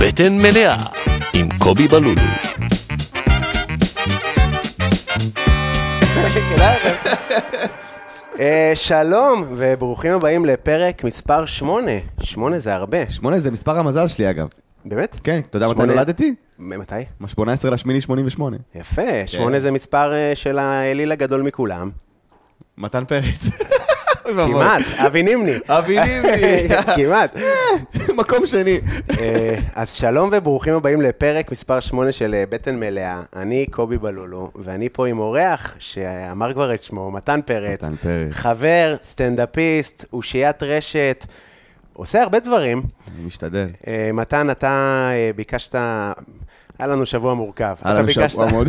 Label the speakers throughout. Speaker 1: בטן מלאה עם קובי בלולו.
Speaker 2: אה, שלום, וברוכים הבאים לפרק מספר 8. 8 זה הרבה.
Speaker 3: שמונה זה מספר המזל שלי אגב.
Speaker 2: באמת?
Speaker 3: כן, אתה יודע מתי
Speaker 2: שמונה.
Speaker 3: נולדתי?
Speaker 2: ממתי?
Speaker 3: ב-18 לשמיני 88. כן.
Speaker 2: יפה, 8 זה מספר אה, של האליל הגדול מכולם.
Speaker 3: מתן פרץ. אוי ואבוי.
Speaker 2: כמעט, אבי נימני.
Speaker 3: אבי נימני.
Speaker 2: כמעט.
Speaker 3: מקום שני.
Speaker 2: אה, אז שלום וברוכים הבאים לפרק מספר 8 של אה, בטן מלאה. אני קובי בלולו, ואני פה עם אורח שאמר כבר את שמו, מתן פרץ.
Speaker 3: מתן פרץ.
Speaker 2: חבר, סטנדאפיסט, אושיית רשת, עושה הרבה דברים.
Speaker 3: אני משתדל.
Speaker 2: אה, מתן, אתה אה, ביקשת, היה לנו שבוע מורכב.
Speaker 3: היה
Speaker 2: אתה
Speaker 3: לנו שבוע
Speaker 2: ביקשת-
Speaker 3: מאוד-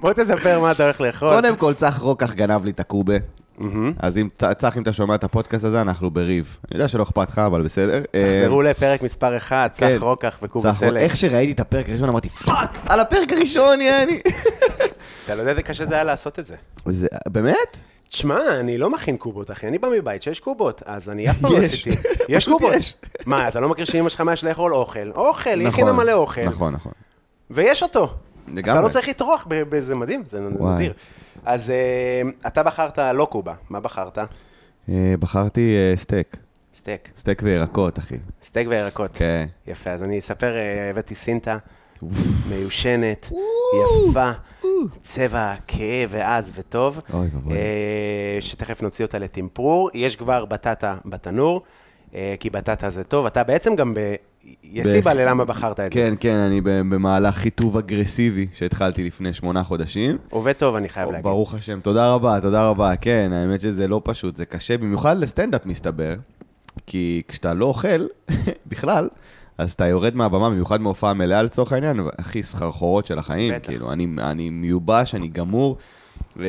Speaker 2: בוא תספר מה אתה הולך לאכול.
Speaker 3: קודם כל, צח רוקח גנב לי את הקובה.
Speaker 2: מהמם.
Speaker 3: אז אם צ- צח, אם אתה שומע את הפודקאסט הזה, אנחנו בריב. אני יודע שלא אכפת לך, אבל בסדר. אה,
Speaker 2: תחזרו לפרק מספר 1, צח
Speaker 3: כן.
Speaker 2: רוקח וקובי
Speaker 3: צח רוק-
Speaker 2: סלק.
Speaker 3: איך שראיתי את הפרק הראשון, אמרתי, פאק, על הפרק הראשון, יעני.
Speaker 2: אתה לא יודע איזה קשה זה היה לעשות את זה.
Speaker 3: זה- באמת?
Speaker 2: כן, תשמע, אני לא מכין קובות, אחי. אני בא מבית שיש קובות, אז אני אף פעם לא
Speaker 3: יש.
Speaker 2: עשיתי.
Speaker 3: פשוט
Speaker 2: יש קובות.
Speaker 3: יש.
Speaker 2: מה, אתה לא מכיר שאמא שלך מאש לאכול אוכל? אוכל, היא הכינה
Speaker 3: נכון,
Speaker 2: מלא אוכל.
Speaker 3: נכון, נכון.
Speaker 2: ויש אותו.
Speaker 3: לגמרי.
Speaker 2: אתה לא צריך לטרוח, ב- ב- זה מדהים, זה
Speaker 3: וואי.
Speaker 2: נדיר. אז אה, אתה בחרת לא קובה, מה בחרת?
Speaker 3: אה, בחרתי אה, סטייק.
Speaker 2: סטייק.
Speaker 3: סטייק וירקות, אחי.
Speaker 2: סטייק וירקות.
Speaker 3: כן.
Speaker 2: יפה, אז אני אספר, אה, הבאתי סינטה מיושנת, יפה, צבע כהה ועז וטוב,
Speaker 3: אוי ואבוי.
Speaker 2: אה, שתכף נוציא אותה לטמפרור. יש כבר בטטה בתנור, אה, כי בטטה זה טוב. אתה בעצם גם ב... יש
Speaker 3: ב-
Speaker 2: סיבה ללמה בחרת את זה.
Speaker 3: כן, כן, אני ב- במהלך חיטוב אגרסיבי שהתחלתי לפני שמונה חודשים.
Speaker 2: עובד טוב, אני חייב להגיד.
Speaker 3: ברוך השם, תודה רבה, תודה רבה. כן, האמת שזה לא פשוט, זה קשה, במיוחד לסטנדאפ מסתבר, כי כשאתה לא אוכל, בכלל, אז אתה יורד מהבמה, במיוחד מהופעה מלאה לצורך העניין, אחי, סחרחורות של החיים,
Speaker 2: בטח.
Speaker 3: כאילו, אני, אני מיובש, אני גמור. אה,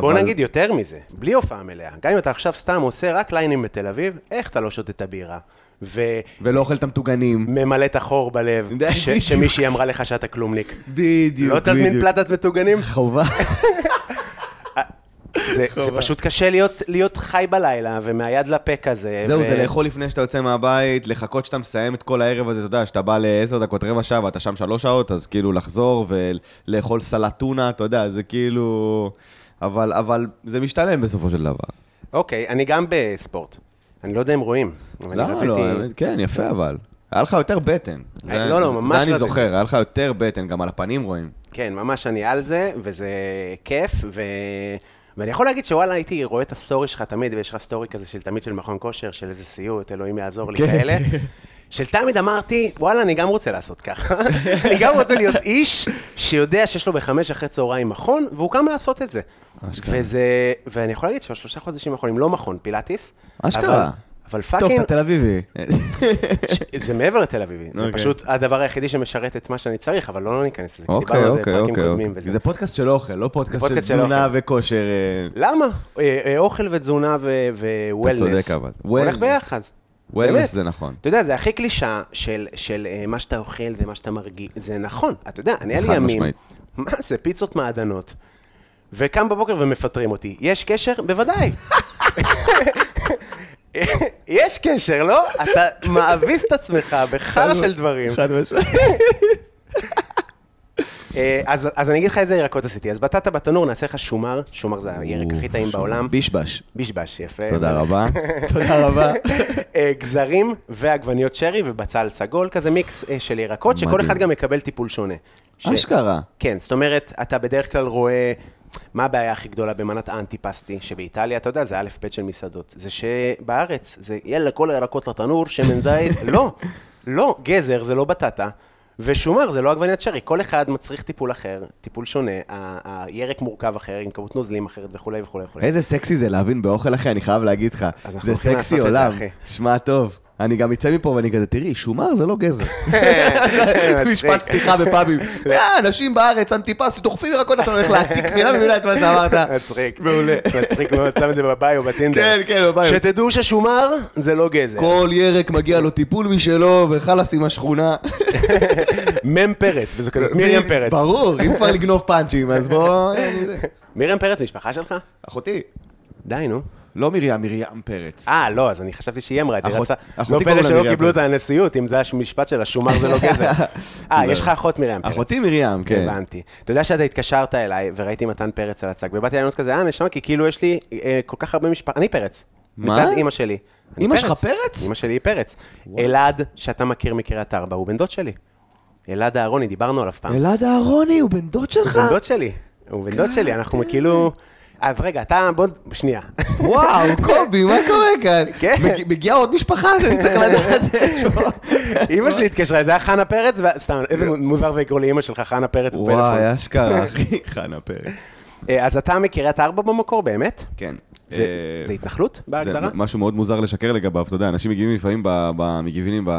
Speaker 2: בוא
Speaker 3: אבל-
Speaker 2: נגיד יותר מזה, בלי הופעה מלאה, גם אם אתה עכשיו סתם עושה רק ליינים בתל אביב, איך אתה לא שותה את הבירה? וממלא
Speaker 3: ולא אוכל את המטוגנים.
Speaker 2: את החור בלב,
Speaker 3: די,
Speaker 2: ש-
Speaker 3: בדיוק.
Speaker 2: שמישהי אמרה לך שאתה כלומניק.
Speaker 3: בדיוק,
Speaker 2: לא תזמין פלטת מטוגנים?
Speaker 3: חובה.
Speaker 2: זה, זה פשוט קשה להיות, להיות חי בלילה, ומהיד לפה כזה.
Speaker 3: זהו,
Speaker 2: ו-
Speaker 3: זה לאכול לפני שאתה יוצא מהבית, לחכות שאתה מסיים את כל הערב הזה, אתה יודע, שאתה בא לעשר דקות, רבע שעה, ואתה שם שלוש שעות, אז כאילו לחזור ולאכול סלט טונה, אתה יודע, זה כאילו... אבל, אבל זה משתלם בסופו של דבר.
Speaker 2: אוקיי, אני גם בספורט. אני לא יודע אם רואים. אבל אני
Speaker 3: למה
Speaker 2: רציתי...
Speaker 3: לא? האמת, כן, יפה, אבל. היה לך יותר בטן.
Speaker 2: אה,
Speaker 3: זה-
Speaker 2: לא, לא,
Speaker 3: זה-
Speaker 2: ממש
Speaker 3: זה אני
Speaker 2: רציתי.
Speaker 3: זוכר, היה לך יותר בטן, גם על הפנים רואים.
Speaker 2: כן, ממש אני על זה, וזה כיף, ו... ואני יכול להגיד שוואלה, הייתי רואה את הסטורי שלך תמיד, ויש לך סטורי כזה של תמיד של מכון כושר, של איזה סיוט, אלוהים יעזור לי
Speaker 3: כן.
Speaker 2: כאלה. של תמיד אמרתי, וואלה, אני גם רוצה לעשות ככה. אני גם רוצה להיות איש שיודע שיש לו בחמש אחרי צהריים מכון, והוא קם לעשות את זה.
Speaker 3: אשכרה.
Speaker 2: וזה, ואני יכול להגיד שבשלושה חודשים האחרונים לא מכון, פילאטיס.
Speaker 3: אשכרה.
Speaker 2: אבל- אבל
Speaker 3: טוב,
Speaker 2: פאקינג,
Speaker 3: אתה תל אביבי.
Speaker 2: ש- זה מעבר לתל אביבי, זה
Speaker 3: אוקיי.
Speaker 2: פשוט הדבר היחידי שמשרת את מה שאני צריך, אבל לא ניכנס לזה, כי
Speaker 3: אוקיי,
Speaker 2: דיברנו על זה
Speaker 3: אוקיי,
Speaker 2: בפרקים
Speaker 3: אוקיי.
Speaker 2: קודמים
Speaker 3: אוקיי.
Speaker 2: וזה.
Speaker 3: זה פודקאסט של אוכל, לא פודקאסט של
Speaker 2: פודקאסט של
Speaker 3: תזונה
Speaker 2: אוכל.
Speaker 3: וכושר. אה,
Speaker 2: למה? אה, אה, אוכל ותזונה ו- ווולנס.
Speaker 3: צודק, אבל.
Speaker 2: הולך
Speaker 3: Wellness.
Speaker 2: ביחד. באמת.
Speaker 3: וולנס זה נכון.
Speaker 2: אתה יודע, זה הכי קלישה של, של אה, מה שאתה אוכל ומה שאתה מרגיש. זה נכון, אתה יודע, אני היה לי
Speaker 3: חד
Speaker 2: ימים,
Speaker 3: משמעית.
Speaker 2: מה זה, פיצות מעדנות. וקם בבוקר ומפטרים אותי. יש קשר? בוודאי. יש קשר, לא? אתה מאביס את עצמך בחרא של דברים.
Speaker 3: חד משמעית.
Speaker 2: אה, אז, אז אני אגיד לך איזה ירקות עשיתי. אז בטטה בתנור, נעשה לך שומר, שומר זה הירק הכי טעים בעולם.
Speaker 3: בישבש.
Speaker 2: בישבש, יפה.
Speaker 3: תודה רבה. תודה רבה.
Speaker 2: אה, גזרים ועגבניות שרי ובצל סגול, כזה מיקס אה, של ירקות, שכל
Speaker 3: מדהים.
Speaker 2: אחד גם מקבל טיפול שונה. ש-
Speaker 3: אשכרה.
Speaker 2: כן, זאת אומרת, אתה בדרך כלל רואה... מה הבעיה הכי גדולה במנת האנטיפסטי, שבאיטליה, אתה יודע, זה א' ב' של מסעדות. זה שבארץ, זה יאללה, כל הירקות לתנור, שמן זית, לא, לא, גזר זה לא בטטה, ושומר זה לא עגבניית שרי. כל אחד מצריך טיפול אחר, טיפול שונה, ה- הירק מורכב אחר, עם כמות נוזלים אחרת וכולי וכולי וכולי.
Speaker 3: איזה סקסי זה להבין באוכל, אחי, אני חייב להגיד לך.
Speaker 2: אז אנחנו הולכים
Speaker 3: זה
Speaker 2: לעשות
Speaker 3: סקסי
Speaker 2: את זה,
Speaker 3: עולם.
Speaker 2: אחי.
Speaker 3: שמע טוב. אני גם אצא מפה ואני כזה, תראי, שומר זה לא גזר. משפט פתיחה בפאבים. אה, אנשים בארץ, אנטיפסטי, דוחפים ירקות, אתה הולך להעתיק מילה במילה את מה שאמרת.
Speaker 2: מצחיק.
Speaker 3: מעולה.
Speaker 2: מצחיק מאוד, שם את זה בביו, בטינדר.
Speaker 3: כן, כן, בביו.
Speaker 2: שתדעו ששומר זה לא גזר.
Speaker 3: כל ירק מגיע לו טיפול משלו, וחלאס עם השכונה.
Speaker 2: מ"ם פרץ, וזה כזה מרים פרץ.
Speaker 3: ברור, אם כבר לגנוב פאנצ'ים, אז בוא... אה,
Speaker 2: מרים פרץ, משפחה שלך?
Speaker 3: אחותי.
Speaker 2: די, נו.
Speaker 3: לא מרים, מרים פרץ.
Speaker 2: אה, לא, אז אני חשבתי שהיא אמרה את זה.
Speaker 3: אחות-
Speaker 2: רצה-
Speaker 3: אחותי
Speaker 2: לא
Speaker 3: קוראים
Speaker 2: פלא
Speaker 3: לה
Speaker 2: שלא
Speaker 3: מרים
Speaker 2: קיבלו את
Speaker 3: פרץ.
Speaker 2: הנשיאות, אם זה המשפט של השומר זה לא גזר. אה,
Speaker 3: לא.
Speaker 2: יש לך אחות מרים פרץ.
Speaker 3: אחותי מרים, כן.
Speaker 2: הבנתי. אתה יודע שאתה התקשרת אליי וראיתי מתן פרץ על הצג, ובאתי לענות כזה, אה, נשמה, כי כאילו יש לי אה, כל כך הרבה משפחה, אני פרץ.
Speaker 3: מה?
Speaker 2: מצד אימא שלי. אני
Speaker 3: אמא שלך פרץ?
Speaker 2: אימא שלי היא פרץ. אלעד, שאתה מכיר מקריית ארבע, הוא בן דוד שלי. אלעד אהרוני, דיברנו עליו פעם.
Speaker 3: אלעד אהרוני הוא בן דוד
Speaker 2: הוא
Speaker 3: שלך?
Speaker 2: בן דוד שלי. הוא בן דוד שלי, אנחנו כאילו... אז רגע, אתה, בוא, שנייה.
Speaker 3: וואו, קובי, מה קורה כאן?
Speaker 2: כן.
Speaker 3: מג- מגיעה עוד משפחה שאני צריך לדעת איפה.
Speaker 2: אימא שלי התקשרה, זה היה חנה פרץ, ו- סתם, איזה מוזר זה לקרוא לאימא שלך חנה פרץ בפלאפון.
Speaker 3: לא. וואי, אשכרה, אחי, חנה פרץ.
Speaker 2: אה, אז אתה מקריית ארבע במקור, באמת?
Speaker 3: כן.
Speaker 2: זה-
Speaker 3: אה,
Speaker 2: זה התנחלות בהגדרה?
Speaker 3: זה משהו מאוד מוזר לשקר לגביו, אתה יודע, אנשים מגיבים לפעמים ב- ב- מגיבים ב...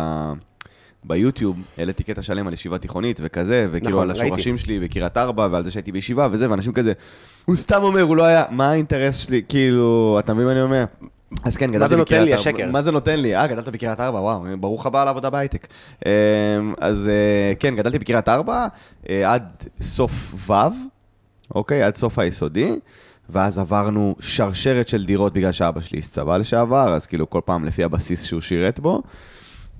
Speaker 3: ביוטיוב, העליתי קטע שלם על ישיבה תיכונית וכזה, וכאילו
Speaker 2: נכון,
Speaker 3: על
Speaker 2: ראיתי.
Speaker 3: השורשים שלי וקריית ארבע, ועל זה שהייתי בישיבה וזה, ואנשים כזה, הוא סתם אומר, הוא לא היה, מה האינטרס שלי, כאילו, אתה מבין מה אני אומר? אז כן,
Speaker 2: זה
Speaker 3: גדלתי בקריית ארבע.
Speaker 2: נותן לי, השקר?
Speaker 3: מה זה נותן לי? אה, גדלת בקריית ארבע, וואו, ברוך הבא לעבודה בהייטק. אמ, אז אה, כן, גדלתי בקריית ארבע אה, עד סוף ו', אוקיי? עד סוף היסודי, ואז עברנו שרשרת של דירות בגלל שאבא שלי איש צבא לשעבר, אז כאילו כל פעם לפי הבסיס שהוא שירת בו,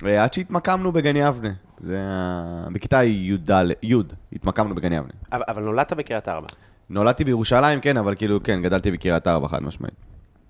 Speaker 3: אה, עד שהתמקמנו בגן יבנה. זה ה... בכיתה י"ד, י', התמקמנו בגן יבנה.
Speaker 2: אבל אבל נולדת בקריית ארבע.
Speaker 3: נולדתי בירושלים, כן, אבל כאילו, כן, גדלתי בקריית ארבע, חד משמעית.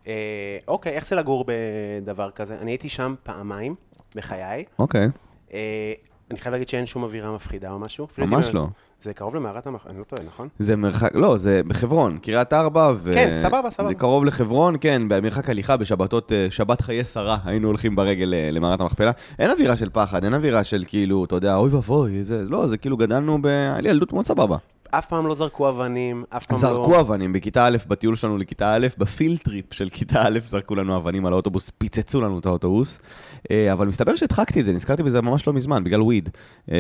Speaker 2: אה, אוקיי, איך זה לגור בדבר כזה? אני הייתי שם פעמיים בחיי.
Speaker 3: אוקיי.
Speaker 2: אה, אני חייב להגיד שאין שום אווירה מפחידה או משהו. אפילו
Speaker 3: ממש
Speaker 2: הייתי-
Speaker 3: לא.
Speaker 2: זה קרוב למערת המח... אני לא טועה, נכון?
Speaker 3: זה מרחק, לא, זה בחברון, קריית ארבע, ו...
Speaker 2: כן, סבבה, סבבה.
Speaker 3: זה קרוב לחברון, כן, במרחק הליכה בשבתות, אה, שבת חיי שרה, היינו הולכים ברגל אה, למערת המכפלה. אין אווירה של פחד, אין אווירה של כאילו, אתה יודע, אוי ואבוי, זה, לא, זה כאילו גדלנו ב... היה לי ילדות מאוד סבבה.
Speaker 2: אף פעם לא זרקו אבנים, אף פעם לא...
Speaker 3: זרקו אבנים בכיתה א', בטיול שלנו לכיתה א', בפילד טריפ של כיתה א', זרקו לנו אבנים על האוטובוס, פיצצו לנו את האוטובוס. אה, אבל מסתבר שהדחקתי את זה, נזכרתי בזה ממש לא מזמן, בגלל וויד. אה,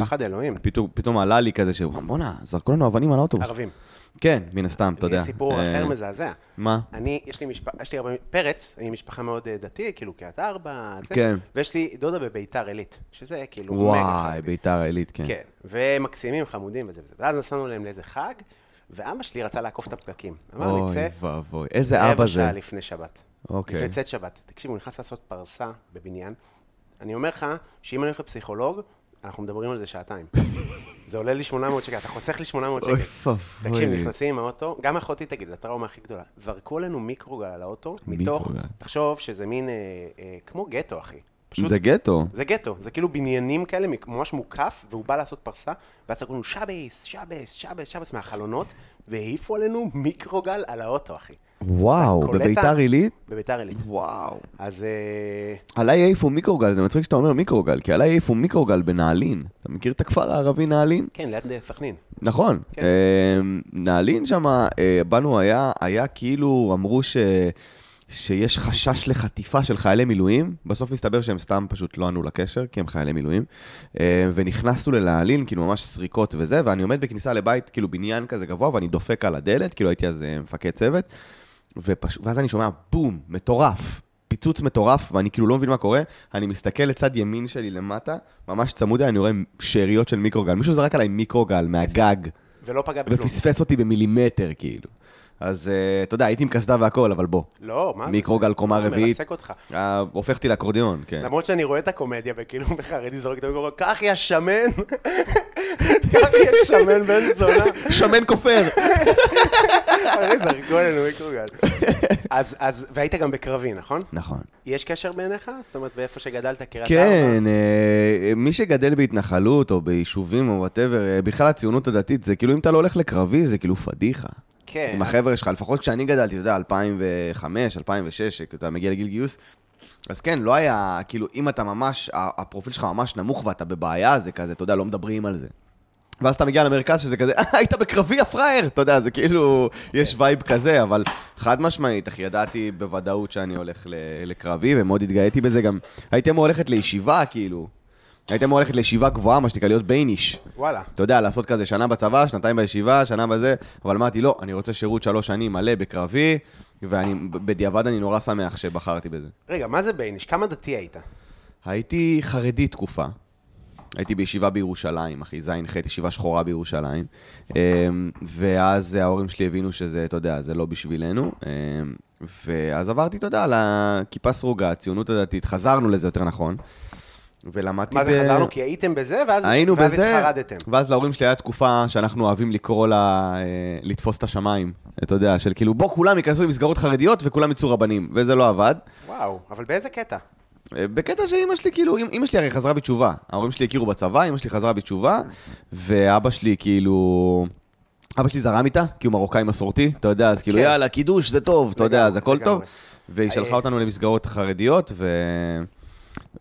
Speaker 2: פחד אלוהים.
Speaker 3: פתאום, פתאום עלה לי כזה, שבואנה, זרקו לנו אבנים על האוטובוס.
Speaker 2: ערבים.
Speaker 3: כן, מן הסתם, אתה יודע.
Speaker 2: יש סיפור
Speaker 3: אה,
Speaker 2: אחר מזעזע.
Speaker 3: מה?
Speaker 2: אני, יש לי משפחה, יש לי הרבה, פרץ, אני משפחה מאוד אה, דתית, כאילו קריית ארבע, זה,
Speaker 3: כן.
Speaker 2: ויש לי דודה בביתר עילית, שזה כאילו מגה
Speaker 3: וואי,
Speaker 2: חרדית.
Speaker 3: ביתר עילית, כן.
Speaker 2: כן, ומקסימים, חמודים וזה וזה. ואז נסענו להם לאיזה חג, ואבא שלי רצה לעקוף את הפקקים. אמר לי,
Speaker 3: אוי
Speaker 2: צא
Speaker 3: ואבוי, איזה אבא
Speaker 2: רבע
Speaker 3: זה.
Speaker 2: שעה לפני שבת.
Speaker 3: אוקיי.
Speaker 2: לפני צאת שבת. תקשיב, הוא נכנס לעשות פרסה בבניין. אני אומר לך, שאם אני הולך לפסיכולוג, אנחנו מדברים על זה שעתיים. זה עולה לי 800 שקל, אתה חוסך לי 800 שקל.
Speaker 3: אוי ואבוי.
Speaker 2: תקשיב, נכנסים עם האוטו, גם אחותי תגיד, זו הטראומה הכי גדולה. זרקו עלינו מיקרוגל על האוטו, מתוך,
Speaker 3: מיקרוגל.
Speaker 2: תחשוב שזה מין, אה, אה, כמו גטו, אחי. פשוט
Speaker 3: זה גטו.
Speaker 2: זה גטו, זה כאילו בניינים כאלה, מק- ממש מוקף, והוא בא לעשות פרסה, ואז אמרו לנו שבס, שבס, שבס, שבס מהחלונות, והעיפו עלינו מיקרוגל על האוטו, אחי.
Speaker 3: וואו,
Speaker 2: קולטה?
Speaker 3: בביתר עילית?
Speaker 2: בביתר עילית.
Speaker 3: וואו.
Speaker 2: אז אה,
Speaker 3: עליי העיפו מיקרוגל, זה מצחיק שאתה אומר מיקרוגל, כי עליי העיפו מיקרוגל בנעלין. אתה מכיר את הכפר הערבי נעלין?
Speaker 2: כן, ליד אה, סכנין.
Speaker 3: נכון.
Speaker 2: כן.
Speaker 3: אה, נעלין שם, בנו היה, היה כאילו, אמרו ש... שיש חשש לחטיפה של חיילי מילואים, בסוף מסתבר שהם סתם פשוט לא ענו לקשר, כי הם חיילי מילואים, אה, ונכנסנו לנעלין, כאילו ממש סריקות וזה, ואני עומד בכניסה לבית, כאילו בניין כזה גבוה, ואני דופק על הדלת, כאילו הייתי אז אה, מפקד צוות, ופש... ואז אני שומע בום, מטורף, פיצוץ מטורף, ואני כאילו לא מבין מה קורה, אני מסתכל לצד ימין שלי למטה, ממש צמוד אליי, אני רואה שאריות של מיקרוגל, מישהו זרק עליי מיקרוגל מהגג.
Speaker 2: ולא פגע בכלום.
Speaker 3: ופספס אותי במילימטר, כאילו. אז אה, אתה יודע, הייתי עם קסדה והכל, אבל בוא.
Speaker 2: לא, מה זה?
Speaker 3: מיקרוגל
Speaker 2: זה-
Speaker 3: קומה
Speaker 2: הוא
Speaker 3: רביעית.
Speaker 2: מרסק אותך.
Speaker 3: אה, הופכתי לאקורדיאון, כן.
Speaker 2: למרות שאני רואה את הקומדיה, וכאילו בחרדי זורק את המיקרוגל, קח יא שמן, קח יא שמן בן זונה.
Speaker 3: שמן כופר!
Speaker 2: הרי זרקו עלינו מיקרוגל. אז, אז, והיית גם בקרבי, נכון?
Speaker 3: נכון.
Speaker 2: יש קשר בעיניך? זאת אומרת, באיפה שגדלת, קריית
Speaker 3: כן, אה, מי שגדל בהתנחלות או ביישובים או וואטאבר, בכלל הציונות הדתית, זה כאילו אם אתה לא הולך לקרבי, זה כאילו פדיחה.
Speaker 2: כן.
Speaker 3: עם החבר'ה שלך, לפחות כשאני גדלתי, אתה יודע, 2005, 2006, כשאתה מגיע לגיל גיוס, אז כן, לא היה, כאילו, אם אתה ממש, ה- הפרופיל שלך ממש נמוך ואתה בבעיה, זה כזה, אתה יודע, לא מדברים על זה. ואז אתה מגיע למרכז שזה כזה, "אה, היית בקרבי, הפראייר! אתה יודע, זה כאילו, יש וייב כזה, אבל חד משמעית, אחי, ידעתי בוודאות שאני הולך ל- לקרבי, ומאוד התגאיתי בזה גם. הייתי אמור ללכת לישיבה, כאילו. הייתי אמור ללכת לישיבה גבוהה, מה שנקרא, להיות בייניש.
Speaker 2: וואלה.
Speaker 3: אתה יודע, לעשות כזה שנה בצבא, שנתיים בישיבה, שנה בזה, אבל אמרתי, לא, אני רוצה שירות שלוש שנים מלא בקרבי, ואני, בדיעבד אני נורא שמח שבחרתי בזה.
Speaker 2: רגע, מה זה בייניש? כמה דתי היית?
Speaker 3: הייתי חרדי תקופה. הייתי בישיבה בירושלים, אחי, ז'-ח', ישיבה שחורה בירושלים. אמ, ואז ההורים שלי הבינו שזה, אתה יודע, זה לא בשבילנו. אמ, ואז עברתי, אתה יודע, לכיפה סרוגה, הציונות הדתית, חזרנו לזה יותר נכון. ולמדתי...
Speaker 2: מה זה
Speaker 3: ב-
Speaker 2: חזרנו? כי הייתם בזה, ואז
Speaker 3: היינו
Speaker 2: ואז
Speaker 3: בזה,
Speaker 2: התחרדתם.
Speaker 3: ואז להורים שלי הייתה תקופה שאנחנו אוהבים לקרוא לה, אה, לתפוס את השמיים, אתה יודע, של כאילו, בוא, כולם ייכנסו למסגרות חרדיות וכולם יצאו רבנים, וזה לא עבד.
Speaker 2: וואו, אבל באיזה קטע?
Speaker 3: אה, בקטע שאימא שלי, כאילו, אימ- אימא שלי הרי חזרה בתשובה. ההורים שלי הכירו בצבא, אימא שלי חזרה בתשובה, ואבא שלי, כאילו... אבא שלי זרם איתה, כי הוא מרוקאי מסורתי, אתה יודע, אז כאילו,
Speaker 2: כן.
Speaker 3: יאללה, קידוש, זה טוב, אתה יודע,
Speaker 2: לגמרי,
Speaker 3: אז הכל טוב.
Speaker 2: לגמרי.
Speaker 3: והיא שלחה
Speaker 2: אה,
Speaker 3: אותנו למסגרות חרדיות, ו...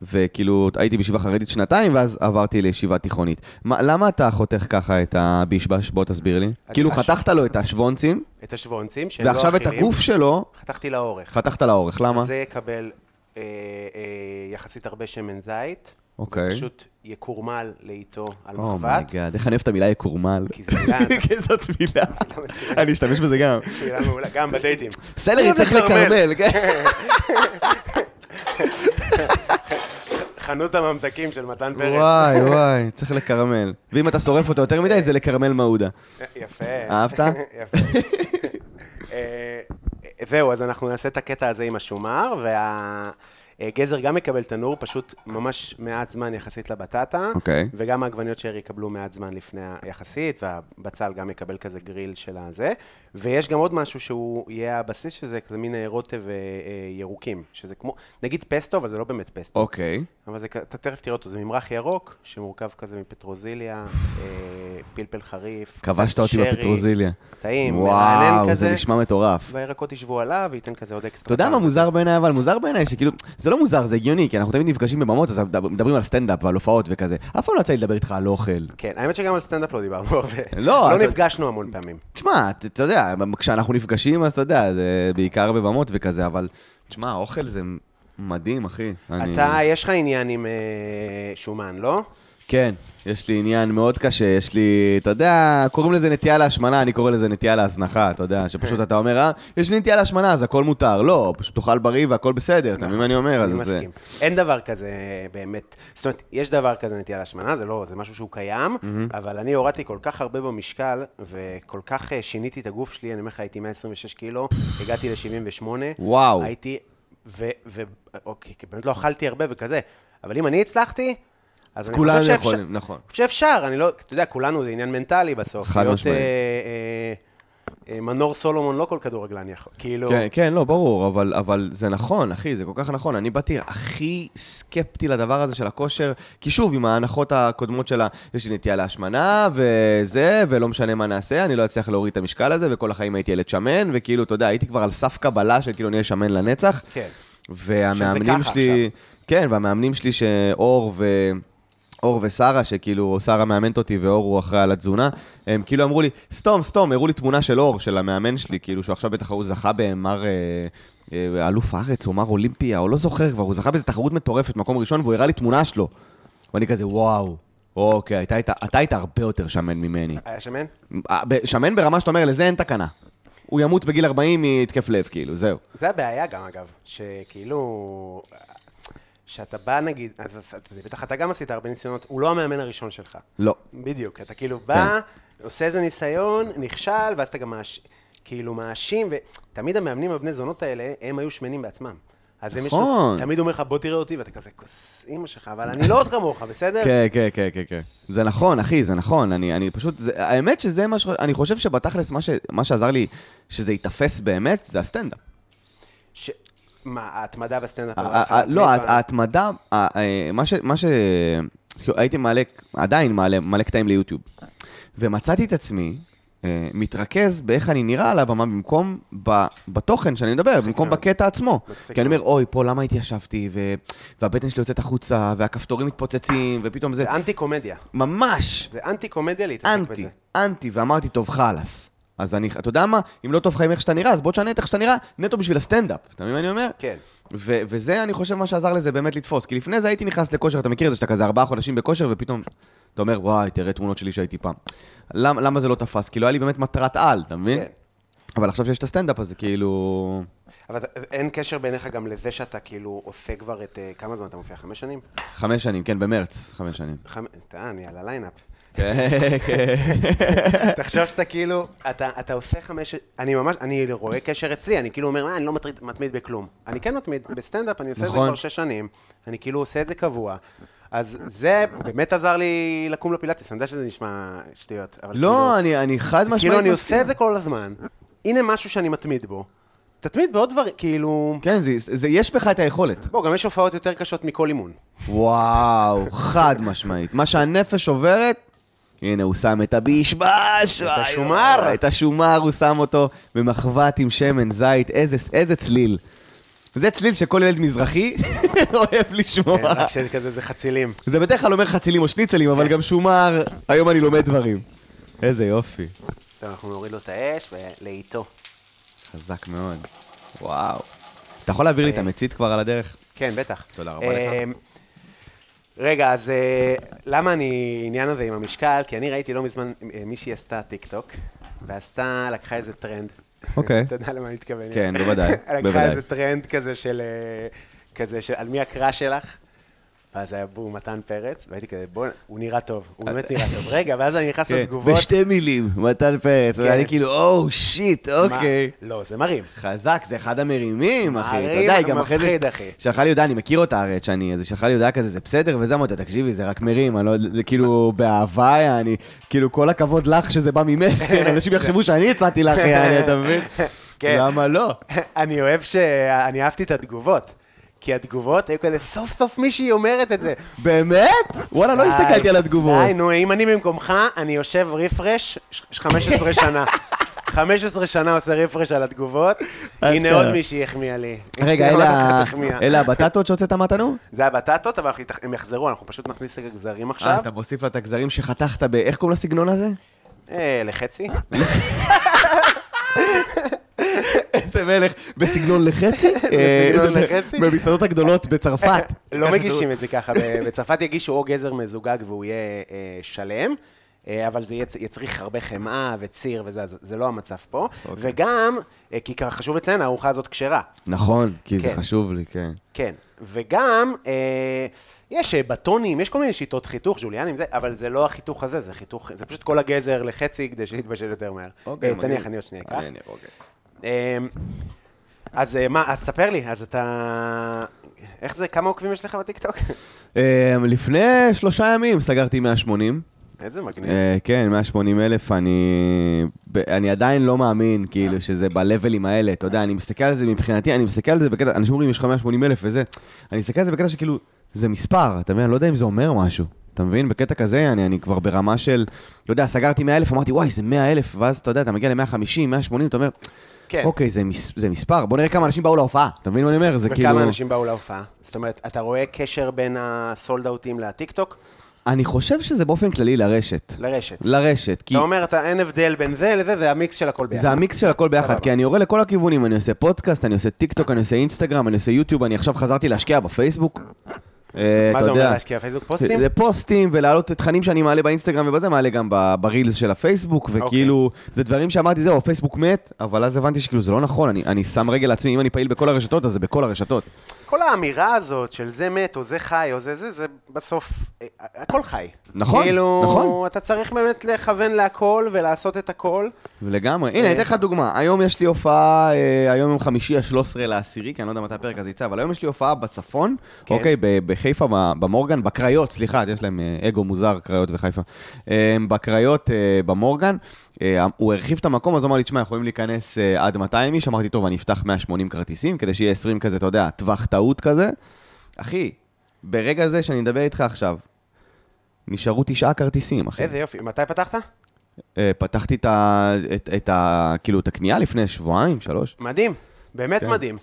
Speaker 3: וכאילו, הייתי בישיבה חרדית שנתיים, ואז עברתי לישיבה תיכונית. מה, למה אתה חותך ככה את הבישבש? בוא תסביר לי. כאילו,
Speaker 2: הש-
Speaker 3: חתכת לו את השוונצים,
Speaker 2: את השוונצים, שהם לא אחרים.
Speaker 3: ועכשיו את הגוף שלו
Speaker 2: חתכתי לאורך.
Speaker 3: חתכת לאורך, למה?
Speaker 2: זה יקבל אה, אה, יחסית הרבה שמן זית.
Speaker 3: אוקיי. Oh
Speaker 2: פשוט יקורמל לאיתו על מחבת.
Speaker 3: אומייגאד, איך אני אוהב את המילה יקורמל.
Speaker 2: כי זה מילה-
Speaker 3: כי זאת מילה.
Speaker 2: לא מצוין.
Speaker 3: אני אשתמש בזה גם.
Speaker 2: שאלה מעולה, גם בדייטים.
Speaker 3: סלרי צריך לקרמל, כן?
Speaker 2: חנות הממתקים של מתן פרץ.
Speaker 3: וואי, וואי, צריך לקרמל. ואם אתה שורף אותו יותר מדי, זה לקרמל מעודה.
Speaker 2: יפה.
Speaker 3: אהבת?
Speaker 2: יפה. אה, זהו, אז אנחנו נעשה את הקטע הזה עם השומר, והגזר גם יקבל תנור, פשוט ממש מעט זמן יחסית לבטטה,
Speaker 3: אוקיי.
Speaker 2: וגם העגבניות שאר יקבלו מעט זמן לפני היחסית, והבצל גם יקבל כזה גריל של הזה, ויש גם עוד משהו שהוא יהיה הבסיס של זה, כזה מין אה, רוטב אה, אה, ירוקים, שזה כמו, נגיד פסטו, אבל זה לא באמת פסטו.
Speaker 3: אוקיי.
Speaker 2: אבל זה, כ- אתה תכף תראה אותו, זה ממרח ירוק, שמורכב כזה מפטרוזיליה, אה, פלפל חריף,
Speaker 3: כבשת
Speaker 2: קצת
Speaker 3: אותי
Speaker 2: שרי,
Speaker 3: בפטרוזיליה.
Speaker 2: טעים, מרענן
Speaker 3: וואו,
Speaker 2: כזה,
Speaker 3: זה נשמע מטורף.
Speaker 2: והירקות ישבו עליו, וייתן כזה עוד אקסטרה.
Speaker 3: אתה יודע מה
Speaker 2: טעם.
Speaker 3: מוזר בעיניי, אבל מוזר בעיניי שכאילו, זה לא מוזר, זה הגיוני, כי אנחנו תמיד נפגשים בבמות, אז מדברים על סטנדאפ ועל הופעות וכזה. אף פעם לא יצא לי לדבר איתך על אוכל.
Speaker 2: כן, האמת שגם על סטנדאפ לא דיברנו הרבה.
Speaker 3: לא,
Speaker 2: לא
Speaker 3: אתה-
Speaker 2: נפגשנו המון פעמים.
Speaker 3: תשמע, אתה- אתה יודע, כשאנחנו נפגשים, אז אתה יודע, זה בעיקר בבמות וכזה, אבל, תשמע, אוכל זה מדהים, אחי. אני-
Speaker 2: אתה, יש לך עניין עם אה, שומן, לא?
Speaker 3: כן, יש לי עניין מאוד קשה, יש לי, אתה יודע, קוראים לזה נטייה להשמנה, אני קורא לזה נטייה להזנחה, אתה יודע, שפשוט
Speaker 2: כן.
Speaker 3: אתה אומר, אה, יש לי נטייה להשמנה, אז הכל מותר. לא, פשוט תאכל בריא והכל בסדר, אתה מבין מה אני אומר?
Speaker 2: נכון, אני
Speaker 3: אז זה-
Speaker 2: מסכים. אין דבר כזה אה, באמת, זאת אומרת, יש דבר כזה נטייה להשמנה, זה לא, זה משהו שהוא קיים, אבל אני הורדתי כל כך הרבה במשקל, וכל כך אה, שיניתי את הגוף שלי, אני אומר לך, הייתי 126 קילו, הגעתי ל-78.
Speaker 3: וואו.
Speaker 2: הייתי, ו... ו- אוקיי, כי באמת לא אכלתי הרבה וכזה, אבל אם אני הצלחתי, אז אני
Speaker 3: כולנו
Speaker 2: חושב שאפשר-
Speaker 3: יכולים, נכון.
Speaker 2: שאפשר, אני לא, אתה יודע, כולנו, זה עניין מנטלי בסוף.
Speaker 3: חד
Speaker 2: להיות,
Speaker 3: משמעית.
Speaker 2: אה, אה, אה, מנור סולומון לא כל כדורגלן יכול, כאילו...
Speaker 3: כן, כן, לא, ברור, אבל, אבל זה נכון, אחי, זה כל כך נכון. אני באתי הכי סקפטי לדבר הזה של הכושר, כי שוב, עם ההנחות הקודמות שלה, יש לי נטייה להשמנה, וזה, ולא משנה מה נעשה, אני לא אצליח להוריד את המשקל הזה, וכל החיים הייתי ילד שמן, וכאילו, אתה יודע, הייתי כבר על סף קבלה של כאילו נהיה שמן לנצח.
Speaker 2: כן. שזה
Speaker 3: והמאמנים
Speaker 2: ככה
Speaker 3: שלי, כן, והמאמנים שלי שאור ו... אור ושרה, שכאילו, שרה מאמנת אותי ואור הוא אחראי על התזונה, הם כאילו אמרו לי, סתום, סתום, הראו לי תמונה של אור, של המאמן שלי, כאילו, שהוא עכשיו בתחרות זכה במר... אה, אה, אלוף הארץ, או מר אולימפיה, או לא זוכר כבר, הוא זכה באיזו תחרות מטורפת, מקום ראשון, והוא הראה לי תמונה שלו. ואני כזה, וואו, אוקיי, אתה היית, אתה היית הרבה יותר שמן ממני.
Speaker 2: היה שמן?
Speaker 3: אה, ב- שמן ברמה שאתה אומר, לזה אין תקנה. הוא ימות בגיל 40 מהתקף לב, כאילו, זהו.
Speaker 2: זה הבעיה גם, אגב, שכאילו... שאתה בא, נגיד, אז אז אתה יודע, בטח אתה גם עשית הרבה ניסיונות, הוא לא המאמן הראשון שלך.
Speaker 3: לא.
Speaker 2: בדיוק, אתה כאילו בא,
Speaker 3: כן.
Speaker 2: עושה איזה ניסיון, נכשל, ואז אתה גם מאש... כאילו מאשים, ותמיד המאמנים הבני זונות האלה, הם היו שמנים בעצמם. אז הם יש...
Speaker 3: נכון.
Speaker 2: תמיד אומר לך, בוא תראה אותי, ואתה כזה, כוס אימא שלך, אבל אני לא עוד כמוך, בסדר?
Speaker 3: כן, כן, כן, כן, כן. זה נכון, אחי, זה נכון. אני, אני פשוט, זה, האמת שזה מה ש... אני חושב שבתכלס, מה, ש, מה שעזר לי שזה ייתפס באמת, זה הסטנדאפ.
Speaker 2: ש... מה, ההתמדה בסטנדאפ?
Speaker 3: ה-
Speaker 2: הרחב,
Speaker 3: ה- ה- לא,
Speaker 2: מי
Speaker 3: הה-
Speaker 2: בא?
Speaker 3: ההתמדה, ה- אה, מה ש... מה ש... כאילו, הייתי מעלה, עדיין מעלה, מעלה קטעים ליוטיוב. ומצאתי את עצמי אה, מתרכז באיך אני נראה על הבמה במקום ב, בתוכן שאני מדבר, במקום
Speaker 2: מאוד.
Speaker 3: בקטע עצמו.
Speaker 2: מצחיק
Speaker 3: כי אני אומר, אוי, פה למה התיישבתי, ו... והבטן שלי יוצאת החוצה, והכפתורים מתפוצצים, ופתאום זה...
Speaker 2: זה אנטי קומדיה.
Speaker 3: ממש!
Speaker 2: זה אנטי קומדיה להתעסק בזה.
Speaker 3: אנטי, אנטי, ואמרתי, טוב, חלאס. אז אני, אתה יודע מה, אם לא טוב לך עם איך שאתה נראה, אז בוא תשנה את איך שאתה נראה, נטו בשביל הסטנדאפ, אתה מבין מה אני אומר?
Speaker 2: כן.
Speaker 3: ו- וזה, אני חושב, מה שעזר לזה באמת לתפוס. כי לפני זה הייתי נכנס לכושר, אתה מכיר את זה, שאתה כזה ארבעה חודשים בכושר, ופתאום אתה אומר, וואי, תראה תמונות שלי שהייתי פעם. למ- למה זה לא תפס? כי לא היה לי באמת מטרת על, אתה מבין?
Speaker 2: כן.
Speaker 3: אבל עכשיו שיש את הסטנדאפ, אז זה כאילו...
Speaker 2: אבל זה- אין קשר ביניך גם לזה שאתה כאילו עושה כבר את... אה, כמה זמן אתה מופיע? חמש שנים?
Speaker 3: חמש שנים, כן, במרץ, חמש שנים.
Speaker 2: חמ... אתה, אני על הליינאפ.
Speaker 3: כן, כן.
Speaker 2: תחשוב שאתה כאילו, אתה, אתה עושה חמש... אני ממש, אני רואה קשר אצלי, אני כאילו אומר, "אה, אני לא מטריד, מתמיד בכלום. אני כן מתמיד, בסטנדאפ אני עושה את
Speaker 3: נכון.
Speaker 2: זה כבר שש שנים, אני כאילו עושה את זה קבוע. אז זה באמת עזר לי לקום לפילאטיס, אני יודע שזה נשמע שטויות, אבל
Speaker 3: לא, אני- אני חד משמעית
Speaker 2: זה כאילו אני
Speaker 3: מסכים.
Speaker 2: עושה את זה כל הזמן, הנה משהו שאני מתמיד בו. תתמיד בעוד דברים, כאילו...
Speaker 3: כן, זה- זה- יש בך את היכולת.
Speaker 2: בוא, גם יש הופעות יותר קשות מכל אימון.
Speaker 3: וואו, חד משמעית. מה שהנפש עוברת, הנה, הוא שם את הבישבש. את
Speaker 2: השומר.
Speaker 3: את השומר, הוא שם אותו במחבת עם שמן זית. איזה, איזה צליל. זה צליל שכל ילד מזרחי אוהב לשמוע.
Speaker 2: כן, רק שכזה זה חצילים.
Speaker 3: זה בדרך כלל אומר חצילים או שניצלים, אבל גם שומר, היום אני לומד דברים. איזה יופי.
Speaker 2: טוב, אנחנו נוריד לו את האש ולאיתו.
Speaker 3: חזק מאוד. וואו. אתה יכול להעביר לי
Speaker 2: אה,
Speaker 3: את המצית כבר על הדרך?
Speaker 2: כן, בטח.
Speaker 3: תודה רבה לך.
Speaker 2: אמ, רגע, אז אה, למה אני עניין הזה עם המשקל? כי אני ראיתי לא מזמן אה, מישהי עשתה טיקטוק, ועשתה, לקחה איזה טרנד.
Speaker 3: אוקיי.
Speaker 2: אתה יודע למה אני מתכוון?
Speaker 3: כן, בוודאי,
Speaker 2: לקחה
Speaker 3: בוודאי.
Speaker 2: איזה טרנד כזה של... אה, כזה של על מי הקרא שלך? ואז היה בום, מתן פרץ, והייתי כזה, בוא, הוא נראה טוב, הוא באמת נראה טוב. רגע, ואז אני נכנס לתגובות.
Speaker 3: כן, בשתי מילים, מתן פרץ. ואני כאילו, או, שיט,
Speaker 2: כן. מה?
Speaker 3: אוקיי.
Speaker 2: לא, זה מרים.
Speaker 3: חזק, זה אחד המרימים, אחי. אתה
Speaker 2: מרים,
Speaker 3: יודע, היא גם אחרי זה...
Speaker 2: מפחיד, אחי.
Speaker 3: שלחה לי הודעה, אני מכיר אותה הרי, את שאני... אז היא שלחה לי הודעה כזה, זה בסדר, וזה אמרת, תקשיבי, זה רק מרים, אני לא... יודע, זה כאילו באהבה, אני... כאילו, כל הכבוד לך שזה בא ממך, אנשים יחשבו שאני הצעתי לך, יעני, אתה מבין?
Speaker 2: כן.
Speaker 3: למה לא?
Speaker 2: אני אוהב ש... אני אהבתי את התגובות. כי התגובות היו כזה, סוף סוף מישהי אומרת את זה.
Speaker 3: באמת? וואלה, לא
Speaker 2: די,
Speaker 3: הסתכלתי על התגובות.
Speaker 2: די, נו, אם אני במקומך, אני יושב ריפרש ש- 15 שנה. 15 שנה עושה ריפרש על התגובות. הנה
Speaker 3: אשכרה.
Speaker 2: עוד מישהי החמיאה לי.
Speaker 3: כן. רגע,
Speaker 2: הנה עוד
Speaker 3: אלה-
Speaker 2: אחת החמיאה.
Speaker 3: אלה הבטטות שהוצאת מתנו?
Speaker 2: זה הבטטות, אבל אנחנו- הם יחזרו, אנחנו פשוט נכניס רגע גזרים
Speaker 3: אה,
Speaker 2: עכשיו.
Speaker 3: אתה מוסיף לה את הגזרים שחתכת ב... איך קוראים לסגנון הזה?
Speaker 2: אה, לחצי.
Speaker 3: איזה מלך. בסגנון לחצי? אה,
Speaker 2: בסגנון
Speaker 3: איזה-
Speaker 2: לחצי?
Speaker 3: במסעדות הגדולות בצרפת.
Speaker 2: לא מגישים את זה ככה, ב- בצרפת יגישו או גזר מזוגג והוא יהיה אה, שלם, אה, אבל זה יצ- יצריך הרבה חמאה וציר וזה, אז זה לא המצב פה.
Speaker 3: אוקיי.
Speaker 2: וגם, אה, כי ככה חשוב לציין, הארוחה הזאת כשרה.
Speaker 3: נכון, כי זה
Speaker 2: כן.
Speaker 3: חשוב לי, כן.
Speaker 2: כן, וגם, אה, יש אה, בטונים, יש כל מיני שיטות חיתוך, ז'וליאנים, זה, אבל זה לא החיתוך הזה, זה חיתוך, זה פשוט כל הגזר לחצי כדי שיתבשל יותר מהר.
Speaker 3: אוקיי,
Speaker 2: אה, תניח, אני עוד שנייה אקח. אה, אז אה, מה, אז ספר לי, אז אתה... איך זה, כמה עוקבים יש לך בטיקטוק?
Speaker 3: אה, לפני שלושה ימים סגרתי 180.
Speaker 2: איזה מגניב.
Speaker 3: אה, כן, 180 אלף, אני, ב- אני עדיין לא מאמין, כאילו, שזה בלבלים האלה, אתה יודע, אני מסתכל על זה מבחינתי, אני מסתכל על זה בקטע, אנשים אומרים, יש לך 180 אלף וזה, אני מסתכל על זה בקטע שכאילו, זה מספר, אתה מבין? אני לא יודע אם זה אומר משהו, אתה מבין? בקטע כזה, אני, אני כבר ברמה של, אתה יודע, סגרתי 100 אלף, אמרתי, וואי, זה 100 אלף, ואז אתה יודע, אתה מגיע ל-150, 180, אתה אומר,
Speaker 2: כן.
Speaker 3: אוקיי, זה, מס, זה מספר, בוא נראה כמה אנשים באו להופעה, אתה מבין מה אני אומר? זה
Speaker 2: וכמה
Speaker 3: כאילו...
Speaker 2: אנשים באו להופעה? זאת אומרת, אתה רואה קשר בין הסולד אאוטים לטיקטוק
Speaker 3: אני חושב שזה באופן כללי לרשת.
Speaker 2: לרשת.
Speaker 3: לרשת, לא, כי...
Speaker 2: אתה אומר, אתה, אין הבדל בין זה לזה, זה המיקס של הכל ביחד.
Speaker 3: זה המיקס של הכל ביחד,
Speaker 2: סבבה.
Speaker 3: כי אני יורה לכל הכיוונים, אני עושה פודקאסט, אני עושה טיק טוק, אני עושה אינסטגרם, אני עושה יוטיוב, אני עכשיו חזרתי להשקיע בפייסבוק. אה,
Speaker 2: מה זה אומר להשקיע פייסבוק פוסטים?
Speaker 3: זה פוסטים ולהעלות את תכנים שאני מעלה באינסטגרם ובזה, מעלה גם ב- ברילס של הפייסבוק,
Speaker 2: אוקיי.
Speaker 3: וכאילו, זה דברים שאמרתי, זהו, הפייסבוק מת, אבל אז הבנתי שכאילו זה לא נכון, אני- אני שם רגל לעצמי, אם אני פעיל בכל הרשתות, אז זה בכל הרשתות.
Speaker 2: כל האמירה הזאת של זה מת, או זה חי, או זה זה, זה בסוף, אה, הכל חי.
Speaker 3: נכון,
Speaker 2: כאילו,
Speaker 3: נכון.
Speaker 2: אתה צריך באמת לכוון להכל ולעשות את הכל.
Speaker 3: לגמרי.
Speaker 2: אה.
Speaker 3: הנה, אני אתן לך דוגמה. היום יש לי הופעה, אה, היום יום חמישי, ה-13 לעשירי, כי אני לא יודע מתי הפרק הזה יצא, אבל היום יש לי הופעה בצפון,
Speaker 2: כן.
Speaker 3: אוקיי, ב- בחיפה, ב- במורגן, בקריות, סליחה, יש להם אה, אגו מוזר, קריות וחיפה. אה, בקריות, אה, במורגן. אה, הוא הרחיב את המקום, אז הוא אמר לי, תשמע, יכולים להיכנס אה, עד 200 איש, אמרתי, טוב, אני אפתח 180 כרטיסים, כדי שיהיה 20 כזה, אתה יודע, טווח טעות כזה. אחי, ברגע זה שאני מדבר איתך עכשיו, נשארו תשעה כרטיסים, אחי.
Speaker 2: איזה יופי. מתי פתחת?
Speaker 3: אה, פתחתי את, ה, את, את, ה, כאילו, את הקנייה לפני שבועיים, שלוש.
Speaker 2: מדהים. באמת
Speaker 3: כן.
Speaker 2: מדהים.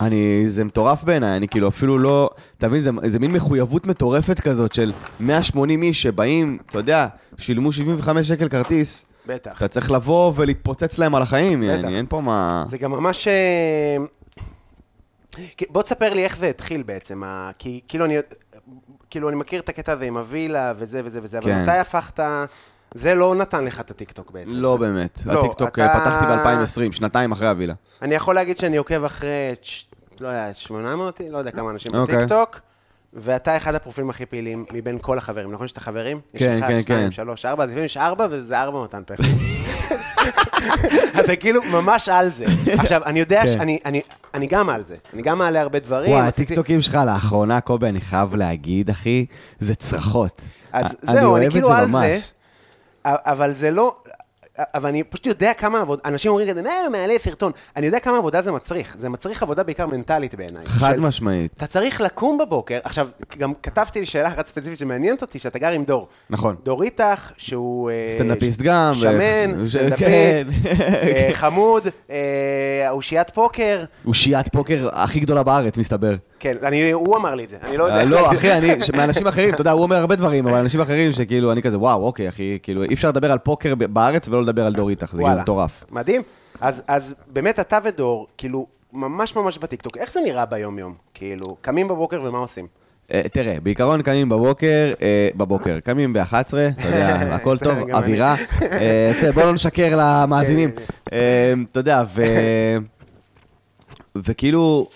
Speaker 3: אני, זה מטורף בעיניי, אני כאילו אפילו לא... אתה מבין, זה, זה מין מחויבות מטורפת כזאת של 180 איש שבאים, אתה יודע, שילמו 75 שקל כרטיס,
Speaker 2: בטח.
Speaker 3: אתה צריך לבוא ולהתפוצץ להם על החיים,
Speaker 2: בטח.
Speaker 3: יעני, אין פה מה...
Speaker 2: זה גם ממש... אה, כי- בוא תספר לי איך זה התחיל בעצם, ה- כי כאילו אני, כאילו אני מכיר את הקטע הזה עם הווילה וזה וזה וזה, אבל
Speaker 3: כן.
Speaker 2: מתי הפכת זה לא נתן לך את הטיקטוק בעצם.
Speaker 3: לא באמת.
Speaker 2: לא,
Speaker 3: הטיקטוק
Speaker 2: אתה-
Speaker 3: אה, פתחתי ב-2020, שנתיים אחרי הווילה.
Speaker 2: אני יכול להגיד שאני עוקב אחרי, צ'- לא יודע, 800, לא יודע כמה אנשים
Speaker 3: אוקיי.
Speaker 2: בטיקטוק, ואתה אחד הפרופילים הכי פעילים מבין כל החברים, נכון שאתה חברים?
Speaker 3: כן,
Speaker 2: יש
Speaker 3: כן,
Speaker 2: אחד, שתיים,
Speaker 3: כן.
Speaker 2: שלוש, ארבע, אז לפעמים יש ארבע וזה ארבע מתן פה. אתה כאילו ממש על זה. עכשיו, אני יודע
Speaker 4: כן.
Speaker 2: שאני אני- אני גם על זה, אני גם מעלה הרבה דברים.
Speaker 4: וואי,
Speaker 2: עשיתי-
Speaker 4: הטיקטוקים שלך לאחרונה, קובי, אני חייב להגיד, אחי, זה צרחות.
Speaker 2: אז
Speaker 4: א-
Speaker 2: זהו, אני
Speaker 4: אוהב את
Speaker 2: כאילו
Speaker 4: זה
Speaker 2: על זה,
Speaker 4: ממש.
Speaker 2: אבל זה לא... אבל אני פשוט יודע כמה עבודה, אנשים אומרים כזה, "אה, מעלה סרטון. אני יודע כמה עבודה זה מצריך. זה מצריך עבודה בעיקר מנטלית בעיניי.
Speaker 3: חד
Speaker 2: של-
Speaker 3: משמעית.
Speaker 2: אתה צריך לקום בבוקר, עכשיו, גם כתבתי לי שאלה אחת ספציפית שמעניינת אותי, שאתה גר עם דור.
Speaker 3: נכון.
Speaker 2: דור איתך, שהוא... אה,
Speaker 3: סטנדאפיסט גם, ו-
Speaker 2: שמן,
Speaker 3: ש-
Speaker 2: סטנדאפיסט,
Speaker 3: כן.
Speaker 2: אה, חמוד, אה, אושיית פוקר.
Speaker 4: אושיית פוקר הכי גדולה בארץ, מסתבר.
Speaker 2: כן, אני- הוא אמר לי את זה, אני לא יודע.
Speaker 3: אה, לא, אחי, אני, ש- מאנשים אחרים, אתה יודע, הוא אומר הרבה דברים, אבל אנשים אחרים שכאילו, אני כזה, וואו, אוקיי, אחי, כאילו, אי אפשר לדבר על פוקר ב- בארץ ולא לדבר על דור איתך, זה כאילו
Speaker 2: וואלה.
Speaker 3: מטורף.
Speaker 2: מדהים. אז, אז באמת אתה ודור, כאילו, ממש ממש בטיקטוק, איך זה נראה ביום-יום? כאילו, קמים בבוקר ומה עושים?
Speaker 3: אה, תראה, בעיקרון קמים בבוקר, אה, בבוקר, קמים ב-11, אתה יודע, הכל
Speaker 2: זה
Speaker 3: טוב,
Speaker 2: גם אני. כן,
Speaker 3: אווירה. אה, בסדר, בואו לא נשקר למאזינים. אה, אתה יודע, ו... וכאילו,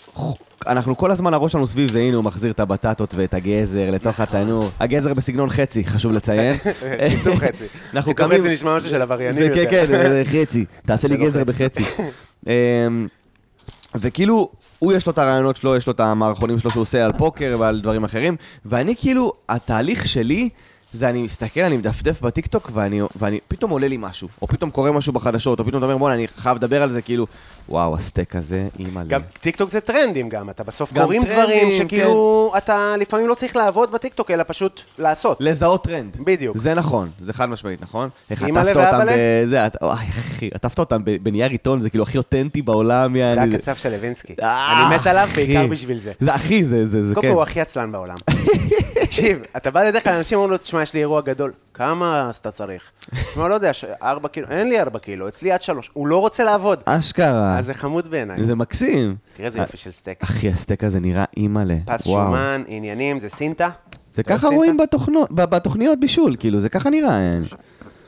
Speaker 3: אנחנו כל הזמן, הראש שלנו סביב זה, הנה הוא מחזיר את הבטטות ואת הגזר לתוך התנור. הגזר בסגנון חצי, חשוב לציין.
Speaker 2: קיטור חצי.
Speaker 3: אנחנו
Speaker 2: קיטור
Speaker 3: קמים...
Speaker 2: חצי נשמע משהו של עבריינים
Speaker 3: זה-
Speaker 2: יותר.
Speaker 3: כן, כן, זה חצי. תעשה לי
Speaker 2: זה לא
Speaker 3: גזר בחצי. אמ, וכאילו, הוא יש לו את הרעיונות שלו, יש לו את המערכונים שלו שהוא עושה על פוקר ועל דברים אחרים, ואני כאילו, התהליך שלי... זה אני מסתכל, אני מדפדף בטיקטוק, ואני, ואני, פתאום עולה לי משהו, או פתאום קורה משהו בחדשות, או פתאום אתה אומר, בוא'נה, אני חייב לדבר על זה, כאילו, וואו, הסטייק הזה, אימא'לה.
Speaker 2: גם טיקטוק זה טרנדים גם, אתה בסוף
Speaker 3: גם
Speaker 2: קוראים
Speaker 3: טרנדים, כן.
Speaker 2: דברים שכאילו, אתה לפעמים לא צריך לעבוד בטיקטוק, אלא פשוט לעשות.
Speaker 3: לזהות טרנד.
Speaker 2: בדיוק.
Speaker 3: זה נכון, זה חד משמעית, נכון? איך
Speaker 2: אימא'לה
Speaker 3: עטפת אותם
Speaker 2: ואבאלה?
Speaker 3: בזה, את- אוי, אחי, עטפת אותם ב- בנייר עיתון, זה כאילו הכי אותנטי בעולם,
Speaker 2: זה
Speaker 3: יעני.
Speaker 2: הקצב של לוינסקי.
Speaker 3: אה,
Speaker 2: כן. אני מת עליו
Speaker 3: אחי.
Speaker 2: בעיקר בשביל זה.
Speaker 3: זה אחי, זה, זה, זה,
Speaker 2: קודם
Speaker 3: כן.
Speaker 2: כל הוא הכי עצלן בעולם. תקשיב, אתה בא לדרך כלל, אנשים אומרים לו, תשמע, יש לי אירוע גדול, כמה אז אתה צריך? הוא אומר, לא יודע, ש- ארבע קילו, אין לי ארבע קילו, אצלי עד שלוש. הוא לא רוצה לעבוד.
Speaker 3: אשכרה.
Speaker 2: אז אה, זה חמוד בעיניי.
Speaker 3: אה, זה מקסים.
Speaker 2: תראה איזה יופי של סטייק.
Speaker 3: אחי, הסטייק הזה נראה אימא'לה.
Speaker 2: פס
Speaker 3: וואו.
Speaker 2: שומן, עניינים, זה סינטה? אתה
Speaker 3: זה ככה
Speaker 2: עשית?
Speaker 3: רואים בתוכנות, ב- בתוכניות בישול, כאילו, זה ככה נראה. אין.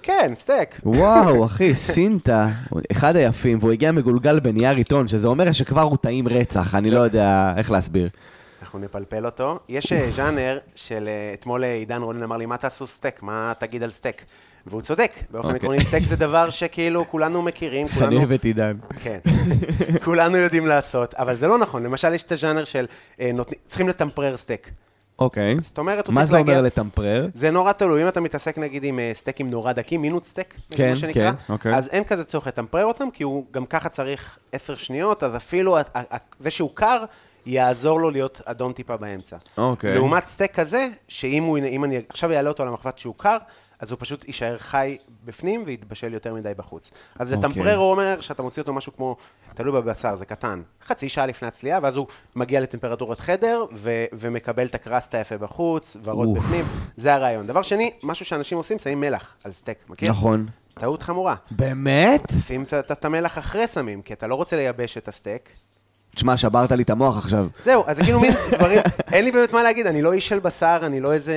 Speaker 2: כן, סטייק.
Speaker 3: וואו, אחי, סינטה, הוא אחד היפים, והוא הגיע מגולגל בנייר עיתון, שזה אומר שכבר הוא טעים רצח, אני
Speaker 2: כן.
Speaker 3: לא יודע איך להסביר.
Speaker 2: אנחנו נפלפל אותו. יש אה, ז'אנר של... אה, אתמול אה, עידן רונן אמר לי, מה תעשו סטייק? מה תגיד על סטייק? והוא צודק. באופן
Speaker 3: אוקיי.
Speaker 2: עקרוני, סטייק זה דבר שכאילו כולנו מכירים,
Speaker 4: אני
Speaker 2: כולנו
Speaker 4: אוהב את עידן.
Speaker 2: כן, כולנו יודעים לעשות, אבל זה לא נכון. למשל, יש את הז'אנר של אה, נותני- צריכים לטמפרר סטייק.
Speaker 3: אוקיי.
Speaker 2: זאת אומרת, הוא
Speaker 3: מה
Speaker 2: צריך
Speaker 3: זה
Speaker 2: להגיע...
Speaker 3: אומר לטמפרר?
Speaker 2: זה נורא תלוי, אם אתה מתעסק נגיד עם אה, סטייקים נורא דקים, מינוט סטייק, נגיד,
Speaker 3: כן,
Speaker 2: מה שנקרא,
Speaker 3: כן, אוקיי.
Speaker 2: אז אין כזה צורך לטמפרר אותם, כי הוא גם ככה צריך עשר שניות, אז אפילו ה- ה- ה- זה שהוא קר, יעזור לו להיות אדום טיפה באמצע.
Speaker 3: אוקיי.
Speaker 2: לעומת סטייק כזה, שאם הוא, אם אני עכשיו אעלה אותו למחבת שהוא קר, אז הוא פשוט יישאר חי בפנים ויתבשל יותר מדי בחוץ. אז
Speaker 3: אוקיי.
Speaker 2: לטמפרר הוא אומר שאתה מוציא אותו משהו כמו, תלוי בבשר, זה קטן, חצי שעה לפני הצלייה, ואז הוא מגיע לטמפרטורת חדר ו- ומקבל את הקרסט היפה בחוץ, ורוד
Speaker 3: אוף.
Speaker 2: בפנים, זה הרעיון. דבר שני, משהו שאנשים עושים, שמים מלח על סטייק, מכיר?
Speaker 3: נכון.
Speaker 2: טעות חמורה.
Speaker 3: באמת?
Speaker 2: שים את- את את המלח אחרי סמים, כי אתה לא רוצה לייבש את הסטייק.
Speaker 3: תשמע, שברת לי את המוח עכשיו.
Speaker 2: זהו, אז זה כאילו מין דברים, אין לי באמת מה להגיד, אני לא איש של בשר, אני לא איזה...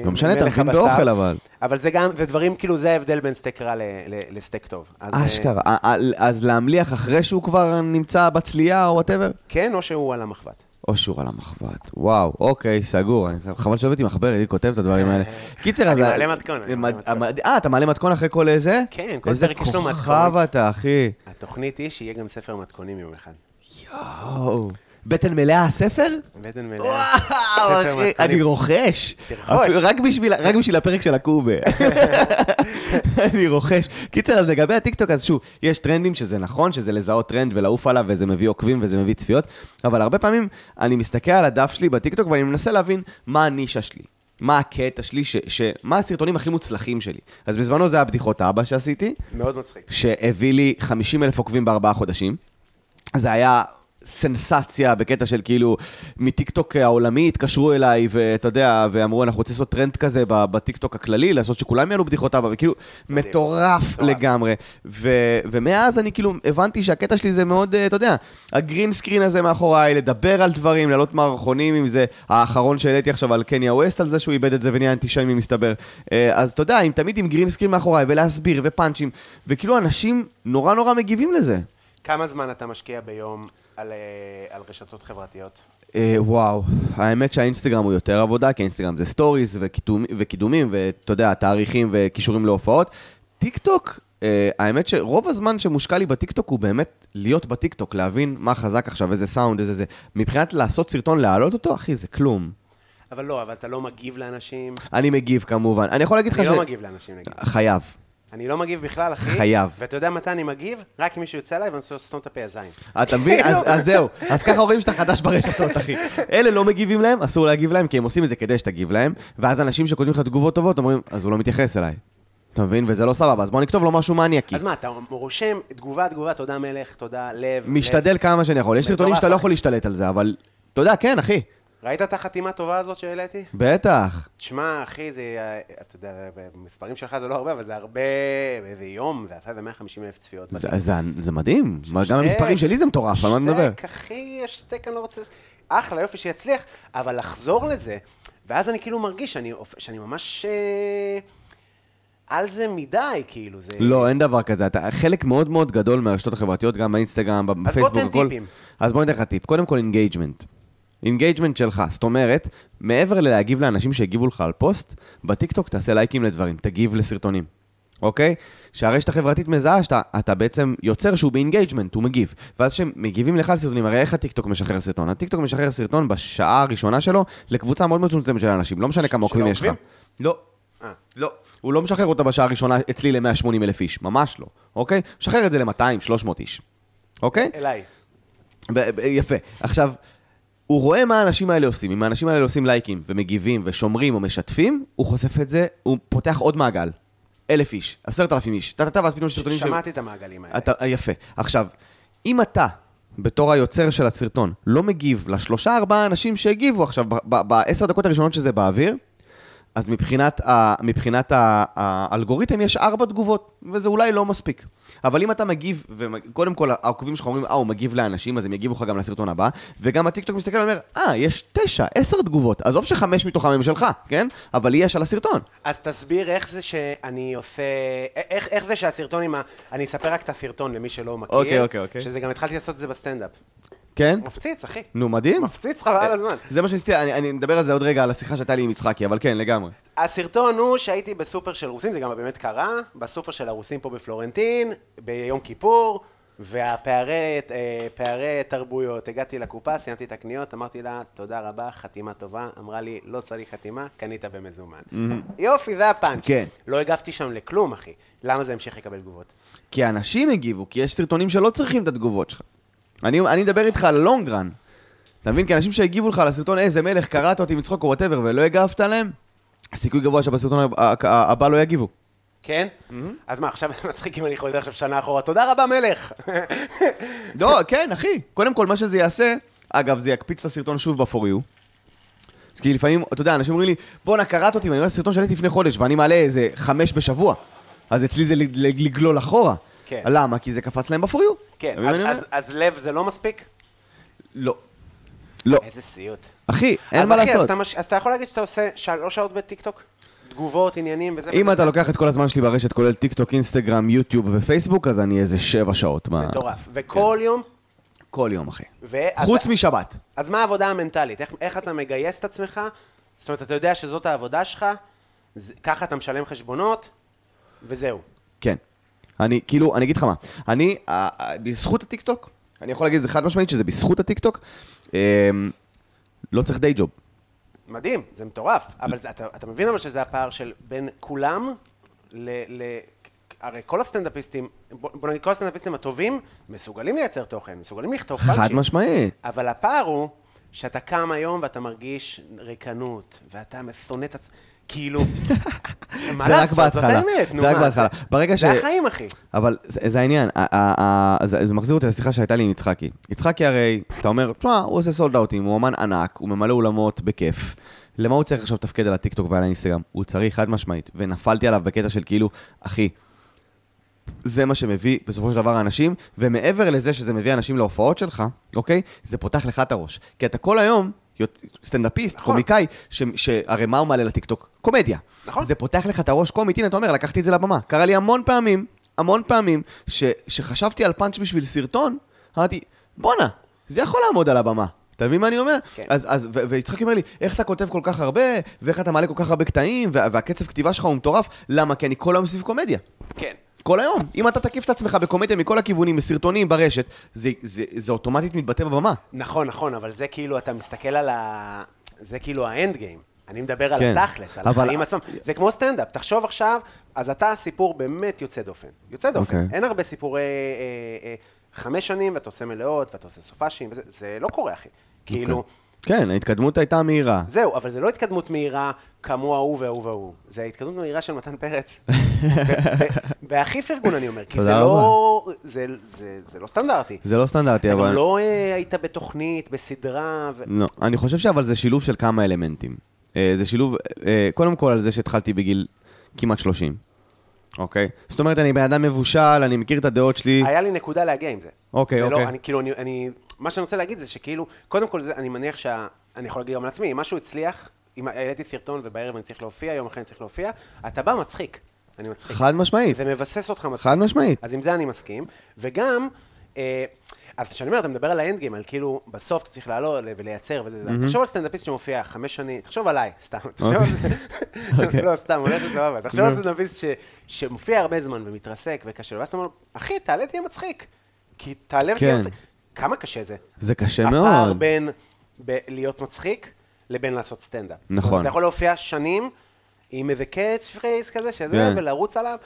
Speaker 2: אה,
Speaker 3: לא משנה, אתה
Speaker 2: מלך
Speaker 3: מבין
Speaker 2: הבשר.
Speaker 3: באוכל, אבל.
Speaker 2: אבל זה גם, זה דברים, כאילו, זה ההבדל בין סטייק רע ל- ל- לסטייק טוב. אז, אה,
Speaker 3: אשכרה. אה, אה, אז להמליח אחרי שהוא כבר נמצא בצלייה או וואטאבר?
Speaker 2: כן, או שהוא על המחבת.
Speaker 3: או שור על המחבת. וואו, אוקיי, סגור. אני- חבל שלא הבאתי מחברת, היא כותבת את הדברים האלה. קיצר, אז...
Speaker 2: אה, אני
Speaker 3: ה-
Speaker 2: מעלה מתכון, אני מעלה
Speaker 3: המד-
Speaker 2: מתכון.
Speaker 3: המד- אה, אתה מעלה מתכון אחרי כל איזה?
Speaker 2: כן, כל פרק יש לו
Speaker 3: איזה
Speaker 2: מתכון.
Speaker 3: כוכב אתה, אחי.
Speaker 2: התוכנית היא שיהיה גם ספר מתכונים יום אחד.
Speaker 3: יואו. בטן מלאה הספר?
Speaker 2: בטן מלאה.
Speaker 3: וואו,
Speaker 2: ספר
Speaker 3: אחי,
Speaker 2: מתכונים.
Speaker 3: אני רוכש.
Speaker 2: תרכוש.
Speaker 3: אפילו רק בשביל- רק בשביל הפרק של הקובה. אני רוכש. קיצר, אז לגבי הטיקטוק, אז שוב, יש טרנדים שזה נכון, שזה לזהות טרנד ולעוף עליו, וזה מביא עוקבים וזה מביא צפיות, אבל הרבה פעמים אני מסתכל על הדף שלי בטיקטוק ואני מנסה להבין מה הנישה שלי. מה הקטע שלי, ש, ש, מה הסרטונים הכי מוצלחים שלי. אז בזמנו זה הבדיחות אבא שעשיתי,
Speaker 2: מאוד מצחיק.
Speaker 3: שהביא לי 50 אלף עוקבים בארבעה חודשים. זה היה סנסציה בקטע של כאילו, מטיקטוק העולמי התקשרו אליי, ואתה יודע, ואמרו, אנחנו רוצים לעשות טרנד כזה ב- בטיקטוק הכללי, לעשות שכולם יעלו בדיחות אבא, וכאילו, מטורף לגמרי. ו- ומאז אני כאילו הבנתי שהקטע שלי זה מאוד, אה, אתה יודע, הגרין סקרין הזה מאחוריי, לדבר על דברים, לעלות מערכונים, אם זה האחרון שהעליתי עכשיו על קניה ווסט, על זה שהוא איבד את זה ונהיה אנטישמי מסתבר. אה, אז אתה יודע, אם תמיד עם גרין סקרין מאחוריי, ולהסביר, ופאנצ'ים, וכאילו אנשים נורא נורא מגיבים לזה.
Speaker 2: כמה זמן אתה משקיע ביום על, אה, על רשתות חברתיות?
Speaker 3: אה, וואו, האמת שהאינסטגרם הוא יותר עבודה, כי האינסטגרם זה סטוריז וקידומ, וקידומים, ואתה יודע, תאריכים וכישורים להופעות. טיק טוק, אה, האמת שרוב הזמן שמושקע לי בטיק טוק הוא באמת להיות בטיק טוק, להבין מה חזק עכשיו, איזה סאונד, איזה זה. מבחינת לעשות סרטון, להעלות אותו, אחי, זה כלום.
Speaker 2: אבל לא, אבל אתה לא מגיב לאנשים.
Speaker 3: אני מגיב כמובן. אני יכול להגיד לך
Speaker 2: אני
Speaker 3: ש...
Speaker 2: לא מגיב לאנשים, נגיד.
Speaker 3: חייב.
Speaker 2: אני לא מגיב בכלל, אחי.
Speaker 3: חייב.
Speaker 2: ואתה יודע מתי אני מגיב? רק אם מישהו יוצא אליי ואני רוצה לסתום את הפה הזין.
Speaker 3: אה, אתה מבין? אז, אז זהו. אז ככה רואים שאתה חדש ברשתות, אחי. אלה לא מגיבים להם, אסור להגיב להם, כי הם עושים את זה כדי שתגיב להם, ואז אנשים שכותבים לך תגובות טובות אומרים, אז הוא לא מתייחס אליי. אתה מבין? וזה לא סבבה, אז בוא נכתוב לו משהו מניאקי.
Speaker 2: אז מה, אתה רושם תגובה, תגובה, תודה מלך, תודה לב. לב.
Speaker 3: משתדל כמה שאני יכול. יש סרטונים
Speaker 2: מטורף,
Speaker 3: שאתה לא
Speaker 2: אחי.
Speaker 3: יכול להשתלט על זה, אבל... אתה יודע, כן, אחי.
Speaker 2: ראית את החתימה הטובה הזאת שהעליתי?
Speaker 3: בטח.
Speaker 2: תשמע, אחי, זה, אה, אתה יודע, במספרים שלך זה לא הרבה, אבל זה הרבה, באיזה יום, זה עשה איזה 150 אלף צפיות.
Speaker 3: זה- זה- זה מדהים. גם המספרים שלי זה מטורף, על מה אני מדבר?
Speaker 2: שטק, אחי, יש שטק, אני לא רוצה... אחלה, יופי שיצליח, אבל לחזור לזה, ואז אני כאילו מרגיש שאני, שאני ממש אה, על זה מדי, כאילו, זה...
Speaker 3: לא, אין דבר כזה. אתה חלק מאוד מאוד גדול מהרשתות החברתיות, גם באינסטגרם,
Speaker 2: בוא
Speaker 3: בפייסבוק,
Speaker 2: תן
Speaker 3: הכל.
Speaker 2: טיפים.
Speaker 3: אז בוא ניתן לך טיפ. קודם כל, אינגייג'מנט. אינגייג'מנט שלך, זאת אומרת, מעבר ללהגיב לאנשים שהגיבו לך על פוסט, בטיקטוק תעשה לייקים לדברים, תגיב לסרטונים, אוקיי? שהרשת החברתית מזהה שאתה אתה בעצם יוצר שהוא באינגייג'מנט, הוא מגיב. ואז כשמגיבים לך על סרטונים, הרי איך הטיקטוק משחרר סרטון? הטיקטוק משחרר סרטון בשעה הראשונה שלו לקבוצה מאוד מצומצמת של אנשים, לא משנה כמה עוקבים יש לך.
Speaker 2: עוקבים?
Speaker 3: לא.
Speaker 2: אה.
Speaker 3: לא. הוא לא משחרר אותה בשעה הראשונה אצלי ל-180 אלף איש, ממש לא, אוקיי? משחרר את זה ל-200, 300 איש, אוקיי?
Speaker 2: אליי.
Speaker 3: ב- ב- יפה. עכשיו, הוא רואה מה האנשים האלה עושים. אם האנשים האלה עושים לייקים ומגיבים ושומרים או משתפים, הוא חושף את זה, הוא פותח עוד מעגל. אלף איש, עשרת אלפים איש, טה-טה-טה, ואז פתאום יש סרטונים
Speaker 2: שמעתי את המעגלים האלה.
Speaker 3: אתה, יפה. עכשיו, אם אתה, בתור היוצר של הסרטון, לא מגיב לשלושה ארבעה אנשים שהגיבו עכשיו, ב- ב- בעשר דקות הראשונות שזה באוויר, אז מבחינת, ה, מבחינת ה, האלגוריתם יש ארבע תגובות, וזה אולי לא מספיק. אבל אם אתה מגיב, וקודם כל העוקבים שלך אומרים, אה, הוא מגיב לאנשים, אז הם יגיבו לך גם לסרטון הבא, וגם הטיקטוק מסתכל ואומר, אה, יש תשע, עשר תגובות, עזוב שחמש מתוכם הם שלך, כן? אבל לי יש על הסרטון.
Speaker 2: אז תסביר איך זה שאני עושה, א- איך, איך זה שהסרטון עם ה... אני אספר רק את הסרטון למי שלא מכיר.
Speaker 3: אוקיי, אוקיי, אוקיי.
Speaker 2: שזה גם התחלתי לעשות את זה בסטנדאפ.
Speaker 3: כן?
Speaker 2: מפציץ, אחי.
Speaker 3: נו, אה, מדהים.
Speaker 2: מפציץ חבל על הזמן.
Speaker 3: זה מה שניסיתי, אני, אני מדבר על זה עוד רגע, על השיחה שהייתה לי עם יצחקי, אבל כן, לגמרי.
Speaker 2: הסרטון הוא שהייתי בסופר של רוסים, זה גם באמת קרה, בסופר של הרוסים פה בפלורנטין, ביום כיפור, והפערי אה, פערי תרבויות, הגעתי לקופה, סיימתי את הקניות, אמרתי לה, תודה רבה, חתימה טובה, אמרה לי, לא צריך חתימה, קנית במזומן. יופי, זה הפאנץ'.
Speaker 3: כן.
Speaker 2: לא הגבתי שם לכלום, אחי. למה זה המשיך לקבל תגובות?
Speaker 3: כי האנשים הגיבו, כי יש סרטונים שלא צריכים את התגובות שלך. אני, אני מדבר איתך על לונגרן. אתה מבין? כי אנשים שהגיבו לך לסרטון, איזה מלך, קראת אותי מצחוק או וואטאבר, ולא הגבת עליהם, סיכוי גבוה שבסרטון ה- ה- ה- הבא לא יגיבו.
Speaker 2: כן? אז מה, עכשיו מצחיק אם אני חוזר עכשיו שנה אחורה, תודה רבה, מלך!
Speaker 3: לא, כן, אחי. קודם כל, מה שזה יעשה, אגב, זה יקפיץ את הסרטון שוב ב-for you. כי לפעמים, אתה יודע, אנשים אומרים לי, בואנה, קראת אותי, ואני רואה סרטון שעליתי לפני חודש, ואני מעלה איזה חמש בשבוע. אז אצלי זה לג- לג- לגלול אחורה.
Speaker 2: כן.
Speaker 3: למה? כי זה קפץ להם ב-for you. אתה
Speaker 2: כן,
Speaker 3: מבין מה
Speaker 2: אז-
Speaker 3: אני אומר?
Speaker 2: אז- אז לב זה לא מספיק?
Speaker 3: לא. לא.
Speaker 2: איזה סיוט.
Speaker 3: אחי, אין מה
Speaker 2: אז אחי, אז
Speaker 3: לעשות.
Speaker 2: אתה מש- אז אתה יכול להגיד שאתה עושה שלוש שעות בטיקטוק? תגובות, עניינים וזה
Speaker 3: אם
Speaker 2: וזה?
Speaker 3: אתה לא- לוקח את כל הזמן שלי ברשת, כולל טיק טוק, אינסטגרם, יוטיוב ופייסבוק, אז אני איזה שבע שעות. מה-
Speaker 2: מטורף. וכל יום,
Speaker 3: כל יום, אחי.
Speaker 2: ואז-
Speaker 3: חוץ משבת.
Speaker 2: אז מה העבודה המנטלית? איך- איך אתה מגייס את עצמך? זאת אומרת, אתה יודע שזאת העבודה שלך, ז- ככה אתה משלם חשבונות, וזהו.
Speaker 3: כן. אני, כאילו, אני אגיד לך מה, אני, אה, אה, בזכות הטיקטוק, אני יכול להגיד את זה חד משמעית, שזה בזכות הטיקטוק, אה, לא צריך די ג'וב.
Speaker 2: מדהים, זה מטורף. אבל זה- אתה אתה מבין אבל שזה הפער של בין כולם ל... ל- הרי כל הסטנדאפיסטים, בוא בוא נגיד, כל הסטנדאפיסטים הטובים מסוגלים לייצר תוכן, מסוגלים לכתוב
Speaker 3: חד
Speaker 2: פאנצ'ים.
Speaker 3: משמעית.
Speaker 2: אבל הפער הוא שאתה קם היום ואתה מרגיש ריקנות, ואתה שונא את עצמך, כאילו, מה
Speaker 3: זה רק
Speaker 2: לעשות, זאת
Speaker 3: בהתחלה.
Speaker 2: האמת, נו
Speaker 3: זה רק
Speaker 2: מה,
Speaker 3: בהתחלה. ברגע
Speaker 2: זה
Speaker 3: ש-
Speaker 2: החיים, אחי.
Speaker 3: אבל זה, זה העניין, ה- ה- ה- זה, זה מחזיר אותי לשיחה שהייתה לי עם יצחקי. יצחקי הרי, אתה אומר, תשמע, הוא עושה סולד אאוטים, הוא אמן ענק, הוא ממלא אולמות בכיף. למה הוא צריך עכשיו לתפקד על הטיקטוק ועל האינסטגרם? הוא צריך חד משמעית. ונפלתי עליו בקטע של כאילו, אחי, זה מה שמביא בסופו של דבר אנשים, ומעבר לזה שזה מביא אנשים להופעות שלך, אוקיי? זה פותח לך את הראש. כי אתה כל היום... יוצ- סטנדאפיסט,
Speaker 2: נכון.
Speaker 3: קומיקאי, ש- שהרי מה הוא מעלה לטיקטוק? קומדיה.
Speaker 2: נכון.
Speaker 3: זה פותח לך את הראש קומית, הנה אתה אומר, לקחתי את זה לבמה. קרה לי המון פעמים, המון פעמים, ש, שחשבתי על פאנץ' בשביל סרטון, אמרתי, בואנה, זה יכול לעמוד על הבמה. אתה מבין מה אני אומר?
Speaker 2: כן.
Speaker 3: אז, אז, ו- ויצחק אומר לי, איך אתה כותב כל כך הרבה, ואיך אתה מעלה כל כך הרבה קטעים, וה- והקצב כתיבה שלך הוא מטורף, למה? כי אני כל היום סביב קומדיה.
Speaker 2: כן.
Speaker 3: כל היום. אם אתה תקיף את עצמך בקומדיה מכל הכיוונים, בסרטונים, ברשת, זה, זה, זה אוטומטית מתבטא בבמה.
Speaker 2: נכון, נכון, אבל זה כאילו, אתה מסתכל על ה... זה כאילו האנד גיים. אני מדבר על
Speaker 3: כן.
Speaker 2: התכלס, על
Speaker 3: אבל-
Speaker 2: החיים עצמם. זה כמו סטנדאפ, תחשוב עכשיו, אז אתה סיפור באמת יוצא דופן. יוצא דופן.
Speaker 3: אוקיי.
Speaker 2: אין הרבה סיפורי אה, אה, חמש שנים, ואתה עושה מלאות, ואתה עושה סופאשים, וזה- זה לא קורה, אחי. כאילו,
Speaker 3: כן, ההתקדמות הייתה מהירה.
Speaker 2: זהו, אבל זה לא התקדמות מהירה כמו ההוא וההוא וההוא. זה התקדמות מהירה של מתן פרץ. ב- ב- בהכי פרגון אני אומר, כי זה
Speaker 3: תודה
Speaker 2: לא, זה, זה, זה לא סטנדרטי.
Speaker 3: זה לא סטנדרטי,
Speaker 2: אתה
Speaker 3: אבל...
Speaker 2: גם לא אה, היית בתוכנית, בסדרה, ו...
Speaker 3: לא, אני חושב שאבל זה שילוב של כמה אלמנטים. אה, זה שילוב, אה, קודם כל על זה שהתחלתי בגיל כמעט 30, אוקיי? זאת אומרת, אני בן אדם מבושל, אני מכיר את הדעות שלי.
Speaker 2: היה לי נקודה להגיע עם זה.
Speaker 3: אוקיי,
Speaker 2: זה
Speaker 3: אוקיי.
Speaker 2: לא, אני, כאילו, אני, אני, מה שאני רוצה להגיד זה שכאילו, קודם כל, זה, אני מניח שה... אני יכול להגיד גם על עצמי, אם משהו הצליח, אם העליתי סרטון ובערב אני צריך להופיע, יום אחרי אני צריך להופיע, אתה בא מצחיק. אני מצחיק.
Speaker 3: חד משמעית,
Speaker 2: זה מבסס אותך מצחיק.
Speaker 3: חד משמעית.
Speaker 2: אז עם זה אני מסכים, וגם, אה, אז כשאני אומר, אתה מדבר על האנד גיים, על כאילו, בסוף אתה צריך לעלות ולייצר וזה, mm-hmm. תחשוב על סטנדאפיסט שמופיע חמש שנים, תחשוב עליי, סתם, תחשוב על זה, לא, סתם, הולך לסבבה, תחשוב על סטנדאפיסט ש- שמופיע הרבה זמן ומתרסק וקשה לו, ואז אתה אומר, אחי, תעלה תהיה מצחיק, כי תעלה ותהיה
Speaker 3: כן.
Speaker 2: מצחיק, כמה קשה זה?
Speaker 3: זה קשה
Speaker 2: הפער
Speaker 3: מאוד.
Speaker 2: בין ב- להיות מצחיק לבין לעשות סטנדאפ.
Speaker 3: נכון.
Speaker 2: זאת אומרת, אתה יכול להופיע שנים עם איזה קאץ' פרייז כזה, שזה,
Speaker 3: כן.
Speaker 2: ולרוץ עליו.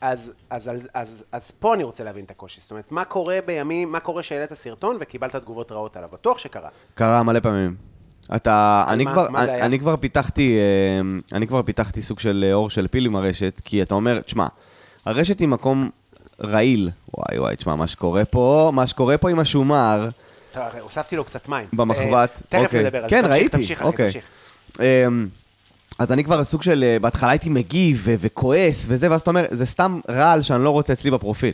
Speaker 2: אז, אז, אז, אז, אז פה אני רוצה להבין את הקושי. זאת אומרת, מה קורה בימים, מה קורה שהעלית סרטון וקיבלת תגובות רעות עליו? בטוח שקרה.
Speaker 3: קרה מלא פעמים. אתה, אני,
Speaker 2: אה, מה-
Speaker 3: כבר,
Speaker 2: מה זה
Speaker 3: אני,
Speaker 2: היה?
Speaker 3: אני כבר פיתחתי, אה, אני כבר פיתחתי סוג של אה, אור של פיל עם הרשת, כי אתה אומר, תשמע, הרשת היא מקום רעיל. וואי וואי, תשמע, מה שקורה פה, מה שקורה פה עם השומר,
Speaker 2: אתה- הוספתי לו קצת מים.
Speaker 3: במחבת.
Speaker 2: אה, תכף
Speaker 3: אוקיי.
Speaker 2: נדבר על זה.
Speaker 3: כן,
Speaker 2: תמשיך,
Speaker 3: ראיתי.
Speaker 2: תמשיך, אחי,
Speaker 3: אוקיי.
Speaker 2: תמשיך.
Speaker 3: אמ, אז אני כבר סוג של, אה, בהתחלה הייתי מגיב ו- וכועס וזה, ואז אתה אומר, זה סתם רעל שאני לא רוצה אצלי בפרופיל.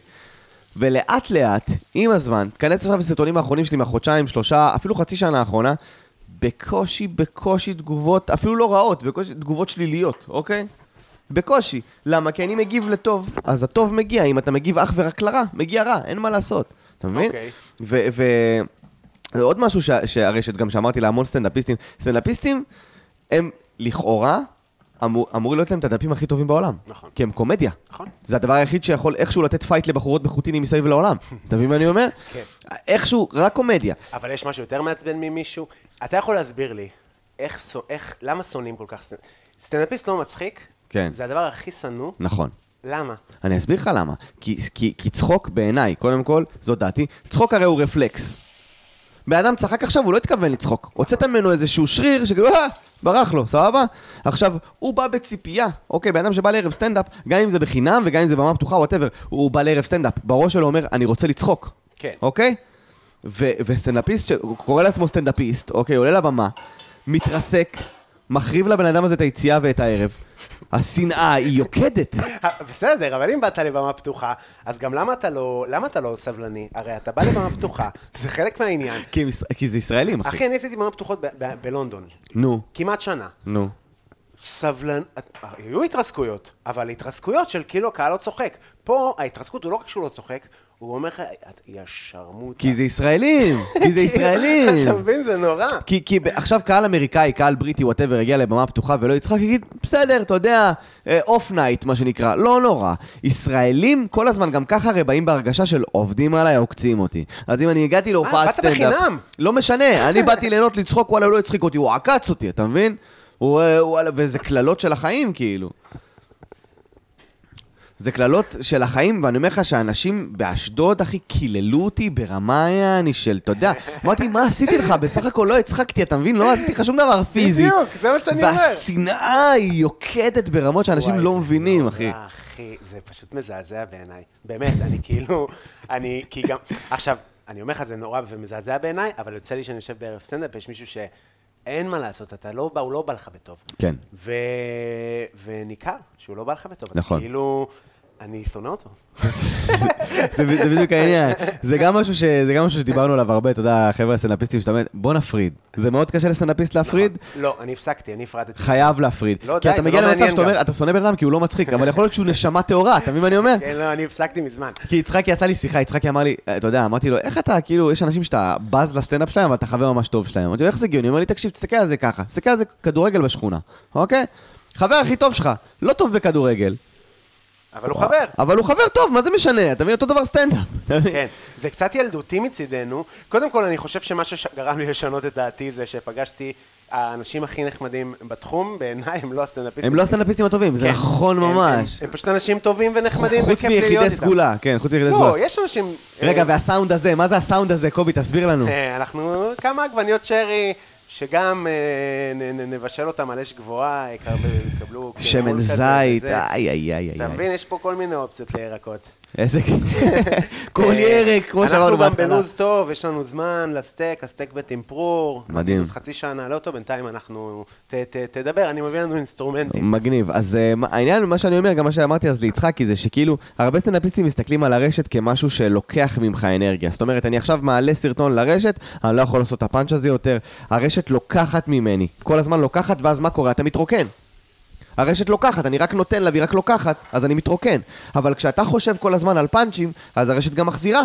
Speaker 3: ולאט לאט, עם הזמן, תיכנס עכשיו לסרטונים האחרונים שלי מהחודשיים, שלושה, אפילו חצי שנה האחרונה, בקושי, בקושי תגובות, אפילו לא רעות, בקושי תגובות שליליות, אוקיי? בקושי. למה? כי אני מגיב לטוב, אז הטוב מגיע, אם אתה מגיב אך ורק לרע, מגיע רע, אין מה לעשות. אתה מבין?
Speaker 2: אוקיי.
Speaker 3: ו- ו- זה עוד משהו ש- שהרשת, גם שאמרתי להמון סטנדאפיסטים, סטנדאפיסטים הם לכאורה אמור, אמור להיות להם את הדפים הכי טובים בעולם.
Speaker 2: נכון.
Speaker 3: כי הם קומדיה.
Speaker 2: נכון.
Speaker 3: זה הדבר היחיד שיכול איכשהו לתת פייט לבחורות בחוטיני מסביב לעולם. אתה מבין מה אני אומר?
Speaker 2: כן.
Speaker 3: איכשהו, רק קומדיה.
Speaker 2: אבל יש משהו יותר מעצבן ממישהו? אתה יכול להסביר לי איך, סו- איך, למה שונאים כל כך סטנדאפיסט? סטנדאפיסט לא מצחיק?
Speaker 3: כן.
Speaker 2: זה הדבר הכי שנוא?
Speaker 3: נכון.
Speaker 2: למה?
Speaker 3: אני אסביר לך למה. כי, כי, כי צחוק בעיניי, קודם כל, זו דעתי, צחוק הרי הוא רפלקס. בן אדם צחק עכשיו, הוא לא התכוון לצחוק. הוצאת ממנו איזשהו שריר שכאילו, "אה, ברח לו, סבבה? עכשיו, הוא בא בציפייה, אוקיי, בן אדם שבא לערב סטנדאפ, גם אם זה בחינם וגם אם זה במה פתוחה, וואטאבר, הוא בא לערב סטנדאפ, בראש שלו אומר, אני רוצה לצחוק.
Speaker 2: כן.
Speaker 3: אוקיי? ו- וסטנדאפיסט, שקורא לעצמו סטנדאפיסט, אוקיי, עולה לבמה, מתרסק, מחריב לבן אדם הזה את היציאה ואת הערב. השנאה היא יוקדת.
Speaker 2: אה, בסדר, אבל אם באת לבמה פתוחה, אז גם למה אתה לא, למה אתה לא סבלני? הרי אתה בא לבמה פתוחה, זה חלק מהעניין.
Speaker 3: כי, הם יש- כי זה ישראלים, אחי.
Speaker 2: אחי, אני עשיתי במה פתוחות ב- ב- בלונדון,
Speaker 3: נו,
Speaker 2: כמעט שנה.
Speaker 3: נו.
Speaker 2: סבלן... היו התרסקויות, אבל התרסקויות של כאילו הקהל לא צוחק. פה ההתרסקות הוא לא רק שהוא לא צוחק, הוא אומר לך, "את- יא שרמוטה.
Speaker 3: כי זה ישראלים! כי זה ישראלים!
Speaker 2: אתה מבין? זה נורא.
Speaker 3: כי, כי ב- עכשיו קהל אמריקאי, קהל בריטי, וואטאבר, יגיע לבמה פתוחה ולא יצחק, יגיד, בסדר, אתה יודע, אוף נייט, מה שנקרא, לא נורא. ישראלים כל הזמן גם ככה הרי באים בהרגשה של עובדים עליי, עוקצים אותי. אז אם אני הגעתי להופעת
Speaker 2: אה, באת
Speaker 3: סטנדאפ...
Speaker 2: בחינם.
Speaker 3: לא משנה, אני באתי ליהנות לצחוק, וואלה, הוא לא הצחיק אותי, הוא עקץ אותי, אתה מבין? הוא, אה, וואלה, וזה קללות של החיים, כאילו. זה קללות של החיים, ואני אומר לך שאנשים באשדוד, אחי, קיללו אותי ברמה יעני של, אתה יודע, אמרתי, מה עשיתי לך? בסך הכל לא הצחקתי, אתה מבין? לא עשיתי לך שום דבר פיזי.
Speaker 2: בדיוק, זה מה שאני אומר.
Speaker 3: והשנאה היא יוקדת ברמות שאנשים
Speaker 2: וואי,
Speaker 3: לא
Speaker 2: זה
Speaker 3: מבינים,
Speaker 2: נורא,
Speaker 3: אחי.
Speaker 2: אחי, זה פשוט מזעזע בעיניי. באמת, אני כאילו, אני, כי גם, עכשיו, אני אומר לך, זה נורא ומזעזע בעיניי, אבל יוצא לי שאני יושב בערב סטנדאפ, יש מישהו שאין מה לעשות, אתה לא בא, הוא לא בא לך בטוב.
Speaker 3: כן.
Speaker 2: ו... וניכר שהוא לא בא לך בטוב.
Speaker 3: נכון.
Speaker 2: אתה כאילו, אני שונא אותו.
Speaker 3: זה ב- זה בדיוק העניין. זה גם משהו ש- זה גם משהו שדיברנו עליו הרבה, אתה יודע, חבר'ה הסטנדאפיסטים, שאתה אומר, בוא נפריד. זה מאוד קשה לסטנדאפיסט להפריד,
Speaker 2: לא, אני הפסקתי, אני הפרדתי.
Speaker 3: חייב להפריד.
Speaker 2: לא,
Speaker 3: כי
Speaker 2: די,
Speaker 3: אתה
Speaker 2: זה
Speaker 3: מגיע
Speaker 2: לא
Speaker 3: למצב
Speaker 2: מעניין
Speaker 3: שאתה
Speaker 2: גם.
Speaker 3: אומר, אתה שונא בן אדם כי הוא לא מצחיק, אבל יכול להיות שהוא נשמה טהורה, אתה מבין מה אני אומר?
Speaker 2: כן, לא, אני הפסקתי מזמן.
Speaker 3: כי יצחקי עשה לי שיחה, יצחקי אמר לי, "אה, אתה יודע, אמרתי לו, איך אתה, כאילו, יש אנשים שאתה בז לסטנדאפ שלהם, אבל אתה חבר ממש טוב שלהם. אמרתי לו, איך זה הגיוני? הוא אומר לי, תקשיב, תסתכל על זה ככה, תסתכל על זה כדורגל בשכונה, אוקיי? חבר הכי טוב שלך, לא טוב בכדורגל,
Speaker 2: אבל הוא חבר.
Speaker 3: אבל הוא חבר טוב, מה זה משנה? אתה מבין? אותו דבר סטנדאפ. אתה מבין?
Speaker 2: כן, זה קצת ילדותי מצידנו. קודם כל, אני חושב שמה שגרם לי לשנות את דעתי זה שפגשתי, האנשים הכי נחמדים בתחום, בעיניי הם לא הסטנדאפיסטים.
Speaker 3: הם לא הסטנדאפיסטים הטובים, זה
Speaker 2: כן.
Speaker 3: נכון
Speaker 2: הם-
Speaker 3: ממש.
Speaker 2: הם- הם פשוט אנשים טובים ונחמדים,
Speaker 3: חוץ
Speaker 2: וכיף לי להיות
Speaker 3: מיחידי
Speaker 2: איתם.
Speaker 3: סגולה, כן, חוץ מיחידי סגולה.
Speaker 2: לא, יש אנשים...
Speaker 3: רגע,
Speaker 2: אה,
Speaker 3: והסאונד הזה, מה זה הסאונד הזה, קובי, תסביר לנו.
Speaker 2: אה, אנחנו כמה עגבניות שרי, שגם אה, נ- נ- נבשל אותם על אש גבוהה, יקב- יקבלו...
Speaker 3: שמן
Speaker 2: קרמול כן, כזה
Speaker 3: זית,
Speaker 2: וזה.
Speaker 3: איי, איי, איי,
Speaker 2: אתה
Speaker 3: איי.
Speaker 2: מבין, יש פה כל מיני אופציות לירקות.
Speaker 3: איזה... כל
Speaker 2: אה,
Speaker 3: ירק, כמו שאמרנו
Speaker 2: אנחנו גם
Speaker 3: בהתחלה.
Speaker 2: בלוז טוב, יש לנו זמן לסטייק, הסטייק בטמפרור.
Speaker 3: מדהים.
Speaker 2: אנחנו עוד חצי שעה נעלה אותו, בינתיים אנחנו... ת- ת- תדבר, אני מביא לנו אינסטרומנטים.
Speaker 3: מגניב. אז אה, מה- העניין, מה שאני אומר, גם מה שאמרתי אז ליצחקי, זה שכאילו, הרבה סטנדאפיסטים מסתכלים על הרשת כמשהו שלוקח ממך אנרגיה. זאת אומרת, אני עכשיו מעלה סרטון לרשת, אני לא יכול לעשות את הפאנץ' הזה יותר. הרשת לוקחת ממני. כל הזמן לוקחת, ואז מה קורה? אתה מתרוקן. הרשת לוקחת, אני רק נותן לה והיא רק לוקחת, אז אני מתרוקן. אבל כשאתה חושב כל הזמן על פאנצ'ים, אז הרשת גם מחזירה.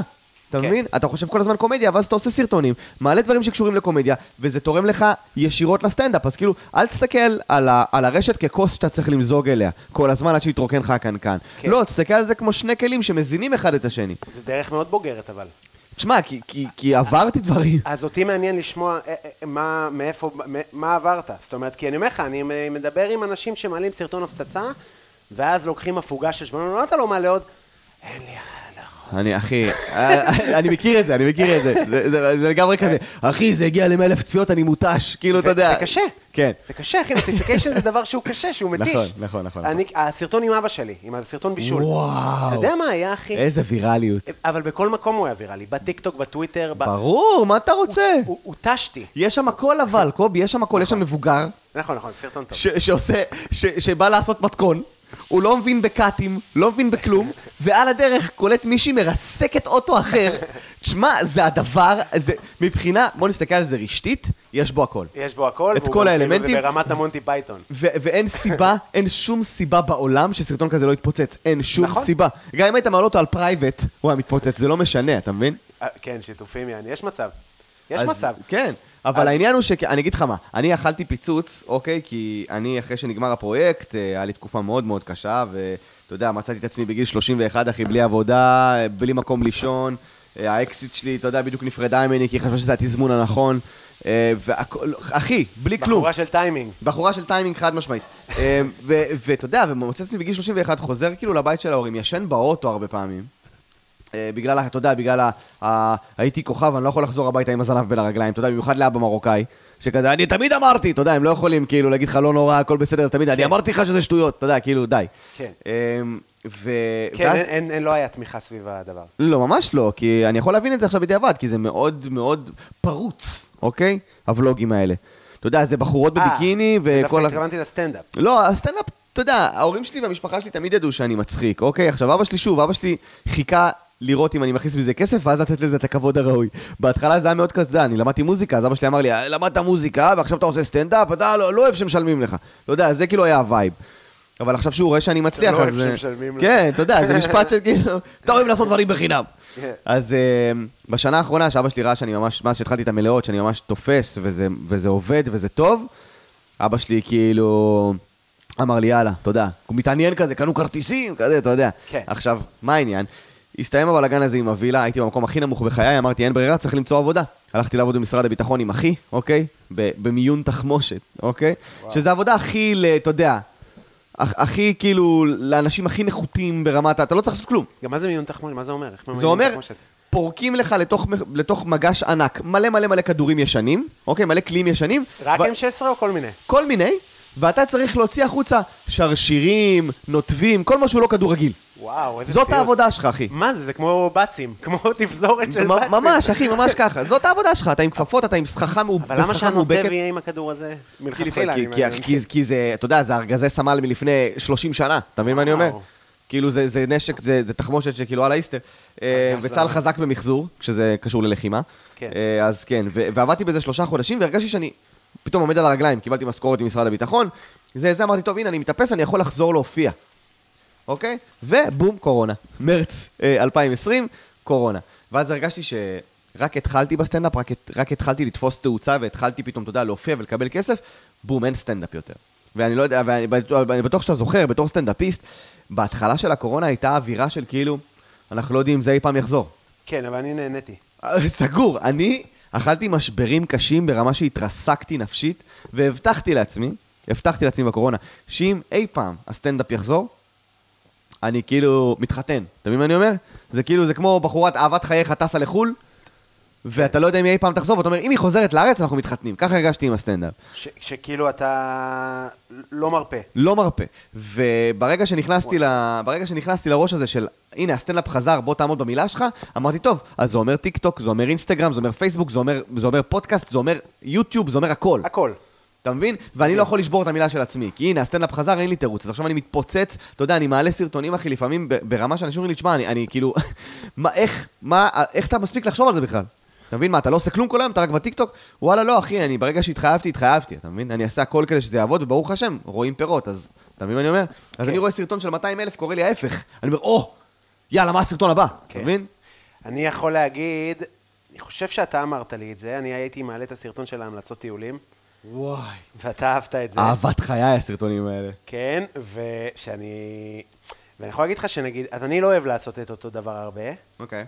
Speaker 3: אתה
Speaker 2: כן.
Speaker 3: מבין? אתה חושב כל הזמן קומדיה, ואז אתה עושה סרטונים, מעלה דברים שקשורים לקומדיה, וזה תורם לך ישירות לסטנדאפ. אז כאילו, אל תסתכל על, ה- על הרשת ככוס שאתה צריך למזוג אליה, כל הזמן עד שיתרוקן לך הקנקן.
Speaker 2: כן.
Speaker 3: לא, תסתכל על זה כמו שני כלים שמזינים אחד את השני.
Speaker 2: זה דרך מאוד בוגרת, אבל.
Speaker 3: תשמע, כי, כי, כי עברתי דברים.
Speaker 2: אז אותי מעניין לשמוע אה, אה, מה, מאיפה, מה- מה עברת. זאת אומרת, כי אני אומר לך, אני מ- מדבר עם אנשים שמעלים סרטון הפצצה, ואז לוקחים הפוגה של שמונה, למה אתה לא מעלה עוד? אין לי אחד.
Speaker 3: אני, אחי, אה, אני מכיר את זה, אני מכיר את זה. זה- זה זה לגמרי כזה, אחי, זה הגיע ל-100,000 צפיות, אני מותש, כאילו, אתה
Speaker 2: זה-
Speaker 3: יודע.
Speaker 2: זה קשה.
Speaker 3: כן.
Speaker 2: זה קשה, אחי, נוטיפיקיישן זה דבר שהוא קשה, שהוא מתיש.
Speaker 3: נכון, נכון, נכון,
Speaker 2: אני- הסרטון עם אבא שלי, עם הסרטון בישול.
Speaker 3: וואו.
Speaker 2: אתה יודע מה היה, אחי?
Speaker 3: איזה ויראליות.
Speaker 2: אבל בכל מקום הוא היה ויראלי, בטיקטוק, בטוויטר, ב-
Speaker 3: ברור, מה אתה רוצה?
Speaker 2: הוא- הותשתי.
Speaker 3: יש שם הכל אבל, קובי, יש שם הכל, יש שם מבוגר
Speaker 2: נכון, נכון, סרטון טוב.
Speaker 3: ש- שעושה, ש- שבא לעשות מתכון, הוא לא מבין בקאטים, לא מבין בכלום, ועל הדרך קולט מישהי מרסקת אוטו אחר. תשמע, זה הדבר, זה מבחינה, בוא נסתכל על זה רשתית, יש בו הכל.
Speaker 2: יש בו הכל,
Speaker 3: את
Speaker 2: והוא
Speaker 3: כל
Speaker 2: גם
Speaker 3: האלמנטים.
Speaker 2: כאילו זה ברמת המונטי פייתון.
Speaker 3: ו- ואין סיבה, אין שום סיבה בעולם שסרטון כזה לא יתפוצץ. אין שום
Speaker 2: נכון.
Speaker 3: סיבה. גם אם היית מעלה אותו על פרייבט, הוא היה מתפוצץ, זה לא משנה, אתה מבין?
Speaker 2: אה, כן, שיתופים, יעני, יש מצב. יש
Speaker 3: אז-
Speaker 2: מצב.
Speaker 3: כן, אבל
Speaker 2: אז-
Speaker 3: העניין הוא ש... אני אגיד לך מה, אני אכלתי פיצוץ, אוקיי? כי אני, אחרי שנגמר הפרויקט, אה, היה לי תקופה מאוד מאוד קשה, ואתה יודע, מצאתי את עצמי בגיל 31, אחי, בלי עבודה, אה, בלי מקום לישון. אה, האקסיט שלי, אתה יודע, בדיוק נפרדה ממני, כי היא חשבה שזה התזמון הנכון. אה, והכל, אחי, בלי כלום.
Speaker 2: בחורה של טיימינג.
Speaker 3: בחורה של טיימינג חד משמעית. אה, ו- ואתה יודע, ומוצא עצמי בגיל 31, חוזר כאילו לבית של ההורים, ישן באוטו הרבה פעמים. אה, בגלל, ה- אתה יודע, בגלל ה... ה- הייתי כוכב, אני לא יכול לחזור הביתה עם הזנב בין הרגליים, אתה יודע, במיוחד לאבא מרוקאי, שכזה, אני תמיד אמרתי, אתה יודע, הם לא יכולים כאילו להגיד לך לא נורא, הכל בסדר, אז תמיד, אני אמרתי לך שזה שטויות, אתה יודע, כאילו, די.
Speaker 2: כן.
Speaker 3: אה, ו...
Speaker 2: כן,
Speaker 3: ואז-
Speaker 2: אין- אין- אין- לא היה תמיכה סביב הדבר.
Speaker 3: לא, ממש לא, כי אני יכול להבין את זה עכשיו בדיעבד, כי זה מאוד מאוד פרוץ, אוקיי? הוולוגים האלה. אתה יודע, זה בחורות
Speaker 2: אה,
Speaker 3: לא בביקיני וכל...
Speaker 2: דווקא
Speaker 3: ה-
Speaker 2: התכוונתי לסטנדאפ.
Speaker 3: לא, הסטנדאפ, אתה יודע, ההורים שלי והמשפחה שלי תמיד ידעו שאני מצחיק, אוקיי? עכשיו, אבא שלי, שוב, אבא שלי חיכה לראות אם אני מכניס מזה כסף, ואז לתת לזה את הכבוד הראוי. בהתחלה זה היה מאוד כזה, אתה יודע, אני למדתי מוזיקה, אז אבא שלי אמר לי, "אה, למדת מוזיקה, ועכשיו אתה עושה סטנדאפ, אתה לא, לא אוהב שמשלמים לך. אתה יודע, זה כאילו היה הווייב. אבל עכשיו שהוא רואה שאני מצליח,
Speaker 2: לא אוהב
Speaker 3: אז... אה,
Speaker 2: שמשלמים לך.
Speaker 3: כן, אתה יודע, זה משפט של כאילו, אתה אוהב לעשות דברים בחינם. אז אה, בשנה האחרונה, שאבא שלי ראה שאני ממש, מאז שהתחלתי את המלאות, שאני ממש תופס, וזה- וזה עובד, וזה טוב, אבא שלי כאילו אמר לי, יאללה, תודה. הוא מתעניין כזה, קנו כרטיסים, כזה, אתה יודע.
Speaker 2: כן.
Speaker 3: עכשיו, מה העניין? הסתיים הבלאגן הזה עם הווילה, הייתי במקום הכי נמוך בחיי, אמרתי, אין ברירה, צריך למצוא עבודה. הלכתי לעבוד במשרד הביטחון עם אחי, אוקיי? ב- במיון תחמושת, אוקיי? שזה העבודה הכי, ל- אתה יודע, הכ- הכי, כאילו, לאנשים הכי נחותים ברמת, ה- אתה לא צריך לעשות כלום.
Speaker 2: גם מה זה מיון תחמושת? מה זה אומר? איך ממיינים
Speaker 3: זה אומר,
Speaker 2: תחמושת?
Speaker 3: פורקים לך לתוך, מח- לתוך מגש ענק מלא מלא מלא כדורים ישנים, אוקיי? מלא כלים ישנים.
Speaker 2: רק
Speaker 3: ו-
Speaker 2: M16 או כל מיני?
Speaker 3: כל מיני, ואתה צריך להוציא החוצה שרשירים, נוטבים, כל מה שהוא לא כדור רגיל.
Speaker 2: וואו, איזה
Speaker 3: זאת
Speaker 2: ציוד.
Speaker 3: העבודה שלך, אחי.
Speaker 2: מה זה? זה כמו בצים, כמו תפזורת של
Speaker 3: מ-
Speaker 2: בצים.
Speaker 3: ממש, אחי, ממש ככה. זאת העבודה שלך, אתה עם כפפות, אתה עם סככה מאוב-
Speaker 2: אבל למה
Speaker 3: סככה
Speaker 2: שהנוטב
Speaker 3: מאובקת.
Speaker 2: יהיה עם הכדור הזה?
Speaker 3: כי-
Speaker 2: מלכתחילה,
Speaker 3: כי-
Speaker 2: אני
Speaker 3: כי-
Speaker 2: מבין.
Speaker 3: כי- כי זה, אתה יודע, זה ארגזי סמל מלפני 30 שנה, אתה מבין מה אני אומר?
Speaker 2: וואו.
Speaker 3: כאילו זה, זה נשק, זה, זה תחמושת שכאילו על האיסטר. אה,
Speaker 2: ארגז
Speaker 3: וצה"ל
Speaker 2: למה?
Speaker 3: חזק במחזור, כשזה קשור ללחימה.
Speaker 2: כן.
Speaker 3: אה, אז כן, ו- ועבדתי בזה שלושה חודשים, והרגשתי שאני פתאום עומד על הרגליים, קיבלתי משכורת ממשרד הביטחון. זה, זה אמרתי, טוב, הנה, אני מתאפס, אני יכול לחזור להופיע. אוקיי? ובום, קורונה. מרץ אה, 2020, קורונה. ואז הרגשתי שרק התחלתי בסטנדאפ, רק, הת- רק התחלתי לתפוס תאוצה והתחלתי פתאום, אתה יודע, להופיע ולקבל כסף, בום, אין סטנדאפ יותר. ואני לא יודע, ואני בטוח, ואני בטוח שאתה זוכר, בתור סטנדאפיסט, בהתחלה של הקורונה הייתה אווירה של כאילו, אנחנו לא יודעים אם זה אי פעם יחזור.
Speaker 2: כן, אבל אני נהניתי.
Speaker 3: סגור. אני אכלתי משברים קשים ברמה שהתרסקתי נפשית, והבטחתי לעצמי, הבטחתי לעצמי בקורונה, שאם אי פעם הסטנדאפ יחזור, אני כאילו מתחתן. אתה מבין מה אני אומר? זה כאילו, זה כמו בחורת אהבת חייך טסה לחו"ל, ואתה לא יודע אם היא אי פעם תחזור, ואתה אומר, אם היא חוזרת לארץ, אנחנו מתחתנים. ככה הרגשתי עם הסטנדאפ.
Speaker 2: ש- שכאילו אתה לא מרפה.
Speaker 3: לא מרפה. וברגע שנכנסתי, ל... ברגע שנכנסתי לראש הזה של, הנה, הסטנדאפ חזר, בוא תעמוד במילה שלך, אמרתי, טוב, אז זה אומר טיק טוק, זה אומר אינסטגרם, זה אומר פייסבוק, זה אומר, זה אומר פודקאסט, זה אומר יוטיוב, זה אומר הכל.
Speaker 2: הכל.
Speaker 3: אתה מבין? ואני לא יכול לשבור את המילה של עצמי, כי הנה, הסטנדאפ חזר, אין לי תירוץ. אז עכשיו אני מתפוצץ, אתה יודע, אני מעלה סרטונים, אחי, לפעמים ב- ברמה שאנשים אומרים לי, תשמע, אני, אני כאילו, מה, איך, מה, איך אתה מספיק לחשוב על זה בכלל? אתה מבין מה, אתה לא עושה כלום כל היום, אתה רק בטיקטוק? וואלה, לא, אחי, אני ברגע שהתחייבתי, התחייבתי, אתה מבין? אני אעשה הכל כדי שזה יעבוד, וברוך השם, רואים פירות, אז, אתה מבין מה אני אומר? אז אני רואה סרטון של 200 אלף, קורא לי ההפך. אני אומר, או, יאללה, מה הסרטון הבא? אתה
Speaker 2: כן.
Speaker 3: מבין?
Speaker 2: אני יכול להגיד, אני חושב שאתה אמרת לי את זה, אני הייתי מעלה את הסרטון של ההמלצות טיולים,
Speaker 3: וואי.
Speaker 2: ואתה אהבת את זה.
Speaker 3: אהבת חיי הסרטונים האלה.
Speaker 2: כן, ושאני... ואני יכול להגיד לך שנגיד, אז אני לא אוהב לעשות את אותו דבר הרבה,
Speaker 3: אוקיי.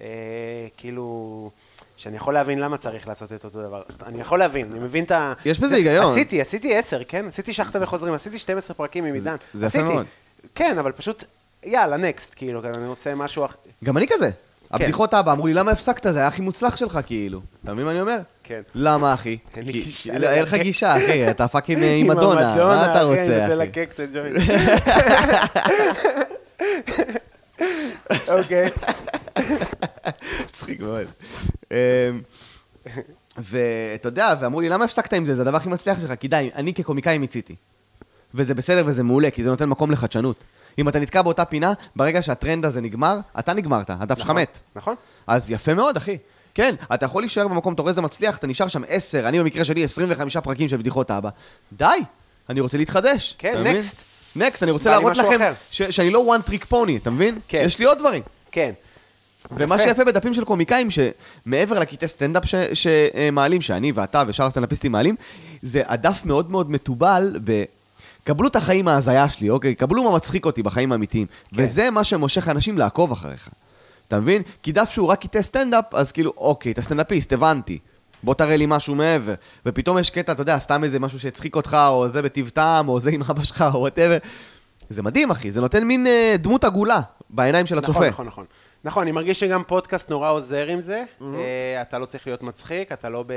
Speaker 2: אה, כאילו, שאני יכול להבין למה צריך לעשות את אותו דבר. אז אני יכול להבין, אני מבין את ה...
Speaker 3: יש בזה
Speaker 2: זה-
Speaker 3: היגיון.
Speaker 2: עשיתי, עשיתי עשר, כן? עשיתי שחטה וחוזרים, עשיתי 12 פרקים עם עידן.
Speaker 3: זה יפה
Speaker 2: עשיתי.
Speaker 3: מאוד.
Speaker 2: כן, אבל פשוט, יאללה, נקסט, כאילו, כזה, אני רוצה משהו אחר.
Speaker 3: גם אני כזה.
Speaker 2: כן.
Speaker 3: הבדיחות אבא אמרו לי, למה הפסקת? זה היה הכי מוצלח שלך, כאילו. אתה מבין מה אני אומר?
Speaker 2: כן.
Speaker 3: למה, אחי?
Speaker 2: אין לי
Speaker 3: כי-
Speaker 2: גישה.
Speaker 3: לא, אין לך גישה, אחי, אתה פאקינג עם מדונה, מה אתה
Speaker 2: אחי, כן, אני
Speaker 3: רוצה,
Speaker 2: רוצה
Speaker 3: אחי?
Speaker 2: לקק את הג'וינט. אוקיי.
Speaker 3: מצחיק מאוד. אמ, ואתה יודע, ואמרו לי, למה הפסקת עם זה? זה הדבר הכי מצליח שלך, כי די, אני כקומיקאי מיציתי. וזה בסדר וזה מעולה, כי זה נותן מקום לחדשנות. אם אתה נתקע באותה פינה, ברגע שהטרנד הזה נגמר, אתה נגמרת, הדף שלך מת.
Speaker 2: נכון.
Speaker 3: אז יפה מאוד, אחי. כן, אתה יכול להישאר במקום, אתה רואה איזה מצליח, אתה נשאר שם 10, אני במקרה שלי 25 פרקים של בדיחות אבא. די, אני רוצה להתחדש.
Speaker 2: כן,
Speaker 3: אתה מבין?
Speaker 2: next.
Speaker 3: נקסט, אני רוצה
Speaker 2: בא לי
Speaker 3: להראות
Speaker 2: משהו
Speaker 3: לכם
Speaker 2: אחר.
Speaker 3: ש- שאני לא one trick pony, אתה מבין?
Speaker 2: כן.
Speaker 3: יש לי עוד דברים.
Speaker 2: כן.
Speaker 3: ומה
Speaker 2: יפה.
Speaker 3: שיפה בדפים של קומיקאים, שמעבר לקטעי סטנדאפ שמעלים, שאני ואתה ושאר הסטנדאפיסטים מעלים, זה הדף מאוד מאוד מתובל ב... קבלו את החיים ההזיה שלי, אוקיי? קבלו מה מצחיק אותי בחיים האמיתיים. כן. וזה מה שמושך אנשים לעקוב אחריך. אתה מבין? כי דף שהוא רק קטעי סטנדאפ, אז כאילו, אוקיי, אתה סטנדאפיסט, הבנתי. בוא תראה לי משהו מעבר. ופתאום יש קטע, אתה יודע, סתם איזה משהו שהצחיק אותך, או זה בטיב טעם, או זה עם אבא שלך, או וואטאבר. זה מדהים, אחי, זה נותן מין אה, דמות עגולה בעיניים של הצופה.
Speaker 2: נכון, נכון, נכון. נכון, אני מרגיש שגם פודקאסט נורא עוזר עם זה.
Speaker 3: Mm-hmm.
Speaker 2: אה, אתה לא צריך להיות מצחיק, אתה לא ב...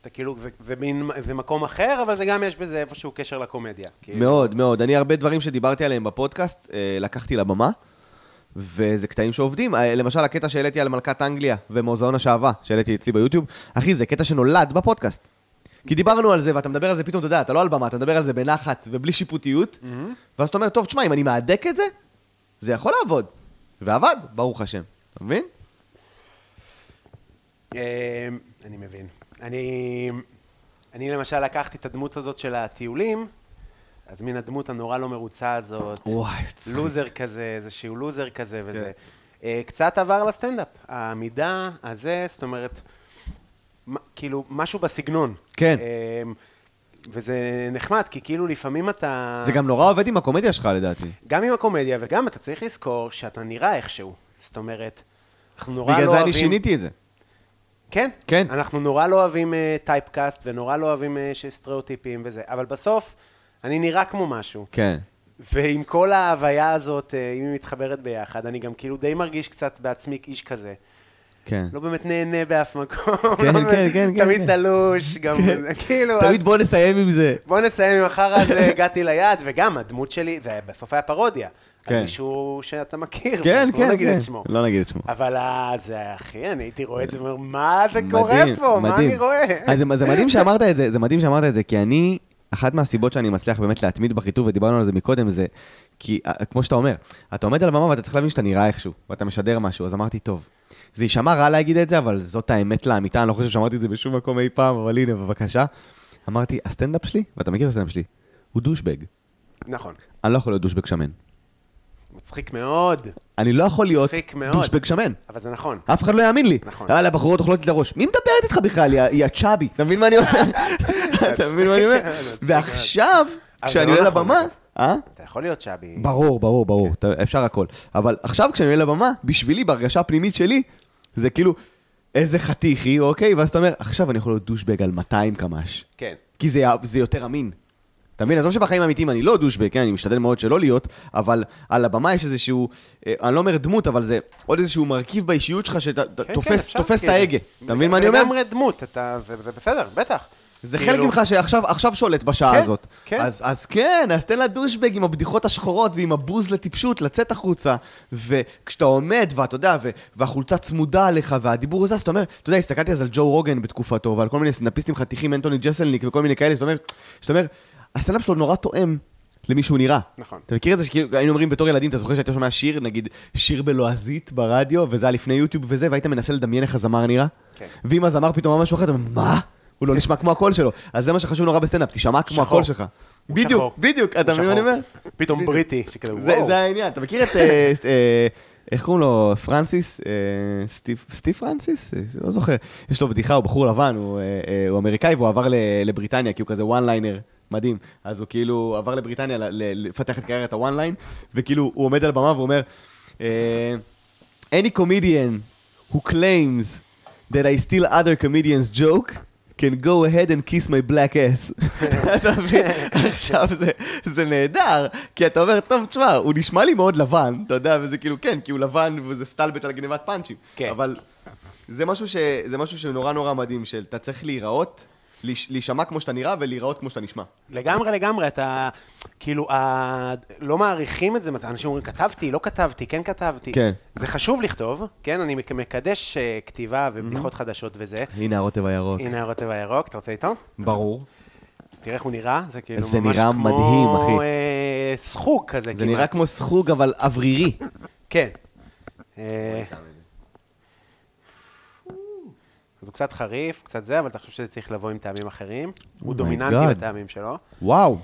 Speaker 2: אתה כאילו, זה- זה מין, זה מקום אחר, אבל זה גם יש בזה איפשהו קשר לקומדיה. כאילו.
Speaker 3: מאוד, מאוד. אני הרבה דברים שדיברתי עליהם בפודקאסט, אה, לקחתי לבמה, וזה קטעים שעובדים. אה, למשל, הקטע שהעליתי על מלכת אנגליה ומוזיאון השעווה, שהעליתי אצלי ביוטיוב, אחי, זה קטע שנולד בפודקאסט. כי דיברנו על זה, ואתה מדבר על זה פתאום, אתה יודע, אתה לא על במה, אתה מדבר על זה בנחת ובלי
Speaker 2: Mhm.
Speaker 3: שיפוטיות, ואז אתה אומר, טוב, תשמע, אם אני מהדק את זה, זה יכול לעבוד. ועבד, ברוך השם. אתה מבין?
Speaker 2: אה, אני מבין. אני, אני למשל לקחתי את הדמות הזאת של הטיולים, אז מן הדמות הנורא לא מרוצה הזאת.
Speaker 3: וואי, כן. צחיק.
Speaker 2: לוזר כזה, איזה שהוא לוזר כזה וזה. אה, קצת עבר לסטנדאפ. העמידה, הזה, זאת אומרת, מ- כאילו, משהו בסגנון.
Speaker 3: כן.
Speaker 2: אה, וזה נחמד, כי כאילו לפעמים אתה...
Speaker 3: זה גם נורא עובד עם הקומדיה שלך, לדעתי.
Speaker 2: גם עם הקומדיה, וגם אתה צריך לזכור שאתה נראה איכשהו. זאת אומרת, אנחנו נורא לא
Speaker 3: בגלל
Speaker 2: אוהבים...
Speaker 3: זה אני שיניתי את זה.
Speaker 2: כן.
Speaker 3: כן.
Speaker 2: אנחנו נורא לא אוהבים טייפקאסט, ונורא לא אוהבים אה, ש- סטריאוטיפים וזה, אה, אבל בסוף אני נראה כמו משהו.
Speaker 3: כן.
Speaker 2: ועם כל ההוויה הזאת, אה, אם היא מתחברת ביחד, אני גם כאילו די מרגיש קצת בעצמי איש כזה.
Speaker 3: כן.
Speaker 2: לא באמת נהנה באף מקום.
Speaker 3: כן,
Speaker 2: לא באמת-
Speaker 3: כן, כן,
Speaker 2: תמיד
Speaker 3: כן.
Speaker 2: תלוש, גם כאילו... אז- לא
Speaker 3: תמיד בוא נסיים עם זה.
Speaker 2: בוא נסיים עם החרא הזה, הגעתי ליעד, וגם הדמות שלי, זה בסוף היה פרודיה. כן.
Speaker 3: כן.
Speaker 2: על מישהו שאתה מכיר,
Speaker 3: כן, כן,
Speaker 2: לא נגיד
Speaker 3: כן.
Speaker 2: את שמו.
Speaker 3: לא נגיד את שמו.
Speaker 2: אבל אה, זה, אחי, אני הייתי רואה את זה, ואומר, מה זה קורה
Speaker 3: מדהים,
Speaker 2: פה? מה
Speaker 3: מדהים.
Speaker 2: אני רואה?
Speaker 3: אז זה- זה מדהים שאמרת את זה, זה מדהים שאמרת את זה, כי אני, אחת מהסיבות שאני מצליח באמת להתמיד בכיתוב, ודיברנו על זה מקודם, זה כי, אה, כמו שאתה אומר, אתה עומד על הבמה ואתה צריך להבין שאתה נראה איכשהו, ואתה משדר משהו, אז אמרתי, טוב. זה יישמע רע להגיד את זה, אבל זאת האמת לאמיתה, אני לא חושב שאמרתי את זה בשום מקום אי פעם, אבל הנה, בבקשה. אמרתי, הסטנדאפ שלי, ואתה מכיר את הסטנדאפ שלי, הוא דושבג.
Speaker 2: נכון.
Speaker 3: אני לא יכול להיות דושבג שמן.
Speaker 2: מצחיק מאוד,
Speaker 3: אני לא יכול להיות
Speaker 2: מצחיק מאוד.
Speaker 3: דושבג שמן.
Speaker 2: אבל זה נכון.
Speaker 3: אף אחד לא יאמין לי.
Speaker 2: נכון.
Speaker 3: יאללה, בחורות אוכלות לי את הראש. מי מדברת איתך בכלל, יא- יא צ'אבי? אתה מבין מה אני אומר? אתה מבין מה אני אומר?
Speaker 2: מצחיק מאוד.
Speaker 3: ועכשיו,
Speaker 2: אבל זה
Speaker 3: כשאני
Speaker 2: לא
Speaker 3: עולה
Speaker 2: נכון,
Speaker 3: לבמה...
Speaker 2: אגב.
Speaker 3: אה?
Speaker 2: אתה יכול להיות כן, שבי.
Speaker 3: ברור, ברור, ברור. אתה- אפשר הכל. אבל עכשיו, כשאני עולה לבמה, בשבילי, בהרגשה הפנימית שלי, זה כאילו, איזה חתיכי, אוקיי? ואז אתה אומר, עכשיו אני יכול להיות דושבג על 200 קמ"ש.
Speaker 2: כן.
Speaker 3: כי זה, זה יותר אמין. אתה מבין? עזוב שבחיים האמיתיים אני לא דושבג, כן? אני משתדל מאוד שלא להיות, אבל על הבמה יש איזשהו, אה, אני לא אומר דמות, אבל זה עוד איזשהו מרכיב באישיות שלך
Speaker 2: כן,
Speaker 3: שתופס
Speaker 2: אפשר,
Speaker 3: תופס את
Speaker 2: כאילו.
Speaker 3: ההגה. אתה מבין מה אני
Speaker 2: זה
Speaker 3: אומר?
Speaker 2: לגמרי דמות, אתה, זה זה בסדר, בטח.
Speaker 3: זה
Speaker 2: כאילו,
Speaker 3: חלק ממך שעכשיו עכשיו שולט בשעה
Speaker 2: כן,
Speaker 3: הזאת.
Speaker 2: כן.
Speaker 3: אז, אז כן, אז תן לדושבג עם הבדיחות השחורות ועם הבוז לטיפשות לצאת החוצה. וכשאתה עומד, ואתה יודע, ו- והחולצה צמודה עליך, והדיבור זז, אתה אומר, אתה יודע, הסתכלתי אז על ג'ו רוגן בתקופתו, ועל כל מיני סטנדאפיסטים חתיכים, אנטוני ג'סלניק וכל מיני כאלה, שאתה אומר, שאתה אומר, הסטנדאפ שלו נורא תואם. למי שהוא נראה.
Speaker 2: נכון.
Speaker 3: אתה מכיר את זה שכאילו היינו אומרים בתור ילדים, אתה זוכר שהיית שומע שיר, נגיד שיר בלועזית ברדיו, וזה היה לפני יוטיוב וזה, והיית מנסה לדמיין איך הזמר נראה?
Speaker 2: כן.
Speaker 3: ואם הזמר פתאום אמר משהו אחר, אתה אומר, מה? הוא לא נשמע כמו הקול שלו. אז זה מה שחשוב נורא בסטנדאפ, תישמע כמו
Speaker 2: שחור.
Speaker 3: הקול שלך.
Speaker 2: הוא
Speaker 3: בדיוק,
Speaker 2: שחור.
Speaker 3: בדיוק, אתה מבין מה אני
Speaker 2: שחור.
Speaker 3: אומר?
Speaker 2: פתאום בריטי, שכזה,
Speaker 3: זה-
Speaker 2: וואו.
Speaker 3: זה העניין. אתה מכיר את... אה, אה, איך קוראים לו? פרנסיס? אה, סטיב- סטיב פרנסיס? אה, לא זוכר. יש לו בדיחה, הוא בחור לבן, הוא, אה, אה, הוא אמריקאי והוא עבר ל- לבריטניה, כי הוא כזה וואן ליינר. מדהים. אז הוא כאילו עבר לבריטניה ל- ל- לפתח את קריירת הוואן ליין, וכאילו הוא עומד על הבמה והוא אומר, אה, any comedian who claims that I steal other comedians joke can go ahead and kiss my black ass. אתה מבין? עכשיו זה- זה נהדר, כי אתה אומר, טוב, תשמע, הוא נשמע לי מאוד לבן, אתה יודע, וזה כאילו, כן, כי הוא לבן וזה סטלבט על גניבת פאנצ'ים.
Speaker 2: כן.
Speaker 3: אבל זה משהו ש- זה משהו שנורא נורא מדהים, שאתה צריך להיראות, להיש- להישמע כמו שאתה נראה ולהיראות כמו שאתה נשמע.
Speaker 2: לגמרי, לגמרי, אתה, כאילו, ה... לא מעריכים את זה, אנשים אומרים, כתבתי, לא כתבתי, כן כתבתי.
Speaker 3: כן.
Speaker 2: זה חשוב לכתוב, כן? אני מק- מקדש אה, כתיבה ובדיחות חדשות וזה.
Speaker 3: הנה הרוטב הירוק.
Speaker 2: הנה הרוטב הירוק, אתה רוצה איתו?
Speaker 3: ברור.
Speaker 2: תראה איך הוא נראה, זה כאילו
Speaker 3: זה
Speaker 2: ממש
Speaker 3: נראה
Speaker 2: כמו,
Speaker 3: מדהים, אחי.
Speaker 2: אה, סחוג כזה
Speaker 3: זה
Speaker 2: כמעט.
Speaker 3: נראה כמו סחוג, אבל אוורירי.
Speaker 2: כן. אה, אז הוא קצת חריף, קצת זה, אבל אתה חושב שזה צריך לבוא עם טעמים אחרים. הוא
Speaker 3: Oh my
Speaker 2: דומיננטי
Speaker 3: God.
Speaker 2: בטעמים שלו.
Speaker 3: וואו.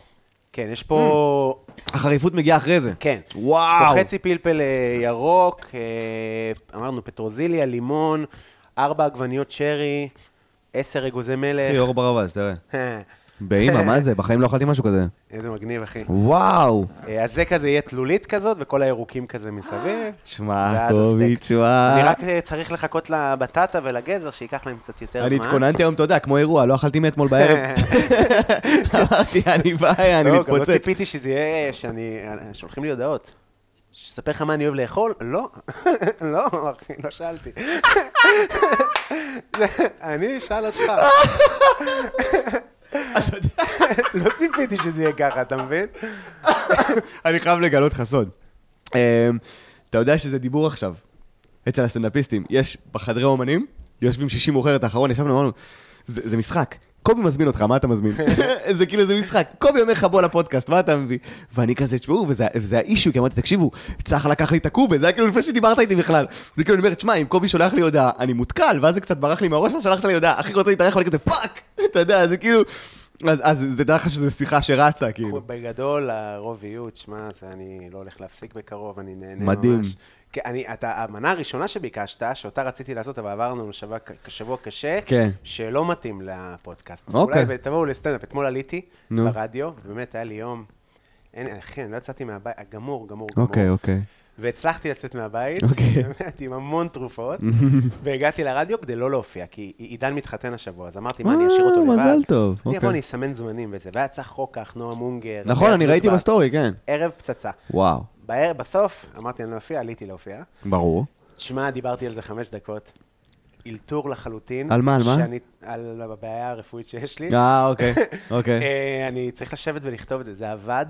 Speaker 2: כן, יש פה...
Speaker 3: החריפות מגיעה אחרי זה.
Speaker 2: כן. יש
Speaker 3: Hmm. וואו.
Speaker 2: פה חצי פלפל אה, ירוק, אה, אמרנו פטרוזיליה, לימון, ארבע עגבניות שרי, עשר אגוזי
Speaker 3: אחי,
Speaker 2: מלך.
Speaker 3: אור ברבז, תראה.
Speaker 2: אה,
Speaker 3: באמא, מה זה? בחיים לא אכלתי משהו כזה.
Speaker 2: איזה מגניב, אחי.
Speaker 3: וואו.
Speaker 2: אה, אז זה כזה יהיה תלולית כזאת, וכל הירוקים כזה מסביב.
Speaker 3: תשמע,
Speaker 2: ואז
Speaker 3: קובי,
Speaker 2: הסטייק.
Speaker 3: תשמע.
Speaker 2: אני רק אה, צריך לחכות לבטטה ולגזר, שייקח להם קצת יותר
Speaker 3: אני
Speaker 2: זמן.
Speaker 3: התכוננתי היום, אתה יודע, כמו אירוע, לא אכלתי מאתמול בערב. אמרתי, אני בעיה, אני
Speaker 2: לא, גם לא
Speaker 3: מתפוצץ.
Speaker 2: ציפיתי שזה יהיה, שאני... אה, שולחים לי הודעות. שספר לך מה אני אוהב לאכול? לא, לא, אחי, לא שאלתי. זה- אני אשאל אותך. לא ציפיתי שזה יהיה ככה, אתה מבין?
Speaker 3: אני חייב לגלות לך סוד. אמ, אתה יודע שזה דיבור עכשיו, אצל הסטנדאפיסטים. יש בחדרי אומנים, יושבים שישי מאוחרת האחרון, ישבנו, אמרנו, זה זה משחק. קובי מזמין אותך, מה אתה מזמין? זה כאילו, זה משחק. קובי אומר לך, בוא לפודקאסט, מה אתה מביא? ואני כזה, תשמעו, וזה וזה האישיו, כי אמרתי, תקשיבו, צח לקח לי את הקובה, זה היה כאילו לפני שדיברת איתי בכלל. זה כאילו, אני אומר, תשמע, אם קובי שולח לי הודעה, אני מותקל, ואז זה קצת ברח לי מהראש, ואז שלחת לי הודעה, אחי רוצה להתארח, ואני כזה, פאק! אתה יודע, זה כאילו... אז- אז זה דרך שזו שיחה שרצה, כאילו.
Speaker 2: בגדול, הרוב יהיו, תשמע, זה אני לא הולך להפסיק בקרוב, אני נהנה ממש.
Speaker 3: מדהים.
Speaker 2: כי אני, אתה, המנה הראשונה שביקשת, שאותה רציתי לעשות, אבל עברנו לשבוע, ק- שבוע קשה,
Speaker 3: כן.
Speaker 2: שלא מתאים לפודקאסט.
Speaker 3: אוקיי.
Speaker 2: אולי תבואו לסטנדאפ. אתמול עליתי
Speaker 3: נו.
Speaker 2: ברדיו, ובאמת היה לי יום... אין, אחי, אני לא יצאתי מהבית, גמור, גמור, גמור.
Speaker 3: אוקיי, אוקיי.
Speaker 2: והצלחתי לצאת מהבית,
Speaker 3: אוקיי.
Speaker 2: באמת, עם המון תרופות, והגעתי לרדיו כדי לא להופיע, כי עידן מתחתן השבוע, אז אמרתי, מה, אני אשאיר אותו
Speaker 3: אה,
Speaker 2: לבד?
Speaker 3: מזל טוב,
Speaker 2: אני אבוא,
Speaker 3: אוקיי.
Speaker 2: אני אסמן זמנים וזה, והיה צח רוקח, נועה מונגר.
Speaker 3: נכון, אני
Speaker 2: ברק
Speaker 3: ראיתי
Speaker 2: נדבק.
Speaker 3: בסטורי, כן.
Speaker 2: ערב פצצה.
Speaker 3: וואו,
Speaker 2: בערב- בסוף, אמרתי, אני לא אופיע, עליתי להופיע.
Speaker 3: ברור.
Speaker 2: תשמע, דיברתי על זה חמש דקות. אלתור לחלוטין.
Speaker 3: על מה, על מה?
Speaker 2: שאני, על הבעיה הרפואית שיש לי.
Speaker 3: אה, אוקיי, אוקיי.
Speaker 2: אה, אני צריך לשבת ולכתוב את זה, זה עבד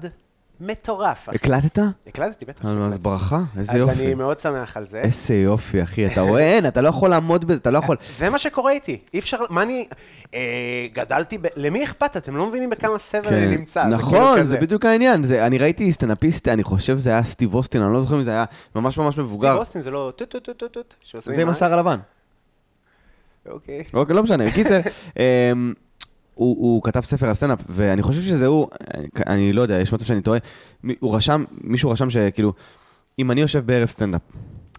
Speaker 2: מטורף, אחי.
Speaker 3: הקלטת?
Speaker 2: הקלטתי, בטח
Speaker 3: אה, אז
Speaker 2: שהקלטתי.
Speaker 3: ברכה, איזה
Speaker 2: אז אני
Speaker 3: יופי.
Speaker 2: מאוד שמח על זה.
Speaker 3: איזה יופי, אחי, אתה רואה? אין, אתה לא יכול לעמוד בזה, אתה לא יכול.
Speaker 2: זה מה שקורה איתי, אי אפשר, מה אני, אה, גדלתי, ב... למי אכפת? אתם לא מבינים בכמה סבל
Speaker 3: כן.
Speaker 2: אני נמצא. זה כאילו
Speaker 3: נכון,
Speaker 2: כזה.
Speaker 3: זה בדיוק העניין. זה- אני ראיתי סטנאפיסט, אני חושב שזה היה סטיב אוסטין, אני לא זוכר אם זה היה ממש ממש
Speaker 2: סטיב
Speaker 3: מבוגר.
Speaker 2: אוסטין זה לא טוט טוט טוט טוט טוט, שעושים
Speaker 3: זה עם השיער הלבן.
Speaker 2: אוקיי.
Speaker 3: אוקיי, לא משנה. בקיצר, אמ, הוא, הוא כתב ספר על סטנדאפ, ואני חושב שזה הוא, אני- אני לא יודע, יש מצב שאני טועה, מי- הוא רשם, מישהו רשם שכאילו, אם אני יושב בערב סטנדאפ,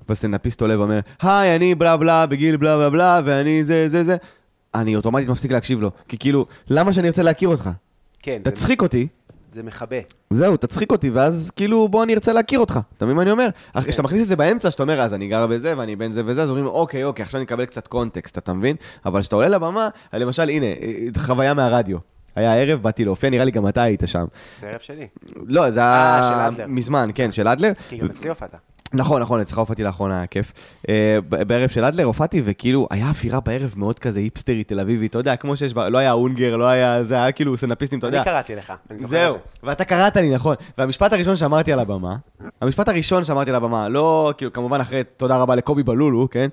Speaker 3: והסטנדאפיסט עולה ואומר, היי, אני בלה בלה, בגיל בלה בלה בלה, ואני זה זה זה, אני אוטומטית מפסיק להקשיב לו, כי כאילו, למה שאני ארצה להכיר אותך?
Speaker 2: כן, זה-
Speaker 3: תצחיק אותי,
Speaker 2: זה מכבה.
Speaker 3: זהו, תצחיק אותי, ואז כאילו, בוא, אני ארצה להכיר אותך. אתה מבין מה אני אומר?
Speaker 2: כן.
Speaker 3: אחרי שאתה מכניס את זה באמצע, שאתה אומר, אז אני גר בזה, ואני בן זה וזה, אז אומרים, אוקיי, אוקיי, עכשיו אני אקבל קצת קונטקסט, אתה מבין? אבל כשאתה עולה לבמה, למשל, הנה, אה, חוויה מהרדיו. היה ערב, באתי להופיע, נראה לי גם אתה היית שם.
Speaker 2: זה ערב שלי.
Speaker 3: לא, זה
Speaker 2: אה,
Speaker 3: היה
Speaker 2: של אדלר.
Speaker 3: מזמן, כן, של אדלר.
Speaker 2: כי גם אצלי הופעת.
Speaker 3: נכון, נכון, אצלך הופעתי לאחרונה, היה כיף. אה, ב- בערב של אדלר הופעתי, וכאילו, היה אווירה בערב מאוד כזה היפסטרית, תל אביבית, אתה יודע, כמו שיש, ב- לא היה אונגר, לא היה, זה היה כאילו סנאפיסטים, אתה יודע.
Speaker 2: אני קראתי לך, אני זוכר
Speaker 3: זהו,
Speaker 2: את זה.
Speaker 3: ואתה קראת לי, נכון. והמשפט הראשון שאמרתי על הבמה, המשפט הראשון שאמרתי על הבמה, לא, כאילו, כמובן אחרי תודה רבה לקובי בלולו, כן?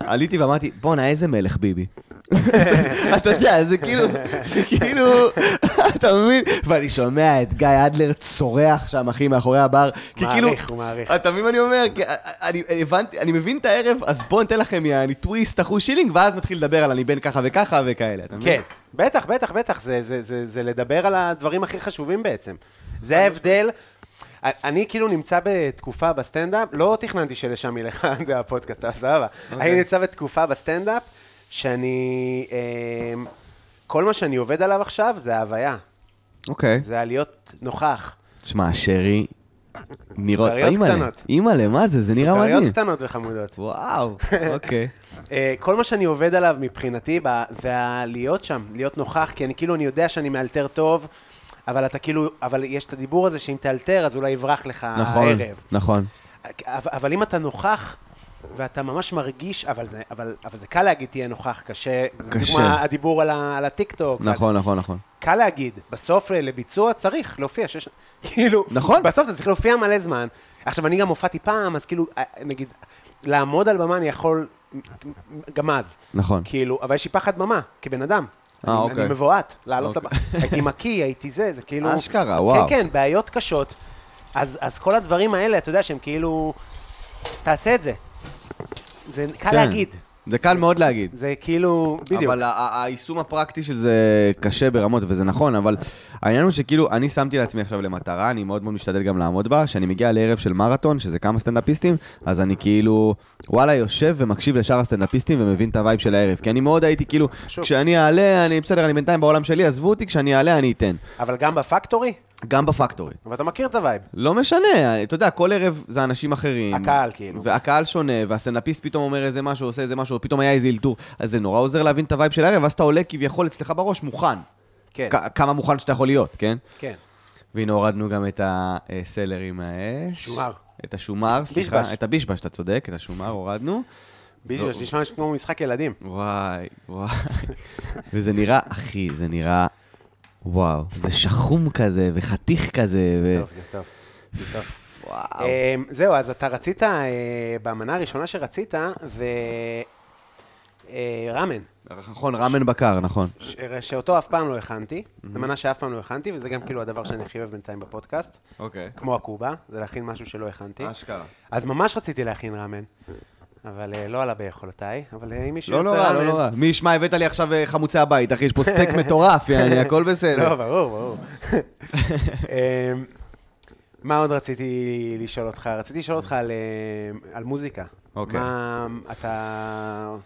Speaker 3: עליתי ואמרתי, בואנה, איזה מלך ביבי. אתה יודע, זה כאילו, זה כאילו, אתה מבין? ואני שומע את גיא אדלר צורח שם, אחי, מאחורי הבר, כי כאילו...
Speaker 2: מעריך, הוא מעריך.
Speaker 3: אתה מבין מה אני אומר? כי אה, אני אני הבנתי, אני מבין את הערב, אז בואו ניתן לכם, יעני, טוויסט, אחוז שילינג, ואז נתחיל לדבר על אני בן ככה וככה וכאלה, אתה מבין?
Speaker 2: כן, בטח, בטח, בטח, זה, זה, זה, זה לדבר על הדברים הכי חשובים בעצם. זה ההבדל. אני כאילו נמצא בתקופה בסטנדאפ, לא תכננתי שלשם ילך זה הפודקאסט, אבל סבבה.
Speaker 3: אוקיי.
Speaker 2: אני נמצא בתקופה בסטנדאפ שאני... אמ, כל מה שאני עובד עליו עכשיו זה ההוויה,
Speaker 3: אוקיי.
Speaker 2: זה להיות נוכח.
Speaker 3: שמע, שרי, נראות,
Speaker 2: סוכריות קטנות.
Speaker 3: אימא'לה, מה זה? זה נראה מדהים.
Speaker 2: סוכריות קטנות וחמודות.
Speaker 3: וואו, אוקיי.
Speaker 2: אה, כל מה שאני עובד עליו מבחינתי ב- זה ה- להיות שם, להיות נוכח, כי אני כאילו, אני יודע שאני מאלתר טוב, אבל אתה כאילו, אבל יש את הדיבור הזה שאם תאלתר אז אולי יברח לך
Speaker 3: נכון,
Speaker 2: הערב.
Speaker 3: נכון.
Speaker 2: אבל- אבל אם אתה נוכח... ואתה ממש מרגיש, אבל זה, אבל, אבל זה קל להגיד תהיה נוכח, קשה. זה
Speaker 3: קשה.
Speaker 2: בדיוק מה הדיבור על, ה, על הטיקטוק.
Speaker 3: נכון, נכון, נכון.
Speaker 2: קל להגיד, בסוף ל- לביצוע צריך להופיע, שיש... כאילו,
Speaker 3: נכון.
Speaker 2: בסוף אתה צריך להופיע מלא זמן. עכשיו, אני גם הופעתי פעם, אז כאילו, אה, נגיד, לעמוד על במה אני יכול גם אז.
Speaker 3: נכון.
Speaker 2: כאילו, אבל יש לי פחד במה, כבן אדם.
Speaker 3: אה,
Speaker 2: אני-
Speaker 3: אוקיי.
Speaker 2: אני מבועת, לעלות לבמה.
Speaker 3: אוקיי.
Speaker 2: הייתי מקיא, הייתי זה, זה כאילו...
Speaker 3: אשכרה, וואו.
Speaker 2: כן, כן, בעיות קשות. אז אז כל הדברים האלה, אתה יודע שהם כאילו... תעשה את זה. זה קל
Speaker 3: כן.
Speaker 2: להגיד.
Speaker 3: זה קל מאוד להגיד.
Speaker 2: זה כאילו... בדיוק.
Speaker 3: אבל ה- ה- היישום הפרקטי של זה קשה ברמות, וזה נכון, אבל העניין הוא שכאילו, אני שמתי לעצמי עכשיו למטרה, אני מאוד מאוד משתדל גם לעמוד בה, שאני מגיע לערב של מרתון, שזה כמה סטנדאפיסטים, אז אני כאילו, וואלה, יושב ומקשיב לשאר הסטנדאפיסטים ומבין את הווייב של הערב. כי אני מאוד הייתי כאילו,
Speaker 2: חשוב.
Speaker 3: כשאני אעלה, אני בסדר, אני בינתיים בעולם שלי, עזבו אותי, כשאני אעלה אני אתן.
Speaker 2: אבל גם בפקטורי?
Speaker 3: גם בפקטורי.
Speaker 2: אבל אתה מכיר את הווייב.
Speaker 3: לא משנה, אתה יודע, כל ערב זה אנשים אחרים.
Speaker 2: הקהל, כאילו.
Speaker 3: והקהל שונה, והסטנדאפיסט פתאום אומר איזה משהו, עושה איזה משהו, פתאום היה איזה אלתור. אז זה נורא עוזר להבין את הווייב של הערב, ואז אתה עולה כביכול אצלך בראש מוכן.
Speaker 2: כן,
Speaker 3: כ- כמה מוכן שאתה יכול להיות, כן?
Speaker 2: כן.
Speaker 3: והנה הורדנו גם את הסלרי מהאש.
Speaker 2: שומר.
Speaker 3: את השומר, סליחה.
Speaker 2: בישבש.
Speaker 3: את הבישבש, אתה צודק, את השומר הורדנו.
Speaker 2: בישהו,
Speaker 3: ו-
Speaker 2: נשמע כמו משחק ילדים.
Speaker 3: וואי, וואי. וזה נראה, אחי, זה נראה, וואו. זה שחום כזה, וחתיך כזה, ו...
Speaker 2: טוב, זה טוב. זה טוב.
Speaker 3: אה. וואו.
Speaker 2: אה, זהו, אז אתה רצית, אה, במנה הראשונה שרצית, זה אה, ראמן,
Speaker 3: נכון, ראמן בקר, נכון.
Speaker 2: ש- שאותו אף פעם לא הכנתי, זו מנה שאף פעם לא הכנתי, וזה גם כאילו הדבר שאני הכי אוהב בינתיים בפודקאסט,
Speaker 3: אוקיי.
Speaker 2: כמו הקובה, זה להכין משהו שלא הכנתי.
Speaker 3: אשכרה.
Speaker 2: אז ממש רציתי להכין ראמן, אבל אה, לא עלה ביכולותיי, אבל אה, אם מישהו
Speaker 3: לא
Speaker 2: ירצה
Speaker 3: נורא,
Speaker 2: ראמן...
Speaker 3: לא נורא. מי ישמע, הבאת לי עכשיו אה, חמוצי הבית, אחי, יש פה סטייק מטורף, יעני, הכל
Speaker 2: לא,
Speaker 3: בסדר.
Speaker 2: ברור, ברור. אמ, מה עוד רציתי לשאול אותך? רציתי לשאול אותך אה, על, אמ, על מוזיקה.
Speaker 3: אוקיי.
Speaker 2: מה, אתה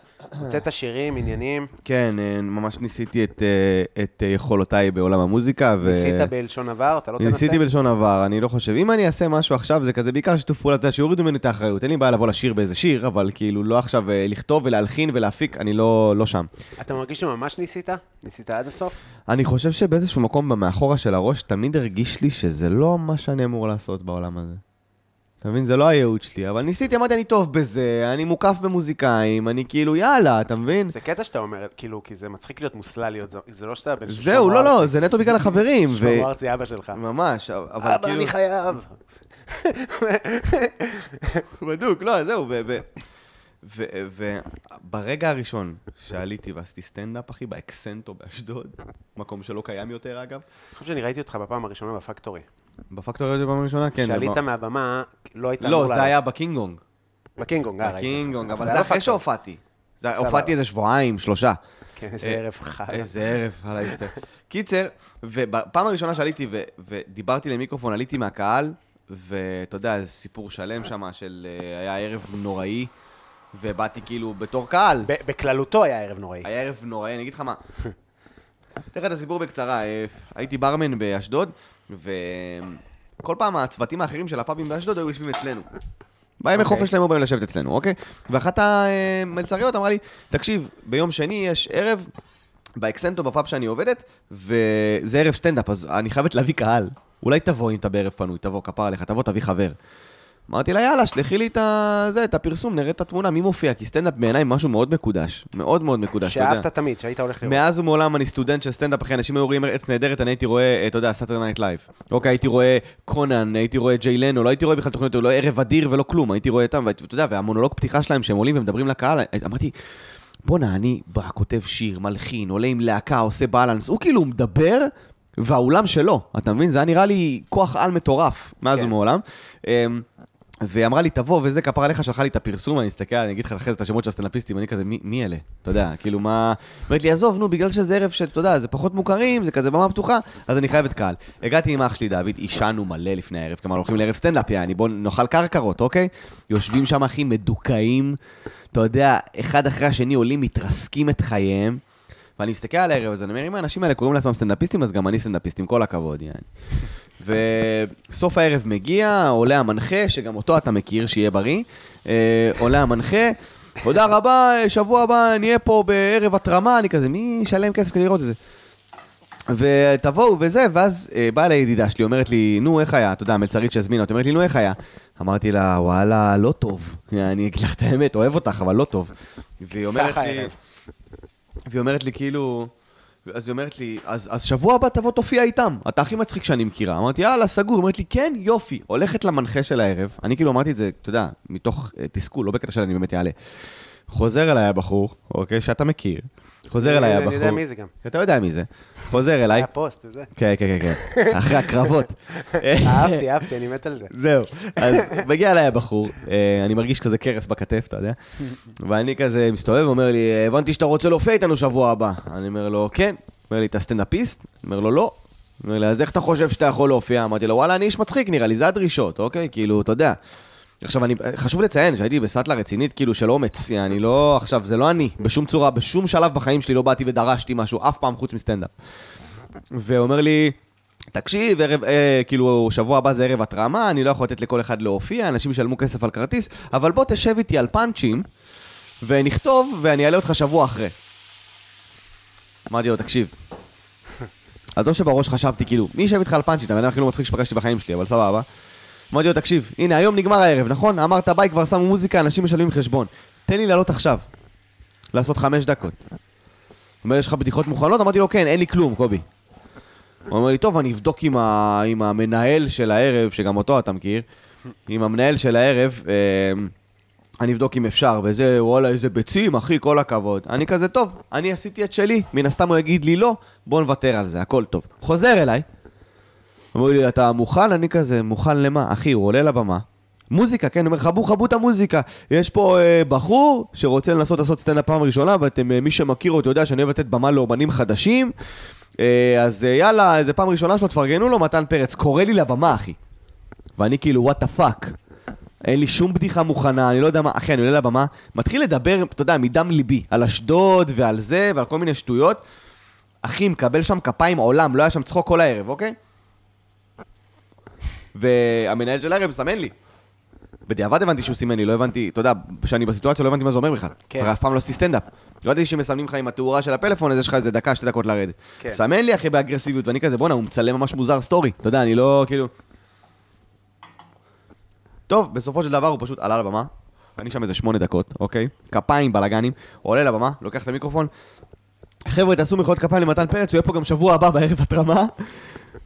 Speaker 2: הוצאת שירים, עניינים,
Speaker 3: כן, אה, ממש ניסיתי את, אה, את אה, יכולותיי בעולם המוזיקה. ו-
Speaker 2: ניסית בלשון עבר, אתה לא תנסה?
Speaker 3: ניסיתי בלשון עבר, אני לא חושב. אם אני אעשה משהו עכשיו, זה כזה בעיקר שיתוף פעולה, אתה יודע, שיורידו ממני את האחריות. אין לי בעיה לבוא לשיר באיזה שיר, אבל כאילו לא עכשיו אה, לכתוב ולהלחין ולהפיק, אני לא, לא שם.
Speaker 2: אתה מרגיש שממש ניסית? ניסית עד הסוף?
Speaker 3: אני חושב שבאיזשהו מקום במאחורה של הראש, תמיד הרגיש לי שזה לא מה שאני אמור לעשות בעולם הזה. אתה מבין? זה לא הייעוד שלי, אבל ניסיתי, אמרתי, אני טוב בזה, אני מוקף במוזיקאים, אני כאילו, יאללה, אתה מבין?
Speaker 2: זה קטע שאתה אומר, כאילו, כי זה מצחיק להיות מוסלל להיות, זו- זה לא שאתה בן
Speaker 3: זהו, לא, לא, זה נטו בגלל החברים. ו-
Speaker 2: שלמה ארצי אבא שלך.
Speaker 3: ממש, אבל
Speaker 2: אבא,
Speaker 3: כאילו...
Speaker 2: אני חייב.
Speaker 3: בדוק, לא, זהו, ו... ו... ו... וברגע הראשון שעליתי ועשיתי סטנדאפ, אחי, באקסנטו באשדוד, מקום שלא קיים יותר, אגב.
Speaker 2: אני חושב שאני ראיתי אותך בפעם הראשונה בפקטורי.
Speaker 3: כן, בפקטוריה זה פעם ראשונה, כן.
Speaker 2: כשעלית
Speaker 3: אבל-
Speaker 2: מהבמה, לא היית
Speaker 3: לא,
Speaker 2: אמור
Speaker 3: זה
Speaker 2: לעלות.
Speaker 3: היה בקינגונג.
Speaker 2: בקינגונג, אה, ראיתי.
Speaker 3: בקינגונג, לא, אבל
Speaker 2: היה
Speaker 3: זה אחרי
Speaker 2: בפקטורי.
Speaker 3: שהופעתי. זה-
Speaker 2: סבבה.
Speaker 3: הופעתי איזה שבועיים, שלושה.
Speaker 2: כן, איזה
Speaker 3: אה,
Speaker 2: ערב חד.
Speaker 3: איזה ערב, על ההיסטר. קיצר, ובפעם הראשונה שעליתי ו- ודיברתי למיקרופון, עליתי מהקהל, ואתה יודע, זה סיפור שלם שם של... אה, היה ערב נוראי, ובאתי כאילו בתור קהל.
Speaker 2: ב- בכללותו היה ערב נוראי.
Speaker 3: היה ערב נוראי, אני אגיד לך מה. אתן לך את הסיפור בקצרה. אה, הייתי ברמן באשדוד, וכל פעם הצוותים האחרים של הפאבים באשדוד היו יושבים אצלנו. בימי
Speaker 2: אוקיי.
Speaker 3: חופש שלהם היו באים לשבת אצלנו, אוקיי? ואחת המלצריות אמרה לי, תקשיב, ביום שני יש ערב באקסנטו בפאב שאני עובדת, וזה ערב סטנדאפ, אז אני חייבת להביא קהל. אולי תבוא אם אתה בערב פנוי, תבוא, כפר עליך, תבוא, תביא חבר. אמרתי לה, יאללה, שלחי לי את, ה... זה, את הפרסום, נראה את התמונה, מי מופיע? כי סטנדאפ בעיניי משהו מאוד מקודש. מאוד מאוד מקודש, אתה יודע.
Speaker 2: שאהבת תמיד, שהיית הולך לראות.
Speaker 3: מאז ומעולם אני סטודנט של סטנדאפ, אחי, אנשים היו רואים ארץ נהדרת, אני הייתי רואה, אה, אתה יודע, סאטר נייט לייב. אוקיי, הייתי רואה קונן, הייתי רואה ג'יי לנו, לא הייתי רואה בכלל תוכניות, לא ערב אדיר ולא כלום, הייתי רואה אותם, ואתה יודע, והמונולוג פתיחה שלהם, שהם עולים ומדברים לקהל, אמרתי, בואנה, אני בא, כותב שיר, מלחין, עולה עם להקה, עושה בלנס, הוא כאילו מדבר, והאולם שלו, אתה מבין? זה היה נראה לי כוח על מטורף, מאז
Speaker 2: כן.
Speaker 3: ומעולם. אמ, והיא אמרה לי, תבוא, וזה, כפרה עליך, שלחה לי את הפרסום, אני אסתכל, אני אגיד לך אחרי זה את השמות של הסטנדאפיסטים, אני כזה, "מי- מי אלה? אתה יודע, כאילו, מה... אומרת לי, עזוב, נו, בגלל שזה ערב של, אתה יודע, זה פחות מוכרים, זה כזה במה פתוחה, אז אני חייבת קהל. הגעתי עם אח שלי, דוד, עישנו מלא לפני הערב, כלומר, הולכים לערב סטנדאפ, יעני, בואו נאכל קרקרות, אוקיי? יושבים שם, אחי, מדוכאים, אתה יודע, אחד אחרי השני עולים, מתרסקים את חייהם. ואני מסתכל על הערב הזה, אני אומר, אם האנשים האלה קוראים לעצמם סטנדאפיסטים, אז גם אני סטנדאפיסט, עם כל הכבוד, יעני. וסוף הערב מגיע, עולה המנחה, שגם אותו אתה מכיר, שיהיה בריא. אה, עולה המנחה, תודה רבה, אה, שבוע הבא נהיה פה בערב התרמה, אני כזה, מי ישלם כסף כדי לראות את זה? ותבואו וזה, ואז אה, באה אליי ידידה שלי, אומרת לי, נו, איך היה? אתה יודע, המלצרית שהזמינה אותי, אומרת לי, נו, איך היה? אמרתי לה, וואלה, לא טוב. אני אגיד לך את האמת, אוהב אותך, אבל לא טוב. והיא אומרת
Speaker 2: סך
Speaker 3: לי...
Speaker 2: הערב.
Speaker 3: והיא אומרת לי, כאילו... אז היא אומרת לי, אז, אז שבוע הבא תבוא תופיע איתם, אתה הכי מצחיק שאני מכירה. אמרתי, יאללה, סגור. אומרת לי, כן, יופי. הולכת למנחה של הערב, אני כאילו אמרתי את זה, אתה יודע, מתוך אה, תסכול, לא בקטע של אני באמת אעלה. חוזר אליי הבחור, אוקיי, שאתה מכיר. חוזר
Speaker 2: אני-
Speaker 3: אליי
Speaker 2: אני
Speaker 3: הבחור.
Speaker 2: יודע מי זה גם.
Speaker 3: אתה יודע מי זה. חוזר אליי.
Speaker 2: היה פוסט וזה.
Speaker 3: כן, כן, כן, כן. אחרי הקרבות. אה,
Speaker 2: אהבתי, אהבתי, אני מת על זה.
Speaker 3: זהו. אז מגיע אליי הבחור, אה, אני מרגיש כזה קרס בכתף, אתה יודע? ואני כזה מסתובב, אומר לי, הבנתי שאתה רוצה להופיע איתנו שבוע הבא. אני אומר לו, כן. אומר לי, אתה סטנדאפיסט? אני אומר לו, לא. אומר לי, אז איך אתה חושב שאתה יכול להופיע? אמרתי לו, וואלה, אני איש מצחיק נראה לי, זה הדרישות, אוקיי? כאילו, אתה יודע. עכשיו, אני, חשוב לציין שהייתי בסאטלה רצינית, כאילו, של אומץ. אני לא, עכשיו, זה לא אני, בשום צורה, בשום שלב בחיים שלי לא באתי ודרשתי משהו, אף פעם חוץ מסטנדאפ. ואומר לי, תקשיב, ערב, אה, כאילו, שבוע הבא זה ערב התרמה, אני לא יכול לתת לכל אחד להופיע, אנשים ישלמו כסף על כרטיס, אבל בוא תשב איתי על פאנצ'ים, ונכתוב, ואני אעלה אותך שבוע אחרי. אמרתי לו, תקשיב. אז לא שבראש חשבתי, כאילו, מי יושב איתך על פאנצ'ים? אתה הבן אדם הכי לא מצחיק שפגשתי בחיים שלי, אבל סבבה. אמרתי לו, תקשיב, הנה, היום נגמר הערב, נכון? אמרת, ביי, כבר שמו מוזיקה, אנשים משלמים חשבון. תן לי לעלות עכשיו. לעשות חמש דקות. הוא אומר, יש לך בדיחות מוכנות? אמרתי לו, כן, אין לי כלום, קובי. הוא אומר לי, טוב, אני אבדוק עם, ה... עם המנהל של הערב, שגם אותו אתה מכיר, עם המנהל של הערב, אה, אני אבדוק אם אפשר, וזה, וואלה, איזה ביצים, אחי, כל הכבוד. אני כזה, טוב, אני עשיתי את שלי, מן הסתם הוא יגיד לי לא, בוא נוותר על זה, הכל טוב. חוזר אליי, אמרו לי, אתה מוכן? אני כזה, מוכן למה? אחי, הוא עולה לבמה. מוזיקה, כן, הוא אומר, חבו, חבו את המוזיקה. יש פה אה, בחור שרוצה לנסות לעשות סטנדאפ פעם ראשונה, ואתם, אה, מי שמכיר אותי יודע שאני אוהב לתת במה לאומנים חדשים. אה, אז אה, יאללה, זו פעם ראשונה שלו, תפרגנו לו, מתן פרץ. קורא לי לבמה, אחי. ואני כאילו, וואט דה פאק. אין לי שום בדיחה מוכנה, אני לא יודע מה, אחי, אני עולה לבמה, מתחיל לדבר, אתה יודע, מדם ליבי, על אשדוד ועל זה ועל כל מיני שטויות. אחי, מקבל שם כפיים עולם, לא היה שם צחוק כל הערב, אוקיי? והמנהל של הערב מסמן לי. בדיעבד הבנתי שהוא סימן לי, לא הבנתי, אתה יודע, שאני בסיטואציה לא הבנתי מה זה אומר בכלל.
Speaker 2: כן.
Speaker 3: כן. הרי אף פעם לא עשיתי סטנדאפ. לא ידעתי שמסמנים לך עם התאורה של הפלאפון, אז יש לך איזה דקה, שתי דקות לרדת.
Speaker 2: כן.
Speaker 3: כן. סמן לי אחי באגרסיביות, ואני כזה, בואנה, הוא מצלם ממש מוזר סטורי. אתה יודע, אני לא, כאילו... טוב, בסופו של דבר הוא פשוט עלה לבמה, אני שם איזה שמונה דקות, אוקיי? כפיים, בלאגנים, עולה לבמה, לוקח את המיקרופון. חבר'ה, תעשו מחיאות כפיים למתן פרץ, הוא יהיה פה גם שבוע הבא בערב התרמה.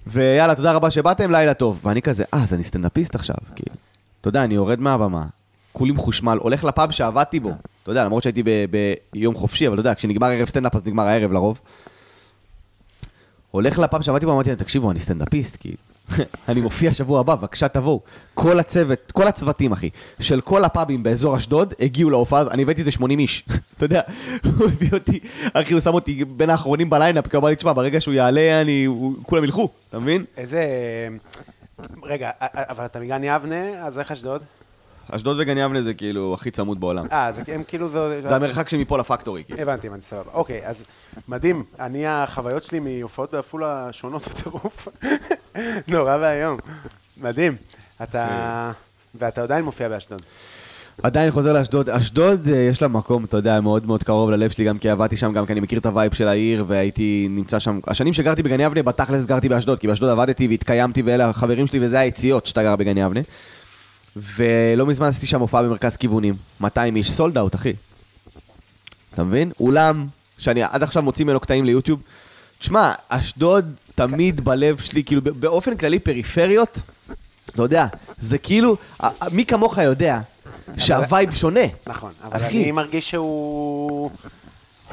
Speaker 3: ויאללה, תודה רבה שבאתם, לילה טוב. ואני כזה, אה, אז אני סטנדאפיסט עכשיו, כאילו. אתה יודע, אני יורד מהבמה, כולי מחושמל, הולך לפאב שעבדתי בו. אתה יודע, למרות שהייתי ב- ביום חופשי, אבל אתה יודע, כשנגמר ערב סטנדאפ אז נגמר הערב לרוב. הולך לפאב שעבדתי בו, אמרתי להם, תקשיבו, אני סטנדאפיסט, כאילו. אני מופיע שבוע הבא, בבקשה תבואו. כל הצוות, כל הצוותים, אחי, של כל הפאבים באזור אשדוד, הגיעו להופעה, הזאת. אני הבאתי איזה 80 איש. אתה יודע, הוא הביא אותי, אחי, הוא שם אותי בין האחרונים בליינאפ, כי הוא אמר לי, תשמע, ברגע שהוא יעלה, אני, הוא- כולם ילכו, אתה מבין?
Speaker 2: איזה... אה, רגע, אבל אתה מגן יבנה, אז איך אשדוד?
Speaker 3: אשדוד וגן יבנה זה כאילו הכי צמוד בעולם.
Speaker 2: אה, אז הם כאילו... זה,
Speaker 3: זה המרחק שמפה לפקטורי, כאילו.
Speaker 2: הבנתי, הבנתי, סבבה. אוקיי, אז מדהים. אני, החוויות שלי מהופעות בעפולה שונות בטירוף. נורא ואיום. מדהים. אתה...
Speaker 3: כן.
Speaker 2: ואתה עדיין מופיע באשדוד.
Speaker 3: עדיין חוזר לאשדוד. אשדוד, אה, יש לה מקום, אתה יודע, מאוד מאוד קרוב ללב שלי, גם כי עבדתי שם, גם כי אני מכיר את הווייב של העיר, והייתי נמצא שם... השנים שגרתי בגן יבנה, בתכלס גרתי באשדוד, כי באשדוד עבדתי והתקיימתי, ואלה החברים שלי, וזה היציאות שאתה גר בגן יבנה. ולא מזמן עשיתי שם הופעה במרכז כיוונים. 200 איש סולד אאוט, אחי. אתה מבין? אולם שאני עד עכשיו מוציא ממנו קטעים ליוטיוב. תשמע, אשדוד תמיד בלב שלי, כאילו ב- באופן כללי פריפריות, אתה יודע, זה כאילו, ה- ה- מי כמוך יודע שהווייב שונה.
Speaker 2: נכון, אבל
Speaker 3: אחי.
Speaker 2: אני מרגיש שהוא...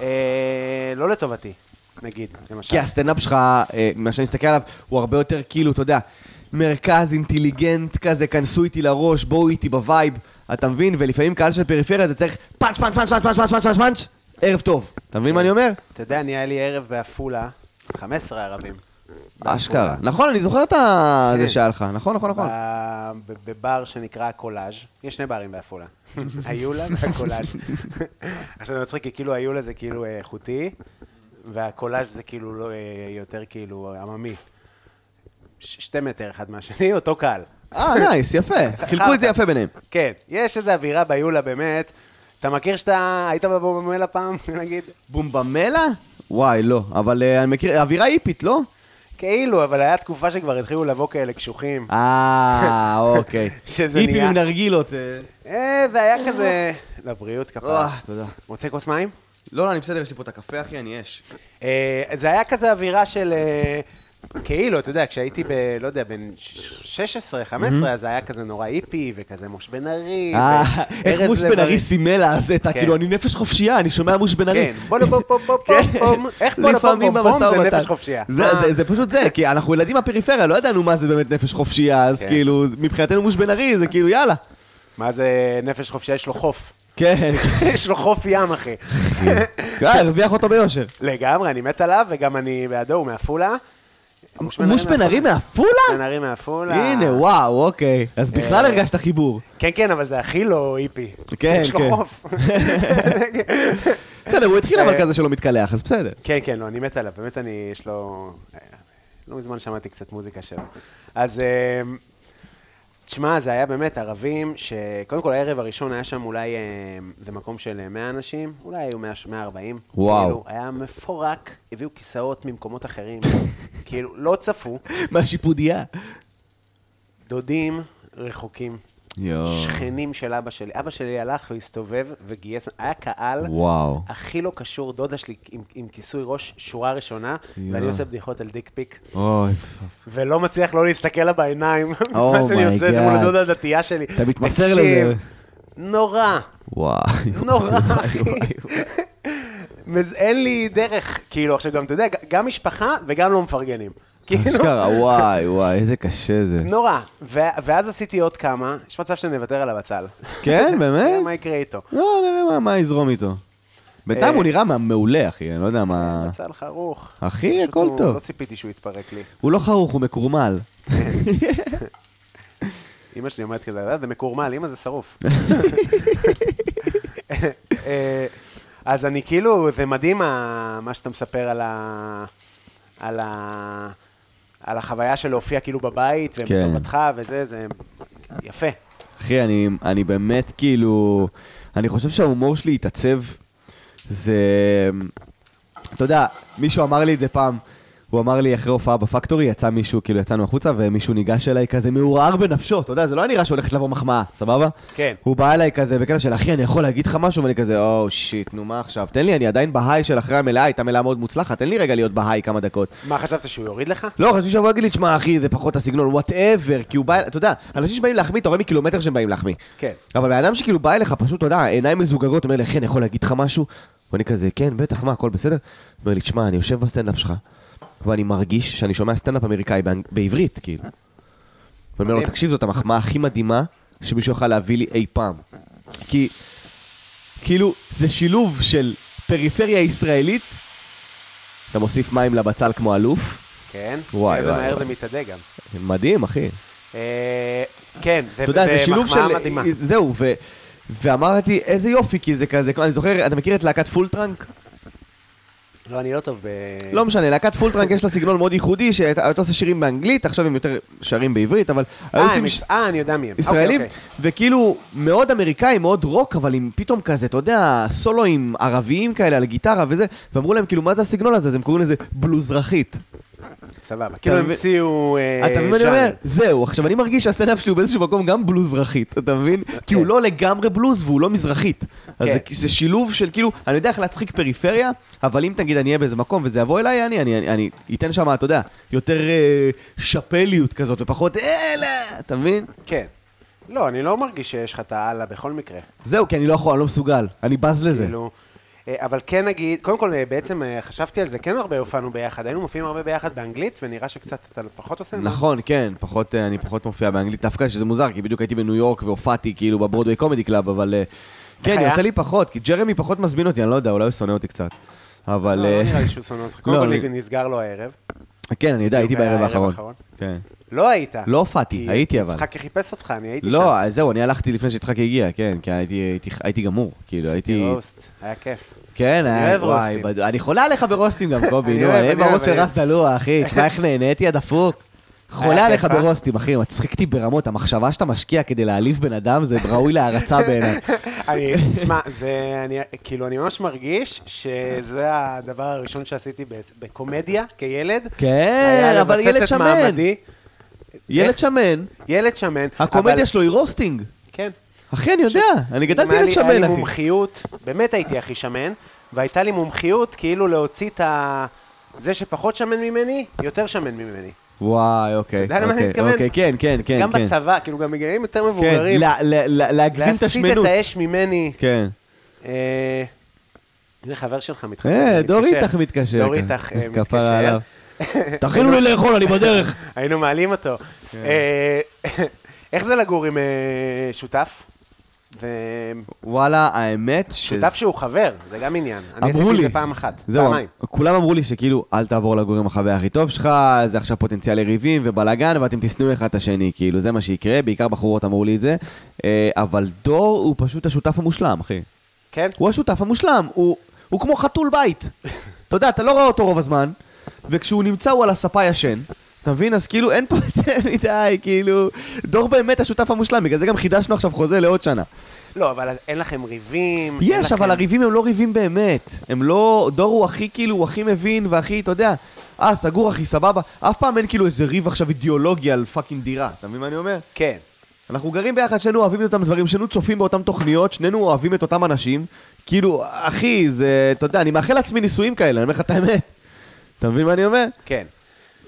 Speaker 2: אה, לא לטובתי, נגיד, למשל.
Speaker 3: כי הסטנדאפ שלך, אה, מה שאני מסתכל עליו, הוא הרבה יותר כאילו, אתה יודע, מרכז אינטליגנט כזה, כנסו איתי לראש, בואו איתי בווייב, אתה מבין? ולפעמים קהל של פריפריה זה צריך פאנץ', פאנץ', פאנץ', פאנץ', פאנץ', פאנץ', פאנץ', פאנץ', ערב טוב. אתה מבין מה אני אומר?
Speaker 2: אתה יודע, אני היה לי ערב בעפולה, 15 ערבים.
Speaker 3: אשכרה. נכון, אני זוכר את ה-
Speaker 2: כן. אה.
Speaker 3: זה שהיה לך. נכון, נכון, נכון.
Speaker 2: ב- ב- בבר שנקרא הקולאז', יש שני ברים בעפולה, היולה והקולאז'. עכשיו זה מצחיק, כי כאילו היולה זה כאילו אה, איכותי, והקולאז' זה כאילו לא, אה, יותר כאילו עממי. ש- שתי מטר אחד מהשני, אותו קהל.
Speaker 3: אה, נייס, יפה. חילקו את זה יפה ביניהם.
Speaker 2: כן, יש איזו אווירה ביולה באמת. אתה מכיר שאתה היית בבומבמלה פעם, נגיד?
Speaker 3: בומבמלה? וואי, לא. אבל אה, אני מכיר, אווירה היפית, לא?
Speaker 2: כאילו, אבל הייתה תקופה שכבר התחילו לבוא כאלה קשוחים.
Speaker 3: אה, אוקיי.
Speaker 2: שזה
Speaker 3: היפים
Speaker 2: נהיה-
Speaker 3: עם נרגילות. אה.
Speaker 2: אה, והיה כזה... לבריאות כפרה.
Speaker 3: אה, תודה.
Speaker 2: רוצה כוס מים?
Speaker 3: לא, לא, אני בסדר, יש לי פה את הקפה, אחי, אני אש.
Speaker 2: אה, זה היה כזה אווירה של... אה, כאילו, אתה יודע, כשהייתי ב... לא יודע, בן 16, 15, אז זה היה כזה נורא היפי, וכזה מוש בן ארי.
Speaker 3: אה,
Speaker 2: וארז
Speaker 3: איך מוש בן
Speaker 2: לב-ארי.
Speaker 3: ארי סימל אז את ה...
Speaker 2: כן.
Speaker 3: כאילו, אני נפש חופשייה, אני שומע מוש בן ארי.
Speaker 2: כן, בואנה בום בום בום בום
Speaker 3: כן.
Speaker 2: בום, איך בואנה בום
Speaker 3: לפעמים
Speaker 2: בום בום
Speaker 3: במשא
Speaker 2: זה
Speaker 3: ומתן.
Speaker 2: נפש חופשייה.
Speaker 3: זה-
Speaker 2: אה.
Speaker 3: זה- זה פשוט זה, כי אנחנו ילדים מהפריפריה, לא ידענו מה זה באמת נפש חופשייה, אז
Speaker 2: כן.
Speaker 3: כאילו, מבחינתנו מוש בן ארי זה כאילו, יאללה.
Speaker 2: מה זה נפש חופשייה? יש לו חוף.
Speaker 3: כן,
Speaker 2: יש לו חוף ים, אחי.
Speaker 3: אה, הרוויח אותו ביושר.
Speaker 2: לגמרי, אני מת עליו, וגם אני בעדו, הוא מעפולה. מוש בן ארי
Speaker 3: מוש בן ארי
Speaker 2: מעפולה. מוש בן
Speaker 3: מעפולה?
Speaker 2: ארי מעפולה.
Speaker 3: הנה, וואו, אוקיי. אז בכלל
Speaker 2: אה.
Speaker 3: הרגשת חיבור.
Speaker 2: כן, כן, אבל זה הכי לא היפי.
Speaker 3: כן,
Speaker 2: יש לו
Speaker 3: כן.
Speaker 2: חוף.
Speaker 3: בסדר, הוא התחיל
Speaker 2: אה.
Speaker 3: אבל כזה שלא מתקלח, אז בסדר.
Speaker 2: כן, כן, לא, אני מת עליו, באמת אני, יש לו... לא מזמן שמעתי קצת מוזיקה שלו. אז אה, תשמע, זה היה באמת ערבים, שקודם כל הערב הראשון היה שם אולי, אה, זה מקום של אה, 100 אנשים, אולי היו 100, 140.
Speaker 3: וואו.
Speaker 2: כאילו, היה מפורק, הביאו כיסאות ממקומות אחרים. כאילו, לא צפו.
Speaker 3: מהשיפודייה.
Speaker 2: דודים רחוקים.
Speaker 3: יואו.
Speaker 2: שכנים של אבא שלי. אבא שלי הלך והסתובב וגייס, היה קהל
Speaker 3: וואו.
Speaker 2: הכי לא קשור, דודה שלי עם, עם כיסוי ראש, שורה ראשונה,
Speaker 3: יואו.
Speaker 2: ואני עושה בדיחות על דיק פיק,
Speaker 3: אוי.
Speaker 2: ולא מצליח לא להסתכל לה בעיניים, בזמן
Speaker 3: Oh
Speaker 2: שאני
Speaker 3: my
Speaker 2: עושה את זה
Speaker 3: God.
Speaker 2: מול הדודה הדתייה שלי.
Speaker 3: אתה מתמסר
Speaker 2: תקשיב,
Speaker 3: לזה.
Speaker 2: נורא,
Speaker 3: וואי.
Speaker 2: נורא, אחי. מז- אין לי דרך, כאילו, עכשיו גם, אתה יודע, ג- גם משפחה וגם לא מפרגנים. כאילו,
Speaker 3: אשכרה, אוקיי. וואי, וואי, איזה קשה זה.
Speaker 2: נורא. ו- ואז עשיתי עוד כמה, יש מצב שנוותר על הבצל.
Speaker 3: כן, באמת?
Speaker 2: מה יקרה איתו?
Speaker 3: לא, נראה מה- מה יזרום איתו. בינתיים הוא נראה מה- מעולה, אחי, אני לא יודע מה...
Speaker 2: בצל חרוך.
Speaker 3: אחי,
Speaker 2: פשוט
Speaker 3: הכל
Speaker 2: הוא-
Speaker 3: טוב.
Speaker 2: לא ציפיתי שהוא יתפרק לי.
Speaker 3: הוא לא חרוך, הוא מקורמל.
Speaker 2: אימא שלי אומרת כזה, "אה, זה מקורמל, אימא זה שרוף. אה, אז אני כאילו, זה מדהים ה- מה שאתה מספר על ה... על ה... על החוויה של להופיע כאילו בבית,
Speaker 3: כן.
Speaker 2: ובטובתך וזה, זה יפה.
Speaker 3: אחי, אני, אני באמת כאילו... אני חושב שההומור שלי התעצב. זה... אתה יודע, מישהו אמר לי את זה פעם. הוא אמר לי אחרי הופעה בפקטורי, יצא מישהו, כאילו יצאנו החוצה, ומישהו ניגש אליי כזה מעורער בנפשו, אתה יודע, זה לא היה נראה שהולכת לבוא מחמאה, סבבה?
Speaker 2: כן.
Speaker 3: הוא בא אליי כזה בקטע של, אחי, אני יכול להגיד לך משהו? ואני כזה, או שיט, נו מה עכשיו? תן לי, אני עדיין בהיי של אחרי המלאה, הייתה מלאה מאוד מוצלחת, תן לי רגע להיות בהיי כמה דקות.
Speaker 2: מה, חשבת שהוא יוריד לך?
Speaker 3: לא, חשבתי שהוא יבוא להגיד לי, תשמע, אחי, זה פחות הסגנון, וואטאבר, כי הוא בא, אתה יודע, אנשים שבאים להחמיא, אתה רואה מקילומטר שהם באים להחמיא.
Speaker 2: כן.
Speaker 3: אבל בן אדם שכאילו בא אליך, פשוט, אתה יודע, עיניים מזוגגות, אומר לי, אחי, אני יכול להגיד לך משהו? ואני כזה, כן, בטח, מה, הכל בסדר? אומר לי, תשמע, אני יושב בסטנדאפ שלך, ואני מרגיש שאני שומע סטנדאפ אמריקאי באנג- בעברית, כאילו. ואני אומר לו,
Speaker 2: מדהים.
Speaker 3: תקשיב, זאת המחמאה הכי מדהימה שמישהו יוכל להביא לי אי פעם. כי, כאילו, זה שילוב של פריפריה ישראלית, אתה מוסיף מים לבצל כמו אלוף,
Speaker 2: כן.
Speaker 3: וואי,
Speaker 2: איזה
Speaker 3: וואי,
Speaker 2: מהר
Speaker 3: וואי.
Speaker 2: זה מתאדה גם.
Speaker 3: מדהים, אחי.
Speaker 2: אה, כן, זה
Speaker 3: אתה יודע,
Speaker 2: זה
Speaker 3: זה שילוב של...
Speaker 2: מחמאה מדהימה.
Speaker 3: זהו, ו... ואמרתי, איזה יופי, כי זה כזה, אני זוכר, אתה מכיר את להקת פולטראנק?
Speaker 2: לא, אני לא טוב ב...
Speaker 3: לא משנה, להקת פולטראנק יש לה סגנון מאוד ייחודי, שהייתה עושה שירים באנגלית, עכשיו הם יותר שרים בעברית, אבל... היו
Speaker 2: אה,
Speaker 3: עושים
Speaker 2: הם
Speaker 3: ש-
Speaker 2: יש- אה, אני יודע מי הם.
Speaker 3: ישראלים,
Speaker 2: אוקיי,
Speaker 3: וכאילו, מאוד אמריקאי, מאוד רוק, אבל עם פתאום כזה, אתה יודע, סולואים ערביים כאלה על גיטרה וזה, ואמרו להם, כאילו, מה זה הסגנון הזה? אז הם קוראים לזה בלוזרחית.
Speaker 2: אוקיי, סבבה. כאילו הם
Speaker 3: מבין-
Speaker 2: המציאו... אה,
Speaker 3: אתה מבין מה אני
Speaker 2: ז'אנר.
Speaker 3: אומר? זהו, עכשיו אני מרגיש שהסטנדאפ שלי הוא באיזשהו מקום גם בלוזרחית, אתה מבין? כי הוא לא לגמרי בלוז והוא לא מזרחית. אז
Speaker 2: כן.
Speaker 3: זה- זה שילוב של כאילו, אני יודע איך להצחיק פריפריה, אבל אם תגיד אני אהיה באיזה מקום וזה יבוא אליי, אני- אני- אני אני אתן שם, אתה יודע, יותר אה, שאפליות כזאת ופחות אלה, אתה מבין?
Speaker 2: כן. לא, אני לא מרגיש שיש לך את האללה בכל מקרה.
Speaker 3: זהו, כי אני לא יכול, אני לא מסוגל, אני בז לזה.
Speaker 2: כאילו... אה, אבל כן נגיד, קודם כל אה, בעצם אה, חשבתי על זה, כן הרבה הופענו ביחד, היינו מופיעים הרבה ביחד באנגלית, ונראה שקצת אתה פחות עושה. מה?
Speaker 3: נכון, כן, פחות, אה, אני פחות מופיע באנגלית, דווקא שזה מוזר, כי בדיוק הייתי בניו יורק והופעתי כאילו בברודווי קומדי קלאב, אבל... אה, כן,
Speaker 2: היה?
Speaker 3: יוצא לי פחות, כי ג'רמי פחות מזמין אותי, אני לא יודע, אולי הוא שונא אותי קצת. אבל...
Speaker 2: לא, לא
Speaker 3: אה,
Speaker 2: נראה לי שהוא שונא אותך.
Speaker 3: לא,
Speaker 2: קודם כל
Speaker 3: אני-
Speaker 2: נסגר לו הערב.
Speaker 3: כן, אני יודע, הייתי
Speaker 2: בדיוק,
Speaker 3: בערב
Speaker 2: הערב
Speaker 3: האחרון.
Speaker 2: האחרון.
Speaker 3: כן.
Speaker 2: לא היית.
Speaker 3: לא הופעתי,
Speaker 2: כי
Speaker 3: הייתי אבל.
Speaker 2: יצחקי חיפש אותך, אני הייתי שם.
Speaker 3: לא, אז זהו, אני הלכתי לפני שיצחקי הגיע, כן, כי הייתי- הייתי- הייתי גמור, כאילו,
Speaker 2: הייתי...
Speaker 3: הייתי...
Speaker 2: רוסט, היה כיף.
Speaker 3: כן, היה,
Speaker 2: אוהב
Speaker 3: וואי,
Speaker 2: רוסטים.
Speaker 3: בד- אני חולה עליך ברוסטים גם, קובי,
Speaker 2: אני
Speaker 3: נו,
Speaker 2: אוהב,
Speaker 3: אני
Speaker 2: אני
Speaker 3: בראש
Speaker 2: אוהב,
Speaker 3: של
Speaker 2: אני
Speaker 3: רס דלוע, אחי, תשמע איך נהניתי, הדפוק. חולה
Speaker 2: היה
Speaker 3: עליך
Speaker 2: כיף, אה?
Speaker 3: ברוסטים, אחי, מצחיק אותי ברמות, המחשבה שאתה משקיע כדי להעליב בן אדם, זה ראוי להערצה בעיניי.
Speaker 2: אני, תשמע, זה, אני, כאילו, אני ממש מרגיש שזה הדבר הראשון שעשיתי ב- בקומדיה כילד.
Speaker 3: כן,
Speaker 2: היה
Speaker 3: אבל
Speaker 2: לבסס
Speaker 3: ילד
Speaker 2: את
Speaker 3: שמן.
Speaker 2: מעמדי.
Speaker 3: ילד
Speaker 2: איך?
Speaker 3: שמן,
Speaker 2: ילד שמן.
Speaker 3: הקומדיה
Speaker 2: אבל-
Speaker 3: שלו היא רוסטינג.
Speaker 2: כן.
Speaker 3: אחי, אני יודע, אני גדלתי
Speaker 2: היה
Speaker 3: ילד
Speaker 2: לי- היה
Speaker 3: שמן,
Speaker 2: לי
Speaker 3: אחי.
Speaker 2: מומחיות, באמת הייתי הכי שמן, והייתה לי מומחיות כאילו להוציא את ה... זה שפחות שמן ממני, יותר שמן ממני.
Speaker 3: וואי, אוקיי.
Speaker 2: אתה יודע למה אני
Speaker 3: אוקיי,
Speaker 2: מתכוון?
Speaker 3: אוקיי, כן, כן, כן.
Speaker 2: גם
Speaker 3: כן.
Speaker 2: בצבא, כאילו, גם בגילאים יותר
Speaker 3: כן,
Speaker 2: מבוגרים.
Speaker 3: לה- לה- לה- להגזים את
Speaker 2: להסיט
Speaker 3: השמנות.
Speaker 2: את האש ממני.
Speaker 3: כן.
Speaker 2: אה, הנה חבר שלך מתח- מתקשר.
Speaker 3: אה, דור איתך מתקשר.
Speaker 2: דור איתך אה,
Speaker 3: כפרה
Speaker 2: מתקשר.
Speaker 3: עליו. תכינו לי לאכול, אני בדרך.
Speaker 2: היינו מעלים אותו.
Speaker 3: כן.
Speaker 2: אה, איך זה לגור עם אה, שותף? ו-
Speaker 3: וואלה, האמת ש...
Speaker 2: שותף שהוא חבר, זה גם עניין. אני
Speaker 3: אמרו
Speaker 2: עשיתי את
Speaker 3: לי.
Speaker 2: זה פעם אחת,
Speaker 3: זהו,
Speaker 2: פעמיים.
Speaker 3: כולם אמרו לי שכאילו, אל תעבור לגור עם החבר הכי טוב שלך, זה עכשיו פוטנציאל לריבים ובלאגן, ואתם תשנאו אחד את השני, כאילו, זה מה שיקרה, בעיקר בחורות אמרו לי את זה. אה, אבל דור הוא פשוט השותף המושלם, אחי.
Speaker 2: כן?
Speaker 3: הוא השותף המושלם, הוא, הוא כמו חתול בית. אתה יודע, אתה לא רואה אותו רוב הזמן, וכשהוא נמצא הוא על הספה ישן. אתה מבין? אז כאילו אין פה יותר מדי, כאילו... דור באמת השותף המושלם, בגלל זה גם חידשנו עכשיו חוזה לעוד שנה.
Speaker 2: לא, אבל אין לכם ריבים. אין
Speaker 3: יש, אבל
Speaker 2: לכם-
Speaker 3: הריבים הם לא ריבים באמת. הם לא... דור הוא הכי כאילו, הוא הכי מבין והכי, אתה יודע, אה, סגור אחי, סבבה. אף פעם אין כאילו איזה ריב עכשיו אידיאולוגי על פאקינג דירה, אתה מבין מה אני אומר?
Speaker 2: כן.
Speaker 3: אנחנו גרים ביחד, שנינו אוהבים את אותם דברים, שנינו צופים באותם תוכניות, שנינו אוהבים את אותם אנשים. כאילו, אחי, זה, אתה יודע, אני מאחל לעצמי נישואים כאלה, אני אומר לך את האמת. אתה מבין מה אני אומר?
Speaker 2: כן.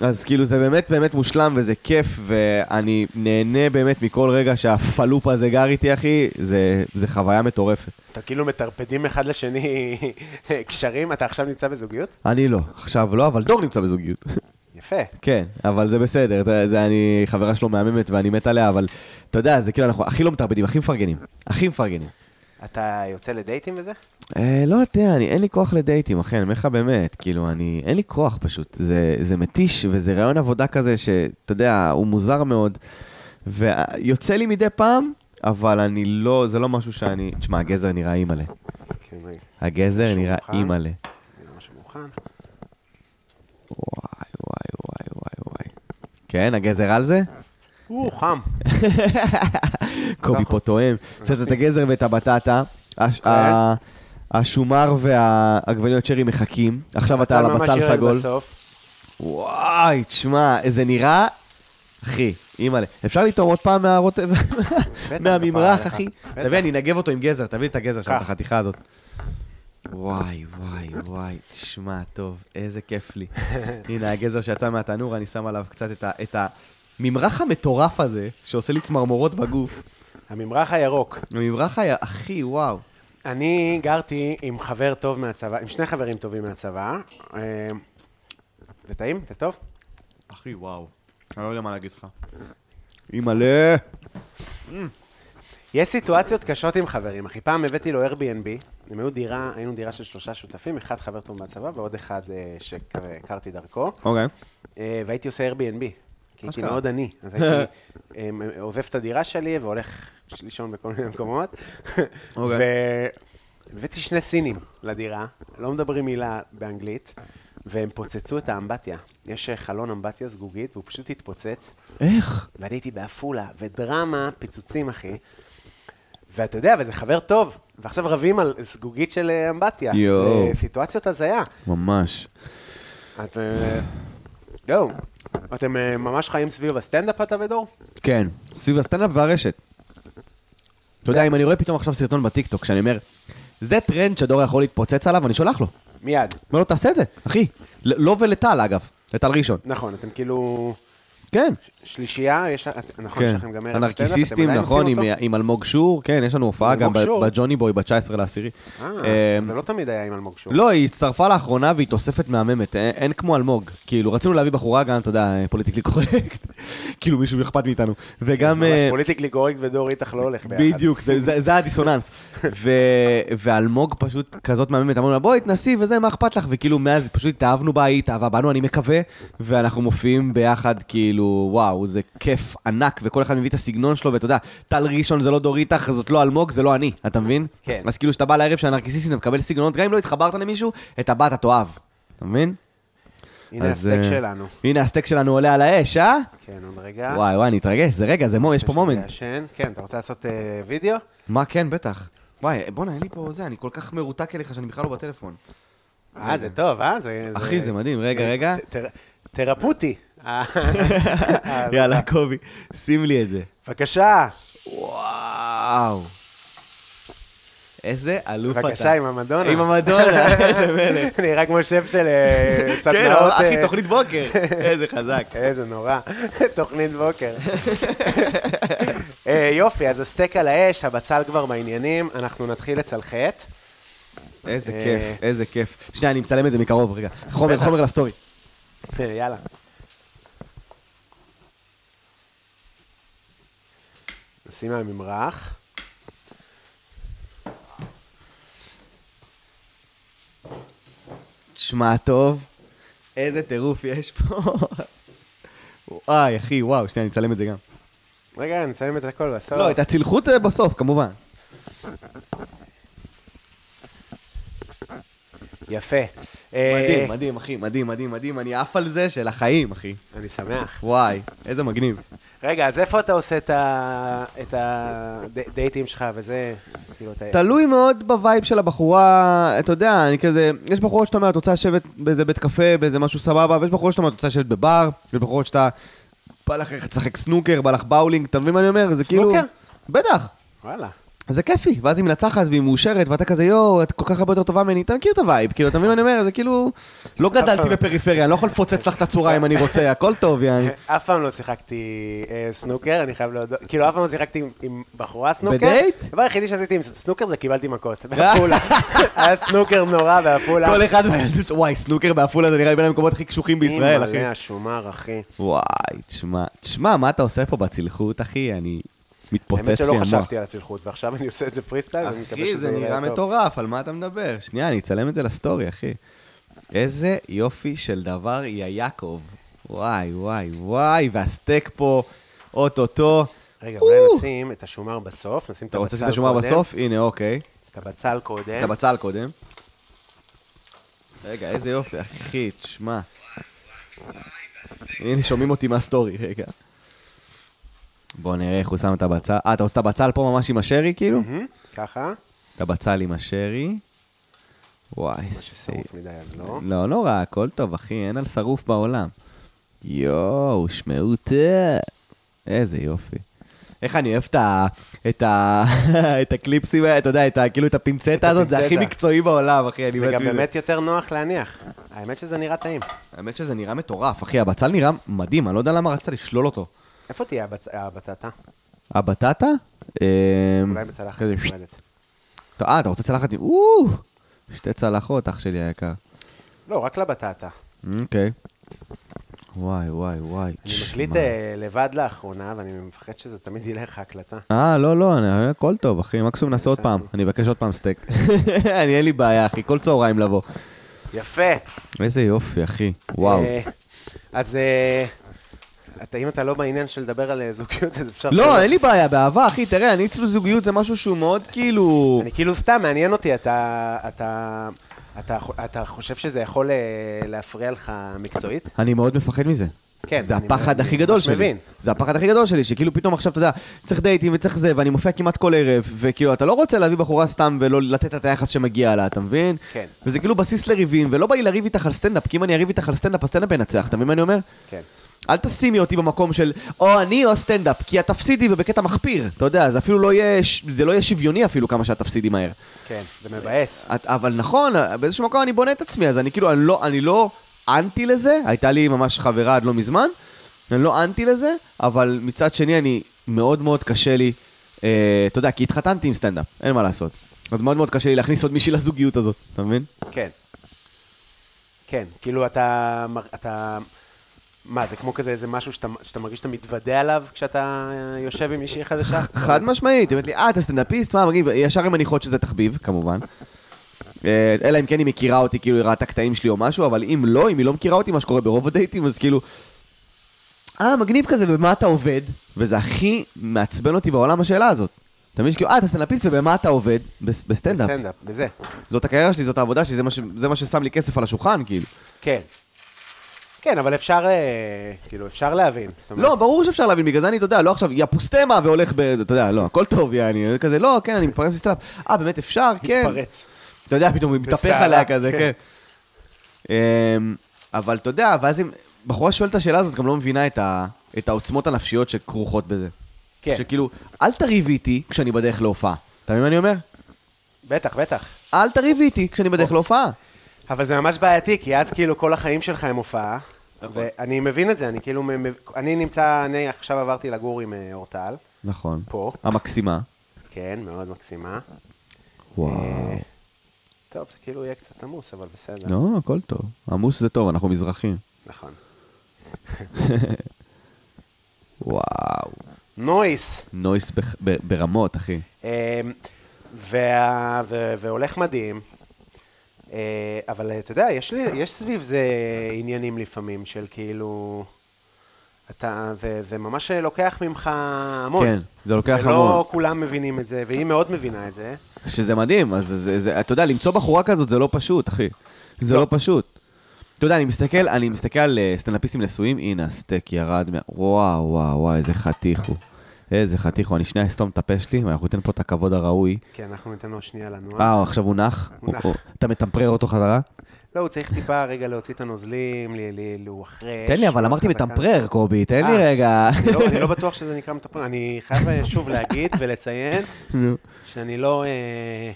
Speaker 3: אז כאילו, זה באמת באמת מושלם וזה כיף, ואני נהנה באמת מכל רגע שהפלופ הזה גר איתי, אחי, זה, זה חוויה מטורפת.
Speaker 2: אתה כאילו מטרפדים אחד לשני קשרים, אתה עכשיו נמצא בזוגיות?
Speaker 3: אני לא, עכשיו לא, אבל דור נמצא בזוגיות.
Speaker 2: יפה.
Speaker 3: כן, אבל זה בסדר, אתה- זה אני, חברה שלו מהממת ואני מת עליה, אבל אתה יודע, זה כאילו, אנחנו הכי לא מתרבדים, הכי מפרגנים, הכי מפרגנים.
Speaker 2: אתה יוצא לדייטים וזה?
Speaker 3: אה, לא יודע, אני, אין לי כוח לדייטים, אחי, אני אומר לך באמת, כאילו, אני, אין לי כוח פשוט. זה, זה מתיש, וזה רעיון עבודה כזה שאתה יודע, הוא מוזר מאוד, ויוצא לי מדי פעם, אבל אני לא, זה לא משהו שאני... תשמע, הגזר נראה אימא'לה.
Speaker 2: כן, רגע,
Speaker 3: הגזר
Speaker 2: שהוא
Speaker 3: נראה
Speaker 2: מוכן?
Speaker 3: אימא'לה.
Speaker 2: אני ממש מוכן.
Speaker 3: וואי, וואי, וואי, וואי, וואי. כן, הגזר על זה?
Speaker 2: הוא חם. נכון.
Speaker 3: קובי פה טועם. קצת את הגזר ואת הבטטה. הש-
Speaker 2: כן.
Speaker 3: ה- השומר והעגבניות שרי מחכים. עכשיו אתה על
Speaker 2: ממש
Speaker 3: הבצל
Speaker 2: ירד
Speaker 3: סגול.
Speaker 2: בסוף.
Speaker 3: וואי, תשמע, זה נראה... אחי, אימא'לה. אפשר לטעום עוד פעם מהרוטב? מהממרח,
Speaker 2: כפרה
Speaker 3: אחי?
Speaker 2: עליך. בטח.
Speaker 3: תביא, אני אנגב אותו עם גזר, תביא לי את הגזר שם, את
Speaker 2: קח.
Speaker 3: החתיכה הזאת. וואי, וואי, וואי, שמע, טוב, איזה כיף לי. הנה, הגזר שיצא מהתנור, אני שם עליו קצת את ה- את הממרח המטורף הזה, שעושה לי צמרמורות בגוף.
Speaker 2: הממרח הירוק.
Speaker 3: הממרח היה, אחי, וואו.
Speaker 2: אני גרתי עם חבר טוב מהצבא, עם שני חברים טובים מהצבא. אה, זה טעים? זה טוב?
Speaker 3: אחי, וואו. אני לא יודע מה להגיד לך. אימא'לה.
Speaker 2: יש סיטואציות קשות עם חברים, אחי. פעם הבאתי לו Airbnb, הם היו דירה, היינו דירה של שלושה שותפים, אחד חבר טוב מהצבא ועוד אחד אה, שהכרתי דרכו,
Speaker 3: אוקיי.
Speaker 2: אה, והייתי עושה Airbnb, כי הייתי
Speaker 3: אשכרה.
Speaker 2: מאוד עני. אז הייתי אה, עוזב את הדירה שלי והולך לישון בכל מיני מקומות.
Speaker 3: אוקיי.
Speaker 2: ו- הבאתי שני סינים לדירה, לא מדברים מילה באנגלית, והם פוצצו את האמבטיה. יש אה, חלון אמבטיה זגוגית, והוא פשוט התפוצץ.
Speaker 3: איך?
Speaker 2: ואני הייתי בעפולה, ודרמה, פיצוצים, אחי. ואתה יודע, וזה חבר טוב, ועכשיו רבים על זגוגית של אה, אמבטיה.
Speaker 3: יואו.
Speaker 2: זה סיטואציות הזיה.
Speaker 3: ממש.
Speaker 2: את... אה, זהו. אתם אה, ממש חיים סביב הסטנדאפ אתה ודור?
Speaker 3: כן, סביב הסטנדאפ והרשת. אתה יודע, אם אני רואה פתאום עכשיו סרטון בטיקטוק, שאני אומר, זה טרנד שדור יכול להתפוצץ עליו, אני שולח לו.
Speaker 2: מיד.
Speaker 3: אומר לו, תעשה את זה, אחי. ל- לא ולטל, אגב. לטל ראשון.
Speaker 2: נכון, אתם כאילו
Speaker 3: כן.
Speaker 2: שלישייה, יש... את- נכון, יש
Speaker 3: כן.
Speaker 2: לכם גם ערב סטנדאפ,
Speaker 3: הנרקיסיסטים, נכון, עם- עם אלמוג שור, כן, יש לנו הופעה
Speaker 2: אלמוג
Speaker 3: גם ב-
Speaker 2: שור.
Speaker 3: בג'וני בוי, ב-19 לעשירי.
Speaker 2: אה, זה לא תמיד היה עם אלמוג שור.
Speaker 3: לא, היא הצטרפה לאחרונה והיא תוספת מהממת, אין, אין כמו אלמוג. כאילו, רצינו להביא בחורה גם, אתה יודע, אה, פוליטיקלי קורקט. כאילו, מישהו אכפת מאיתנו. וגם...
Speaker 2: כן, ממש
Speaker 3: אה,
Speaker 2: פוליטיקלי גורג ודור איתך לא הולך ביחד.
Speaker 3: בדיוק, זה, זה, זה הדיסוננס. ו, ואלמוג פשוט כזאת מהממת, אמרנו לה, בואי, תנסי וזה, מה אכפת לך? וכאילו, מאז פשוט התאהבנו בה, היא התאהבה בנו, אני מקווה, ואנחנו מופיעים ביחד, כאילו, וואו, זה כיף ענק, וכל אחד מביא את הסגנון שלו, ואתה יודע, טל ראשון זה לא דור איתך, זאת לא אלמוג, זה לא אני, אתה מבין?
Speaker 2: כן.
Speaker 3: אז כאילו, כשאתה בא לערב של הנרקיסיסטים, אתה מקבל סגנונות, גם אם לא התחברת למישהו, את הבא אתה תאהב, אתה מבין?
Speaker 2: הנה
Speaker 3: אז,
Speaker 2: הסטייק
Speaker 3: אה,
Speaker 2: שלנו.
Speaker 3: הנה, הסטייק שלנו עולה על האש, אה?
Speaker 2: כן, עוד רגע.
Speaker 3: וואי, וואי, אני מתרגש, זה רגע, זה מום, יש פה
Speaker 2: רוצה
Speaker 3: מומנט.
Speaker 2: שנעשן. כן, אתה רוצה לעשות אה, וידאו?
Speaker 3: מה כן, בטח. וואי, בואנה, אין לי פה זה, אני כל כך מרותק אליך שאני בכלל לא בטלפון.
Speaker 2: אה, זה טוב, אה? זה... אה,
Speaker 3: אחי, זה מדהים, רגע, רגע.
Speaker 2: ת- תר- תרפוטי. אה,
Speaker 3: יאללה, קובי, שים לי את זה.
Speaker 2: בבקשה,
Speaker 3: וואו. איזה אלוף אתה.
Speaker 2: בבקשה, עם המדונה.
Speaker 3: עם המדונה, איזה מלך.
Speaker 2: נראה כמו שף של אה, סדנאות...
Speaker 3: כן, אבל אחי,
Speaker 2: אה,
Speaker 3: תוכנית בוקר. איזה חזק.
Speaker 2: איזה נורא, תוכנית בוקר. אה, יופי, אז הסטייק על האש, הבצל כבר בעניינים, אנחנו נתחיל לצלחת.
Speaker 3: איזה
Speaker 2: אה.
Speaker 3: כיף, איזה כיף. שנייה, אני מצלם את זה מקרוב, רגע. חומר, חומר לסטורי.
Speaker 2: אה, יאללה. נשים מהממרח.
Speaker 3: תשמע טוב, איזה טירוף יש פה. וואי, אחי, וואו, שנייה, אני אצלם את זה גם.
Speaker 2: רגע, נסיים את הכל בסוף.
Speaker 3: לא, את הצלחות אה, בסוף, כמובן.
Speaker 2: יפה. אה,
Speaker 3: מדהים, מדהים, אחי, מדהים, מדהים, מדהים, אני עף על זה של החיים, אחי.
Speaker 2: אני שמח.
Speaker 3: וואי, איזה מגניב.
Speaker 2: רגע, אז איפה אתה עושה את ה- את הדייטים שלך וזה? כאילו, אתה...
Speaker 3: תלוי מאוד בווייב של הבחורה, אתה יודע, אני כזה, יש בחורות שאתה אומר, את רוצה לשבת באיזה בית קפה, באיזה משהו סבבה, ויש בחורות שאתה אומר, את רוצה לשבת בבר, ויש בחורות שאתה, בא לך ללכת לשחק סנוקר, בא לך באולינג, אתה מבין מה אני אומר? זה כאילו...
Speaker 2: סנוקר?
Speaker 3: בטח.
Speaker 2: וואלה.
Speaker 3: זה כיפי, ואז היא מנצחת והיא מאושרת, ואתה כזה יואו, את כל כך הרבה יותר טובה ממני, אתה מכיר את הווייב, כאילו, אתה מבין מה אני אומר? זה כאילו, לא גדלתי בפריפריה, אני לא יכול לפוצץ לך את הצורה אם אני רוצה, הכל טוב, יעני.
Speaker 2: אף פעם לא שיחקתי אה, סנוקר, אני חייב להודות. כאילו, אף פעם לא שיחקתי עם- עם בחורה סנוקר.
Speaker 3: בדייט?
Speaker 2: הדבר היחידי שעשיתי עם סנוקר זה קיבלתי מכות. בעפולה. היה סנוקר נורא בעפולה.
Speaker 3: כל אחד מהילדות, וואי, סנוקר בעפולה זה נראה לי בין המקומות הכי קשוחים בישראל, אחי.
Speaker 2: אימא'לה, השומר, אחי.
Speaker 3: וואי, תשמע, תשמע, מה אתה עושה פה בצלחות, אחי? אני מתפוצץ לי
Speaker 2: האמת שלא
Speaker 3: המוח.
Speaker 2: חשבתי על הצלחות, ועכשיו אני עושה את זה פריסטייל, ואני מקווה
Speaker 3: אחי,
Speaker 2: שזה לא
Speaker 3: זה
Speaker 2: יהיה
Speaker 3: נראה
Speaker 2: טוב.
Speaker 3: מטורף, על מה אתה מדבר? שנייה, אני אצלם את זה לסטורי, אחי. איזה יופי של דבר, יא יעקב. וואי, וואי, וואי, והסטייק פה, אוטוטו.
Speaker 2: רגע, אולי נשים את השומר בסוף, נשים את
Speaker 3: אתה
Speaker 2: הבצל קודם.
Speaker 3: רוצה לשים את השומר בסוף? הנה, אוקיי.
Speaker 2: את הבצל
Speaker 3: את
Speaker 2: קודם.
Speaker 3: הבצל קודם. רגע, איזה יופי, אחי, תשמע. הנה, שומעים אותי מהסטורי, רגע. בוא נראה איך הוא שם את הבצל. אה, אתה עושה את הבצל פה ממש עם השרי, כאילו?
Speaker 2: מהמם, ככה.
Speaker 3: את הבצל עם השרי. וואי, איזה...
Speaker 2: ששרוף מדי, אז לא.
Speaker 3: לא, לא רע, הכל טוב, אחי, אין על שרוף בעולם. יואו, שמעו תה. איזה יופי. איך אני אוהב את ה... את ה... את הקליפסים האלה, אתה יודע, את ה... כאילו את
Speaker 2: את
Speaker 3: הפינצטה הזאת, זה הכי
Speaker 2: הפינצטה.
Speaker 3: מקצועי בעולם, אחי, אני
Speaker 2: זה
Speaker 3: מת
Speaker 2: גם
Speaker 3: מזה.
Speaker 2: באמת יותר נוח להניח. האמת שזה נראה טעים.
Speaker 3: האמת שזה נראה מטורף, אחי, הבצל נראה מדהים, אני לא יודע למה רצת לשלול אותו.
Speaker 2: איפה תהיה הבצ- הבטטה?
Speaker 3: הבטטה? אמ,
Speaker 2: אולי בצלחת
Speaker 3: כזה,
Speaker 2: נפרדת.
Speaker 3: אתה- אה, אתה רוצה צלחת? עם- או, שתי צלחות, אח שלי היקר.
Speaker 2: לא, רק לבטטה.
Speaker 3: אוקיי. וואי, וואי, וואי.
Speaker 2: אני מקליט
Speaker 3: תשמע.
Speaker 2: אה, לבד לאחרונה, ואני מפחד שזה תמיד ילך ההקלטה.
Speaker 3: אה, לא, לא, אני- הכל טוב, אחי, מקסימום נעשה עוד פעם. אני אבקש עוד פעם סטייק. אני, אין לי בעיה, אחי, כל צהריים לבוא.
Speaker 2: יפה.
Speaker 3: איזה יופי, אחי. וואו.
Speaker 2: אה, אז אה, אתה- אם אתה לא בעניין של לדבר על אה, זוגיות, אז אפשר...
Speaker 3: לא,
Speaker 2: שלא.
Speaker 3: אין לי בעיה, באהבה, אחי, תראה, אני אצלו זוגיות זה משהו שהוא מאוד כאילו...
Speaker 2: אני כאילו סתם, מעניין אותי, אתה... אתה... אתה, אתה חושב שזה יכול אה, להפריע לך מקצועית?
Speaker 3: אני מאוד מפחד מזה.
Speaker 2: כן,
Speaker 3: זה
Speaker 2: אני
Speaker 3: הפחד
Speaker 2: מבין,
Speaker 3: הכי
Speaker 2: אני
Speaker 3: גדול
Speaker 2: ממש
Speaker 3: שלי.
Speaker 2: מבין.
Speaker 3: זה הפחד הכי גדול שלי, שכאילו פתאום עכשיו, אתה יודע, צריך דייטים וצריך זה, ואני מופיע כמעט כל ערב, וכאילו, אתה לא רוצה להביא בחורה סתם ולא לתת לה את היחס שמגיע לה, אתה מבין?
Speaker 2: כן.
Speaker 3: וזה כאילו בסיס לריבים, ולא בא לי לריב איתך על סטנדאפ, כי אם אני אריב איתך על סטנדאפ, הסטנדאפ ינצח, אתה מבין מה אני אומר?
Speaker 2: כן.
Speaker 3: אל תשימי אותי במקום של או אני או סטנדאפ, כי את תפסידי ובקטע מחפיר, אתה יודע, זה אפילו לא יהיה, ש- זה לא יהיה שוויוני אפילו כמה שאת תפסידי מהר.
Speaker 2: כן, זה מבאס.
Speaker 3: את, אבל נכון, באיזשהו מקום אני בונה את עצמי, אז אני כאילו, אני לא, אני לא אנטי לזה, הייתה לי ממש חברה עד לא מזמן, אני לא אנטי לזה, אבל מצד שני אני, מאוד מאוד קשה לי, אה, אתה יודע, כי התחתנתי עם סטנדאפ, אין מה לעשות. אז מאוד מאוד קשה לי להכניס עוד מישהי לזוגיות הזאת, אתה מבין?
Speaker 2: כן. כן, כאילו אתה... מר- אתה... מה, זה כמו כזה איזה משהו שאתה, שאתה מרגיש שאתה מתוודה עליו כשאתה אה, יושב עם מישהי חדשה?
Speaker 3: חד משמעית, היא אומרת לי, אה, אתה סטנדאפיסט? מה, מגניב? ישר עם מניחות שזה תחביב, כמובן. אה, אלא אם כן היא מכירה אותי, כאילו היא ראתה קטעים שלי או משהו, אבל אם לא, אם היא לא מכירה אותי, מה שקורה ברוב הדייטים, אז כאילו... אה, מגניב כזה, ובמה אתה עובד? וזה הכי מעצבן אותי בעולם השאלה הזאת. אתה מבין שכאילו, אה, אתה סטנדאפיסט, ובמה אתה עובד? בס- בסטנדאפ.
Speaker 2: סטנדאפ, בזה.
Speaker 3: זאת הקריירה שלי, זאת העבודה שלי, זה מה ש- זה מה ששם לי כסף על השולחן, כאילו.
Speaker 2: כן. כן, אבל אפשר, אה, כאילו, אפשר להבין. זאת אומרת,
Speaker 3: לא, ברור שאפשר להבין, בגלל זה אני, אתה יודע, לא עכשיו, יא פוסטמה, והולך ב... אתה יודע, לא, הכל טוב, יעני, כזה, לא, כן, אני מתפרץ בסטנדאפ. אה, באמת אפשר? כן.
Speaker 2: מתפרץ.
Speaker 3: אתה יודע, פתאום הוא מתהפך
Speaker 2: בסערה,
Speaker 3: עליה כזה,
Speaker 2: כן.
Speaker 3: כן. אמ, אבל אתה יודע, ואז אם... בחורה שואלת את השאלה הזאת, גם לא מבינה את, ה... את העוצמות הנפשיות שכרוכות בזה.
Speaker 2: כן.
Speaker 3: שכאילו, אל תריב איתי כשאני בדרך להופעה. אתה מבין מה אני אומר?
Speaker 2: בטח, בטח.
Speaker 3: אל תריב איתי כשאני בדרך להופעה.
Speaker 2: אבל זה ממש בעייתי, כי אז כאילו כל החיים שלך הם הופעה. ואני מבין את זה, אני כאילו, מ- מ- אני נמצא, אני עכשיו עברתי לגור עם אה, אורטל,
Speaker 3: נכון.
Speaker 2: פה.
Speaker 3: המקסימה.
Speaker 2: כן, מאוד מקסימה.
Speaker 3: וואו.
Speaker 2: אה, טוב, זה כאילו יהיה קצת עמוס, אבל בסדר.
Speaker 3: לא, הכל טוב. עמוס זה טוב, אנחנו מזרחים.
Speaker 2: נכון.
Speaker 3: וואו.
Speaker 2: נויס.
Speaker 3: נויס בח- ב- ברמות, אחי.
Speaker 2: אה, וה- ו- והולך מדהים. אה, אבל אה, אתה יודע, יש, לי, יש סביב זה עניינים לפעמים של כאילו... אתה, זה, זה ממש לוקח ממך המון.
Speaker 3: כן, זה לוקח המון.
Speaker 2: ולא כולם מבינים את זה, והיא מאוד מבינה את זה.
Speaker 3: שזה מדהים, אז זה, זה, אתה יודע, למצוא בחורה כזאת זה לא פשוט, אחי. זה
Speaker 2: לא.
Speaker 3: לא, לא פשוט. אתה יודע, אני מסתכל, אני מסתכל על אה, סטנדאפיסטים נשואים, הנה, הסטייק ירד מה... וואו, וואו, וואו, איזה חתיך הוא. איזה חתיך הוא. אני שנייה אסתום את הפה שלי, ואנחנו ניתן פה את הכבוד הראוי.
Speaker 2: כן, אנחנו ניתן לו שנייה לנוע.
Speaker 3: אה, עכשיו הוא נח?
Speaker 2: הוא נח.
Speaker 3: הוא- אתה מטמפרר אותו חזרה?
Speaker 2: לא, הוא צריך טיפה רגע להוציא את הנוזלים, ל- ל- לוחש.
Speaker 3: תן לי, אבל אמרתי
Speaker 2: חזקה.
Speaker 3: מטמפרר, קובי, תן לי
Speaker 2: אה.
Speaker 3: רגע.
Speaker 2: אני לא- אני לא בטוח שזה נקרא מטפל, אני חייב אה, שוב להגיד ולציין
Speaker 3: נו.
Speaker 2: שאני לא אה,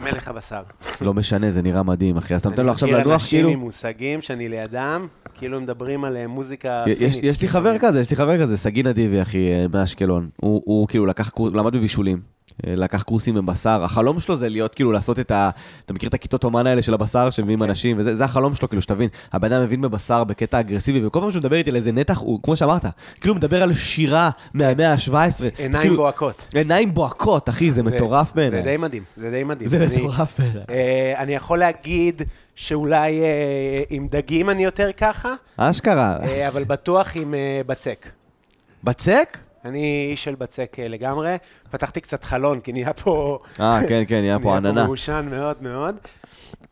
Speaker 2: מלך הבשר.
Speaker 3: לא משנה, זה נראה מדהים, אחי. אז אתה נותן לו עכשיו
Speaker 2: אני מכיר
Speaker 3: לנוח,
Speaker 2: אנשים
Speaker 3: כאילו...
Speaker 2: עם מושגים שאני לידם, כאילו הם מדברים על אה, מוזיקה
Speaker 3: יש-
Speaker 2: פינית.
Speaker 3: יש לי חבר כזה, יש לי חבר כזה, שגיא נדיבי, אחי, אה, מאשקלון. הוא הוא כאילו לקח קורס, למד בבישולים. אה, לקח קורסים בבשר, החלום שלו זה להיות כאילו לעשות את ה... אתה מכיר את הכיתות אומן האלה של הבשר
Speaker 2: כן.
Speaker 3: שמביאים אנשים, וזה זה החלום שלו, כאילו שתבין, הבן אדם מבין בבשר בקטע אגרסיבי, וכל פעם שהוא מדבר איתי על איזה נתח, הוא, כמו שאמרת, כאילו מדבר על שירה מהמאה ה-17. כאילו,
Speaker 2: עיניים בוהקות.
Speaker 3: עיניים בוהקות, אחי,
Speaker 2: זה-
Speaker 3: זה מטורף
Speaker 2: זה די
Speaker 3: בעיניי.
Speaker 2: מדהים, זה די מדהים.
Speaker 3: זה
Speaker 2: אני-
Speaker 3: מטורף בעיניי.
Speaker 2: אה, אני יכול להגיד שאולי אה, עם דגים אני יותר ככה,
Speaker 3: אשכרה.
Speaker 2: אה, אבל בטוח עם אה, בצק.
Speaker 3: בצק?
Speaker 2: אני איש של בצק אה, לגמרי. פתחתי קצת חלון, כי נהיה פה...
Speaker 3: אה, כן, כן, נהיה פה עננה.
Speaker 2: נהיה פה מעושן מאוד מאוד.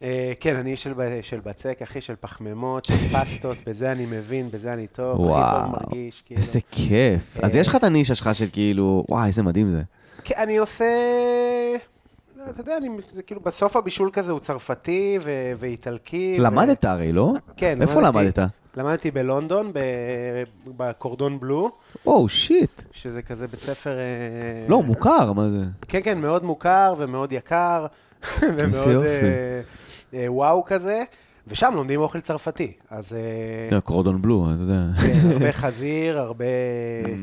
Speaker 2: אה, כן, אני איש של, ב- של בצק, אחי, של פחמימות, של פסטות, בזה אני מבין, בזה אני טוב, הכי
Speaker 3: וואו,
Speaker 2: טוב מרגיש. כאילו.
Speaker 3: איזה כיף. אז
Speaker 2: אה.
Speaker 3: יש לך את הנישה שלך של כאילו, וואי, איזה מדהים זה.
Speaker 2: כן, אני עושה... לא, אתה יודע, אני, זה כאילו, בסוף הבישול כזה הוא צרפתי ו- ואיטלקי. ו-
Speaker 3: למדת הרי, לא?
Speaker 2: כן,
Speaker 3: איפה למדת?
Speaker 2: למדתי- למדתי בלונדון, ב- בקורדון בלו,
Speaker 3: וואו, שיט.
Speaker 2: שזה כזה בית ספר... אה,
Speaker 3: Oh, לא, מוכר, מה זה?
Speaker 2: כן, כן, מאוד מוכר ומאוד יקר, ומאוד
Speaker 3: יופי.
Speaker 2: אה, אה, וואו כזה, ושם לומדים אוכל צרפתי. אז אה,
Speaker 3: כן, קורדון בלו, אתה יודע.
Speaker 2: כן, הרבה חזיר, הרבה
Speaker 3: Mm.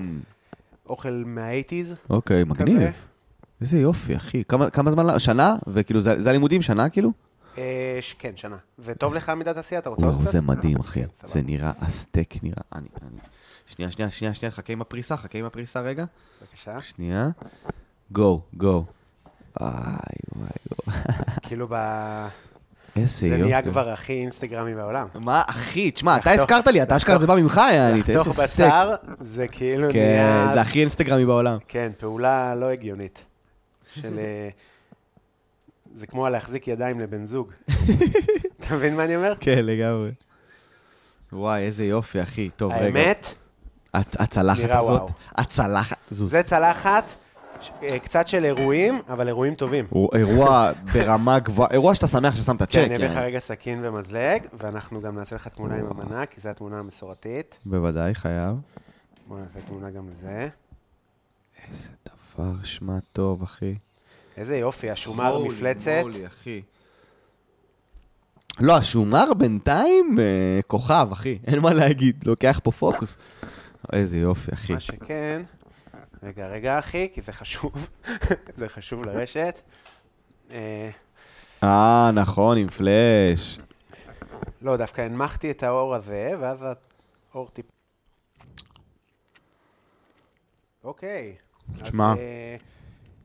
Speaker 2: אוכל מהאייטיז.
Speaker 3: אוקיי,
Speaker 2: כזה.
Speaker 3: מגניב. איזה יופי, אחי. כמה- כמה זמן? לה- שנה? וכאילו, זה זה הלימודים שנה, כאילו?
Speaker 2: אה, ש- כן, שנה. וטוב לך מידת עשייה, אתה רוצה עוד
Speaker 3: וואו,
Speaker 2: קצת?
Speaker 3: זה מדהים, אחי.
Speaker 2: כן, סבבה.
Speaker 3: זה נראה, הסטייק נראה... אני, אני... שנייה, שנייה, שנייה, שנייה, חכה עם הפריסה, חכה עם הפריסה רגע.
Speaker 2: בבקשה.
Speaker 3: שנייה. גו, גו. וואי, וואי, וואי.
Speaker 2: כאילו, ב-
Speaker 3: איזה
Speaker 2: זה
Speaker 3: יופי.
Speaker 2: נהיה כבר הכי אינסטגרמי בעולם.
Speaker 3: מה, אחי, תשמע, אתה
Speaker 2: לחתוך-
Speaker 3: הזכרת לי, אתה אשכרה זה בא ממך, יעני, איזה
Speaker 2: לחתוך
Speaker 3: סק.
Speaker 2: בשר, זה כאילו
Speaker 3: כן,
Speaker 2: נהיה...
Speaker 3: זה הכי אינסטגרמי בעולם.
Speaker 2: כן, פעולה לא הגיונית. של... אה, זה כמו להחזיק ידיים לבן זוג. אתה מבין מה אני אומר?
Speaker 3: כן, לגמרי. וואי, איזה יופי, אחי. טוב, רגע.
Speaker 2: האמת,
Speaker 3: הצ- הצלחת
Speaker 2: נראה
Speaker 3: הזאת,
Speaker 2: וואו.
Speaker 3: הצלחת, זוז.
Speaker 2: זה צלחת, ש- אה, קצת של אירועים, אבל אירועים טובים.
Speaker 3: הוא אירוע ברמה גבוהה, אירוע שאתה שמח ששמת צ'ק.
Speaker 2: כן, אני אביא לך
Speaker 3: יעני.
Speaker 2: רגע סכין ומזלג, ואנחנו גם נעשה לך תמונה עם המנה, כי זו התמונה המסורתית.
Speaker 3: בוודאי, חייב.
Speaker 2: בואו נעשה תמונה גם לזה.
Speaker 3: איזה דבר שמע טוב, אחי.
Speaker 2: איזה יופי, השומר
Speaker 3: Holy
Speaker 2: מפלצת.
Speaker 3: moly, אחי. לא, השומר בינתיים אה, כוכב, אחי. אין מה להגיד, לוקח פה פוקוס. איזה יופי, אחי.
Speaker 2: מה שכן, רגע, רגע, אחי, כי זה חשוב. זה חשוב לרשת. אה,
Speaker 3: אה, נכון, עם פלאש.
Speaker 2: לא, דווקא הנמכתי את האור הזה, ואז האור טיפ... אוקיי.
Speaker 3: שמע.
Speaker 2: אז, אה,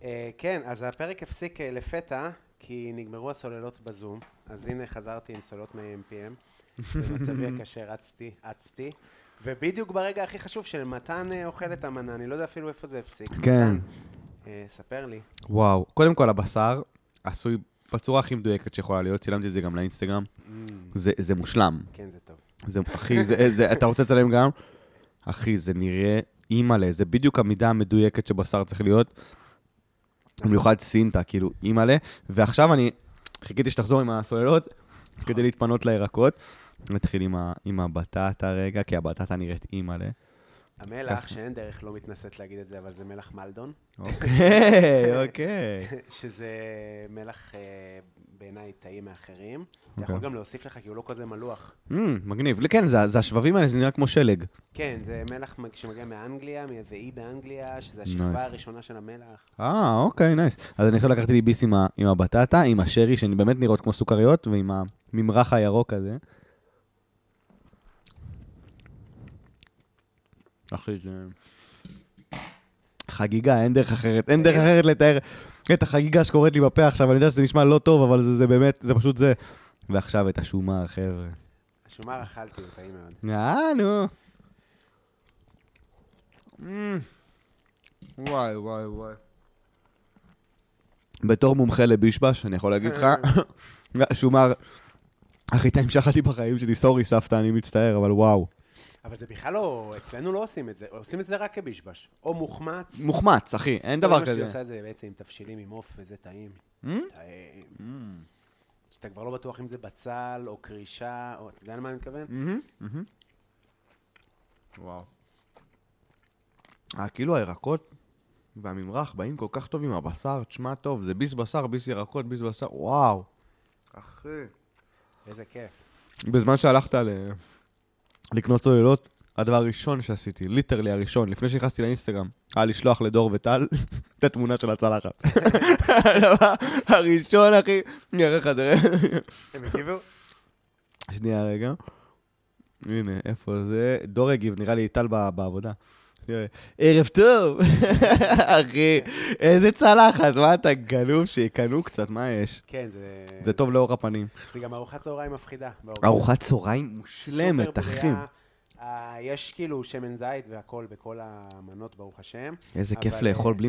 Speaker 2: אה, כן, אז הפרק הפסיק אה, לפתע, כי נגמרו הסוללות בזום, אז הנה חזרתי עם סוללות מ-MPM. במצבי הקשה רצתי, אצתי. ובדיוק ברגע הכי חשוב של מתן אה, אוכל את המנה, אני לא יודע אפילו איפה זה הפסיק.
Speaker 3: כן.
Speaker 2: מתן, אה, ספר לי.
Speaker 3: וואו. קודם כל, הבשר עשוי בצורה הכי מדויקת שיכולה להיות, צילמתי את זה גם לאינסטגרם. זה זה מושלם.
Speaker 2: כן, זה טוב.
Speaker 3: זה, אחי, זה, זה, אתה רוצה לצלם גם? אחי, זה נראה אימא'לה, זה בדיוק המידה המדויקת שבשר צריך להיות. במיוחד סינטה, כאילו, אימא'לה. ועכשיו אני חיכיתי שתחזור עם הסוללות כדי להתפנות לירקות. נתחיל עם, ה, עם הבטטה רגע, כי הבטטה נראית אימא'לה.
Speaker 2: המלח,
Speaker 3: ככה.
Speaker 2: שאין דרך לא מתנשאת להגיד את זה, אבל זה מלח מלדון.
Speaker 3: אוקיי, אוקיי.
Speaker 2: שזה מלח אה, בעיניי טעים מאחרים. אתה יכול
Speaker 3: אוקיי.
Speaker 2: גם להוסיף לך, כי הוא לא כזה מלוח.
Speaker 3: Mm, מגניב. כן, זה, זה השבבים האלה, זה נראה כמו שלג.
Speaker 2: כן, זה מלח מג- שמגיע מאנגליה, מאיזה אי באנגליה, שזה השכבה
Speaker 3: Nice.
Speaker 2: הראשונה של המלח.
Speaker 3: אה, אוקיי, נייס. אז אני עכשיו לקחתי לי ביס עם, ה, עם הבטטה, עם השרי, שהן באמת נראות כמו סוכריות, ועם הממרח הירוק הזה. אחי, זה... חגיגה, אין דרך אחרת. אין דרך אחרת לתאר את החגיגה שקורית לי בפה עכשיו. אני יודע שזה נשמע לא טוב, אבל זה, זה באמת, זה פשוט זה. ועכשיו את השומר, חבר'ה.
Speaker 2: השומר אכלתי, הוא טעים מאוד.
Speaker 3: אה, נו. אמ, וואי, וואי, וואי. בתור מומחה לבישבש, אני יכול להגיד לך, שומר, הכי טעים שאכלתי בחיים שלי, סורי סבתא, אני מצטער, אבל וואו.
Speaker 2: אבל זה בכלל לא, אצלנו לא עושים את זה, עושים את זה רק כבישבש. או מוחמץ.
Speaker 3: מוחמץ, אחי, אין דבר
Speaker 2: אמא שלי
Speaker 3: כזה. אמ?
Speaker 2: עושה את זה בעצם עם תבשילים, עם עוף, וזה טעים. טעים. שאתה כבר לא בטוח אם זה בצל, או קרישה, או... אתה יודע למה אני מתכוון?
Speaker 3: אמ, וואו. אה, כאילו הירקות והממרח באים כל כך טוב עם הבשר, תשמע טוב, זה ביס בשר, ביס ירקות, ביס בשר, וואו. אחי.
Speaker 2: איזה כיף.
Speaker 3: בזמן שהלכת ל... לקנות צוללות, הדבר הראשון שעשיתי, ליטרלי הראשון, לפני שנכנסתי לאינסטגרם, היה לשלוח לדור וטל את התמונה של הצלחת. הדבר הראשון, אחי, אני אראה לך את זה.
Speaker 2: הם הגיבו?
Speaker 3: שנייה, רגע. הנה, איפה זה? דור הגיב, נראה לי טל ב- בעבודה. שנייה, ערב טוב! אחי, איזה צלחת, מה אתה גנוב? שיקנו קצת, מה יש?
Speaker 2: כן, זה...
Speaker 3: זה טוב לא? לאור הפנים.
Speaker 2: זה גם ארוחת צהריים מפחידה. באורגן.
Speaker 3: ארוחת צהריים מושלמת,
Speaker 2: סופר
Speaker 3: אחי.
Speaker 2: בריאה, אה, יש כאילו שמן זית והכול בכל המנות, ברוך השם.
Speaker 3: איזה כיף
Speaker 2: אבל,
Speaker 3: לאכול
Speaker 2: אה,
Speaker 3: בלי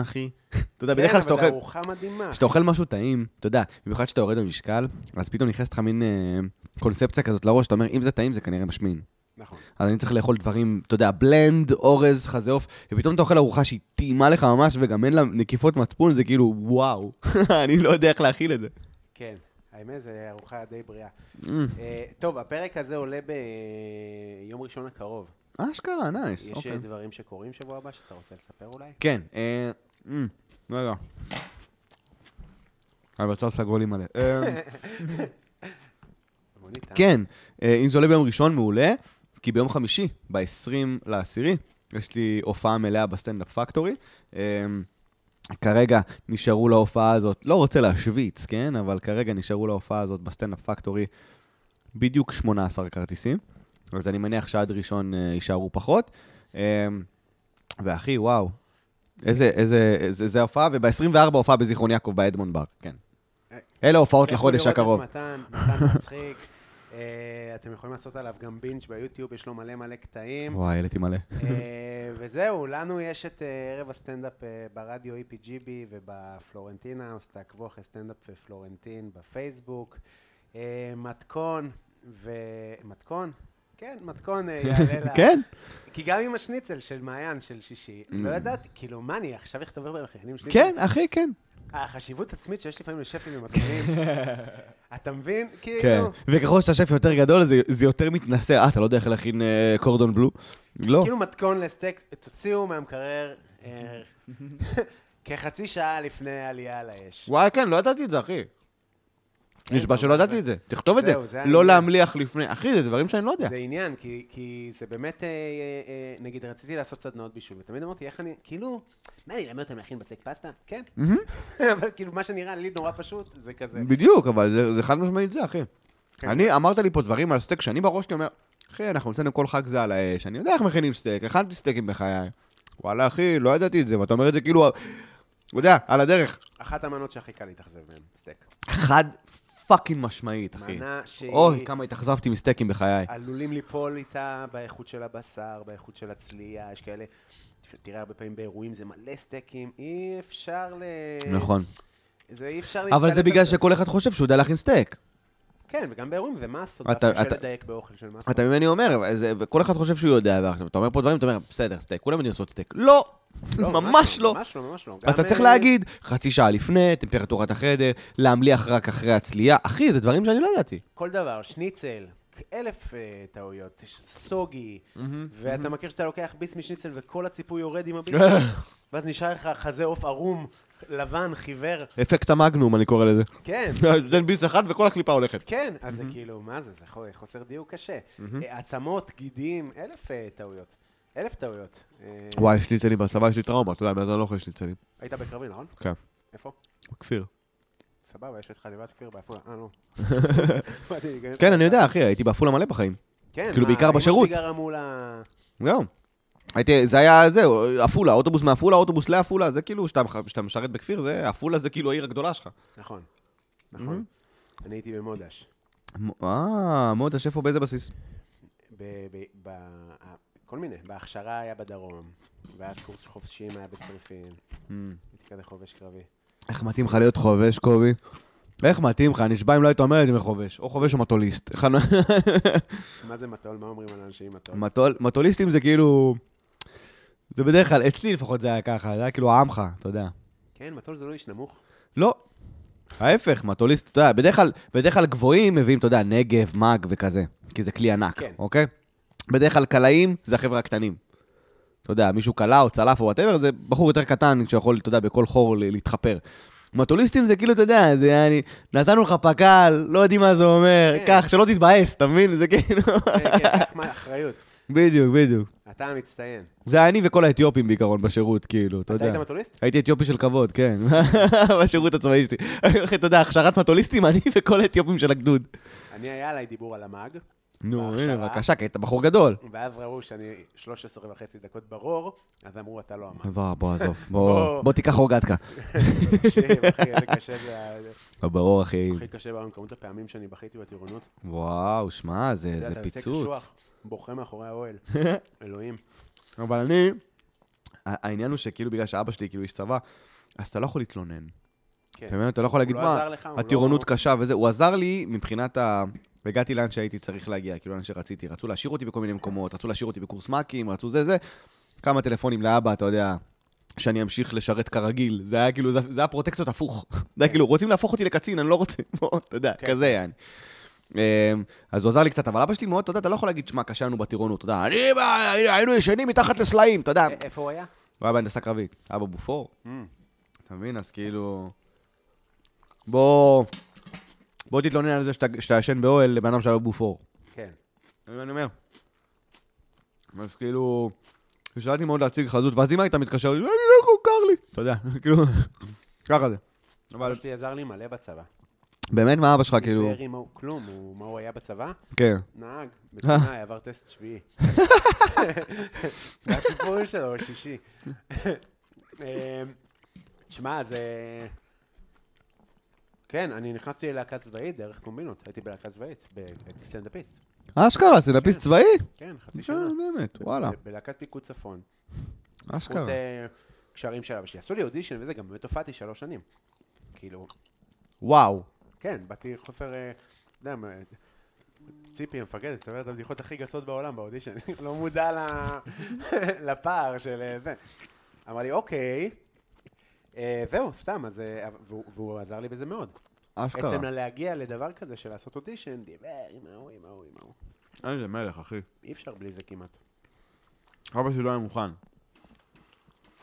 Speaker 3: אחי. אתה יודע,
Speaker 2: כן,
Speaker 3: בדרך כלל שאתה
Speaker 2: אבל
Speaker 3: אוכל...
Speaker 2: זו ארוחה מדהימה.
Speaker 3: כשאתה אוכל משהו טעים, אתה יודע, במיוחד כשאתה יורד במשקל, אז פתאום נכנסת לך מין אה, קונספציה כזאת לראש, אתה אומר, אם זה טעים זה כנראה משמין.
Speaker 2: נכון.
Speaker 3: אז אני צריך לאכול דברים, אתה יודע, בלנד, אורז, חזה עוף, ופתאום אתה אוכל ארוחה שהיא טעימה לך ממש, וגם אין לה נקיפות מצפון, זה כאילו, וואו, אני לא יודע איך להכיל את זה.
Speaker 2: כן, האמת, זו ארוחה די בריאה.
Speaker 3: Mm.
Speaker 2: אה, טוב, הפרק הזה עולה ביום ראשון הקרוב.
Speaker 3: אשכרה, נייס,
Speaker 2: יש
Speaker 3: אוקיי.
Speaker 2: אה, דברים שקורים שבוע הבא שאתה רוצה לספר אולי?
Speaker 3: כן, אה... אמ, לא יודע. הבצל סגול לי מלא. אה,
Speaker 2: מונית, אה?
Speaker 3: כן, אה, אם זה עולה ביום ראשון, מעולה, כי ביום חמישי, ב-20 לעשירי, יש לי הופעה מלאה בסטנדאפ פקטורי. אה, כרגע נשארו להופעה הזאת, לא רוצה להשוויץ, כן? אבל כרגע נשארו להופעה הזאת בסטנדאפ פקטורי בדיוק 18 כרטיסים. אז אני מניח שעד ראשון אה, יישארו פחות. אה, ואחי, וואו, איזה, איזה, איזה, זה הופעה, וב-24 הופעה בזיכרון יעקב באדמון בר, כן. אלה ההופעות
Speaker 2: לכו
Speaker 3: לחודש
Speaker 2: אה, לראות את
Speaker 3: הקרוב.
Speaker 2: מתן, מתן מצחיק. אה, אתם יכולים לעשות עליו גם בינג' ביוטיוב, יש לו מלא מלא קטעים.
Speaker 3: וואי, העליתי מלא.
Speaker 2: אה, וזהו, לנו יש את אה, ערב הסטנדאפ אה, ברדיו EPGB ובפלורנטינה, אז תעקבו אחרי סטנדאפ פלורנטין בפייסבוק. אה, מתכון, ו... מתכון? כן, מתכון אה, יעלה לה.
Speaker 3: כן? Mm.
Speaker 2: כי גם עם השניצל של מעיין של שישי, לא ידעתי, כאילו, מה אני עכשיו אכתוב במכינים שלי?
Speaker 3: כן, אחי, כן.
Speaker 2: החשיבות עצמית שיש לפעמים לשפים ומתכונים, אתה מבין? כאילו...
Speaker 3: כן. וככל שאתה שף יותר גדול, זה- זה יותר מתנשא. אה, אתה לא יודע איך להכין אה, קורדון בלו? לא.
Speaker 2: כאילו מתכון לסטייק, תוציאו מהמקרר אה, כחצי שעה לפני העלייה על האש.
Speaker 3: וואי, כן, לא ידעתי את זה, אחי. נשבע שלא ידעתי את זה. תכתוב את זה.
Speaker 2: זהו, זה
Speaker 3: לא
Speaker 2: העניין.
Speaker 3: להמליח לפני. אחי, זה דברים שאני לא יודע.
Speaker 2: זה עניין, כי, כי זה באמת, אה, אה, אה, נגיד, רציתי לעשות סדנאות בישול, ותמיד אמרתי, איך אני, כאילו, מה, אני אלמד אותם להכין בצק פסטה? כן. אבל כאילו, מה שנראה לי נורא פשוט, זה כזה.
Speaker 3: בדיוק, אבל זה- זה חד משמעית זה, אחי.
Speaker 2: כן.
Speaker 3: אני, אמרת לי פה דברים על סטייק, שאני בראש שלי אומר, אחי, אנחנו אצלנו כל חג זה על האש, אני יודע איך מכינים סטייק, הכנתי סטייקים בחיי. וואלה, אחי, לא ידעתי את זה, ואתה אומר את זה כאילו, אתה יודע, על הדרך.
Speaker 2: אחת המנות שהכי קל להתאכזב מהן, סטייק.
Speaker 3: חד פאקינג משמעית, אחי.
Speaker 2: מנה שהיא...
Speaker 3: אוי, כמה התאכזבתי מסטייקים בחיי.
Speaker 2: עלולים ליפול איתה באיכות של הבשר, באיכות של הצלייה, יש כאלה, תראה הרבה פעמים באירועים זה מלא סטייקים, אי אפשר ל...
Speaker 3: נכון.
Speaker 2: זה אי אפשר
Speaker 3: אבל זה
Speaker 2: להשתלט
Speaker 3: בגלל
Speaker 2: על
Speaker 3: שכל אחד חושב שהוא יודע להכין סטייק.
Speaker 2: כן, וגם באירועים זה מסות,
Speaker 3: אתה-
Speaker 2: אתה... קשה
Speaker 3: אתה-
Speaker 2: לדייק באוכל של מסות.
Speaker 3: אתה מבין מה אני אומר? אבל זה- וכל אחד חושב שהוא יודע, ועכשיו אתה אומר פה דברים, אתה אומר, בסדר, סטייק, כולם יודעים לעשות סטייק. לא! ממש לא.
Speaker 2: ממש לא, ממש לא.
Speaker 3: אז אתה
Speaker 2: גם,
Speaker 3: צריך
Speaker 2: אה,
Speaker 3: להגיד, חצי שעה לפני, טמפרטורת החדר, להמליח רק אחרי הצלייה. אחי, זה דברים שאני לא ידעתי.
Speaker 2: כל דבר, שניצל, אלף אה, טעויות, ש- סוגי, ואתה מכיר שאתה לוקח ביס משניצל וכל הציפוי יורד עם הביס, ואז נשאר לך חזה עוף ערום, לבן, חיוור.
Speaker 3: אפקט המגנום, אני קורא לזה.
Speaker 2: כן,
Speaker 3: זה ביס אחד וכל הקליפה הולכת.
Speaker 2: כן, אז זה כאילו, מה זה? זה חו- חוסר דיוק קשה. אה, עצמות, גידים, אלף אה, טעויות. אלף טעויות. אה,
Speaker 3: וואי, שניצלים בצבא, יש לי טראומה, אתה יודע, מאז אני לא אוכל שניצלים.
Speaker 2: היית בקרבי, נכון?
Speaker 3: כן.
Speaker 2: איפה?
Speaker 3: כפיר.
Speaker 2: סבבה, יש את חטיבת כפיר בעפולה. אה, נו. באתי להיכנס
Speaker 3: כן,
Speaker 2: לך.
Speaker 3: אני יודע, אחי, הייתי בעפולה מלא בחיים.
Speaker 2: כן,
Speaker 3: כאילו,
Speaker 2: מה,
Speaker 3: בעיקר
Speaker 2: אמא
Speaker 3: בשירות.
Speaker 2: שלי גרה מול ה...
Speaker 3: זהו. הייתי, זה היה, זהו, עפולה, אוטובוס מעפולה, אוטובוס לעפולה, זה כאילו, שאתה שאתה משרת בכפיר, זה, עפולה זה כאילו העיר הגדולה שלך.
Speaker 2: נכון, נכון. אני הייתי במודש.
Speaker 3: מ- אה, מודה שפו באיזה בסיס?
Speaker 2: ב- ב- ב- ה- כל מיני. בהכשרה היה בדרום, ואז קורס חופשיים היה בצריפין.
Speaker 3: Hmm.
Speaker 2: הייתי כזה חובש קרבי.
Speaker 3: איך מתאים לך להיות חובש, קובי? איך מתאים לך? נשבע אם לא היית אומר לי חובש, או חובש או מטוליסט. אחד מה-
Speaker 2: מה זה מטול? מה אומרים על אנשים מטול?
Speaker 3: מטול- מטוליסטים זה כאילו... זה בדרך כלל, אצלי לפחות זה היה ככה, זה היה כאילו העמך, אתה יודע.
Speaker 2: כן, מטול זה לא איש נמוך.
Speaker 3: לא. ההפך, מטוליסט, אתה יודע, בדרך כלל, בדרך כלל גבוהים מביאים, אתה יודע, נגב, מאג וכזה, כי זה כלי ענק,
Speaker 2: כן.
Speaker 3: אוקיי? בדרך כלל קלעים זה החבר'ה הקטנים. אתה יודע, מישהו קלע או צלף או וואטאבר, זה בחור יותר קטן שיכול, אתה יודע, בכל חור ל- להתחפר. מטוליסטים זה כאילו, אתה יודע, זה היה אני, נתנו לך פק"ל, לא יודעים מה זה אומר,
Speaker 2: כן.
Speaker 3: קח, שלא תתבאס, אתה מבין? זה כאילו...
Speaker 2: כן, כן, קח מה- אחריות.
Speaker 3: בדיוק, בדיוק.
Speaker 2: אתה המצטיין.
Speaker 3: זה היה אני וכל האתיופים בעיקרון בשירות, כאילו, אתה
Speaker 2: אתה
Speaker 3: יודע.
Speaker 2: היית מטוליסט?
Speaker 3: הייתי אתיופי של כבוד, כן, בשירות הצבאי שלי. אתה יודע, הכשרת מטוליסטים, אני וכל האתיופים של הגדוד.
Speaker 2: אני, היה עליי דיבור על המאג,
Speaker 3: נו,
Speaker 2: בהכשרה.
Speaker 3: הנה, בבקשה, כי אתה בחור גדול.
Speaker 2: ואז ראו שאני 13 וחצי דקות ברור, אז אמרו, אתה לא המאג.
Speaker 3: בוא, בוא, עזוב,
Speaker 2: בוא.
Speaker 3: בוא, בוא תיקח אורגטקה.
Speaker 2: תקשיב, אחי, זה קשה, זה ה- זה
Speaker 3: ברור, אחי.
Speaker 2: הכי קשה בעולם, כמות הפעמים שאני בכיתי בטירונות.
Speaker 3: וואו, שמע, זה
Speaker 2: אתה יודע,
Speaker 3: זה
Speaker 2: אתה יוצא
Speaker 3: פיצוץ.
Speaker 2: קשוח, בוכה מאחורי האוהל. אלוהים.
Speaker 3: אבל אני, ה- העניין הוא שכאילו בגלל שאבא שלי כאילו איש צבא, אז אתה לא יכול להתלונן.
Speaker 2: כן.
Speaker 3: אתה מבין? אתה לא יכול להגיד,
Speaker 2: לא
Speaker 3: מה,
Speaker 2: עזר לך, הוא
Speaker 3: הטירונות
Speaker 2: לא-
Speaker 3: קשה וזה. הוא עזר לי מבחינת ה... והגעתי לאן שהייתי צריך להגיע, כאילו לאן שרציתי. רצו להשאיר אותי בכל מיני מקומות, רצו להשאיר אותי בקורס מ"כים, רצו זה זה. כמה טלפונים לאבא, אתה יודע, שאני אמשיך לשרת כרגיל. זה היה כאילו, זה זה היה פרוטקציות הפוך. זה היה כאילו, רוצים להפוך אותי לקצין, אני לא רוצה, בוא, אתה יודע, כזה יעני. אמ, אז הוא עזר לי קצת, אבל אבא שלי מאוד, אתה יודע, אתה לא יכול להגיד, שמע, קשה לנו בטירונות, אתה יודע, אני, מה, היינו ישנים מתחת לסלעים, אתה יודע.
Speaker 2: א- אה, איפה הוא היה?
Speaker 3: הוא היה בהנדסה קרבית, אבא בופור.
Speaker 2: Mm,
Speaker 3: אתה מבין? אז כאילו... בוא... בוא תתלונן על זה שאתה- שאתה ישן באוהל לבן אדם שהיה בופור.
Speaker 2: כן.
Speaker 3: אתה מבין מה אני אומר? אז כאילו... השתדלתי מאוד להציג חזות, ואז אם היית מתקשר, אני לא יכול, קר לי. אתה יודע, כאילו... ככה זה. אבל
Speaker 2: אבא שלי עזר לי מלא בצבא.
Speaker 3: באמת, מה אבא שלך, כאילו...
Speaker 2: בארי מה הוא כלום, הוא- מה הוא היה בצבא?
Speaker 3: כן.
Speaker 2: נהג, בתנאי, עבר טסט שביעי. זה הסיפור שלו, שישי. אה, תשמע, זה... כן, אני נכנסתי ללהקה צבאית דרך קומבינות, הייתי בלהקה צבאית, ב- הייתי סטנדאפיסט.
Speaker 3: אשכרה, סטנדאפיסט צבאי?
Speaker 2: כן, חצי שנה.
Speaker 3: אה, באמת, וואלה.
Speaker 2: ב- בלהקת פיקוד צפון.
Speaker 3: אשכרה.
Speaker 2: בזכות אה, קשרים של אבא שלי. עשו לי אודישן וזה, גם באמת הופעתי שלוש שנים. כאילו,
Speaker 3: וואו.
Speaker 2: כן, באתי חוסר, אה, אתה יודע, מה, ציפי המפקדת, סוברת את הבדיחות הכי גסות בעולם באודישן, לא מודע ל- לפער של אה, זה. אמר לי, אוקיי, אה, זהו, סתם, אז, אה, והוא- והוא עזר לי בזה מאוד.
Speaker 3: אשכרה.
Speaker 2: עצם להגיע לדבר כזה של לעשות אודישן, דיבר עם ההוא, עם ההוא, עם ההוא.
Speaker 3: איזה מלך, אחי.
Speaker 2: אי אפשר בלי זה כמעט.
Speaker 3: אבא שלי לא היה מוכן.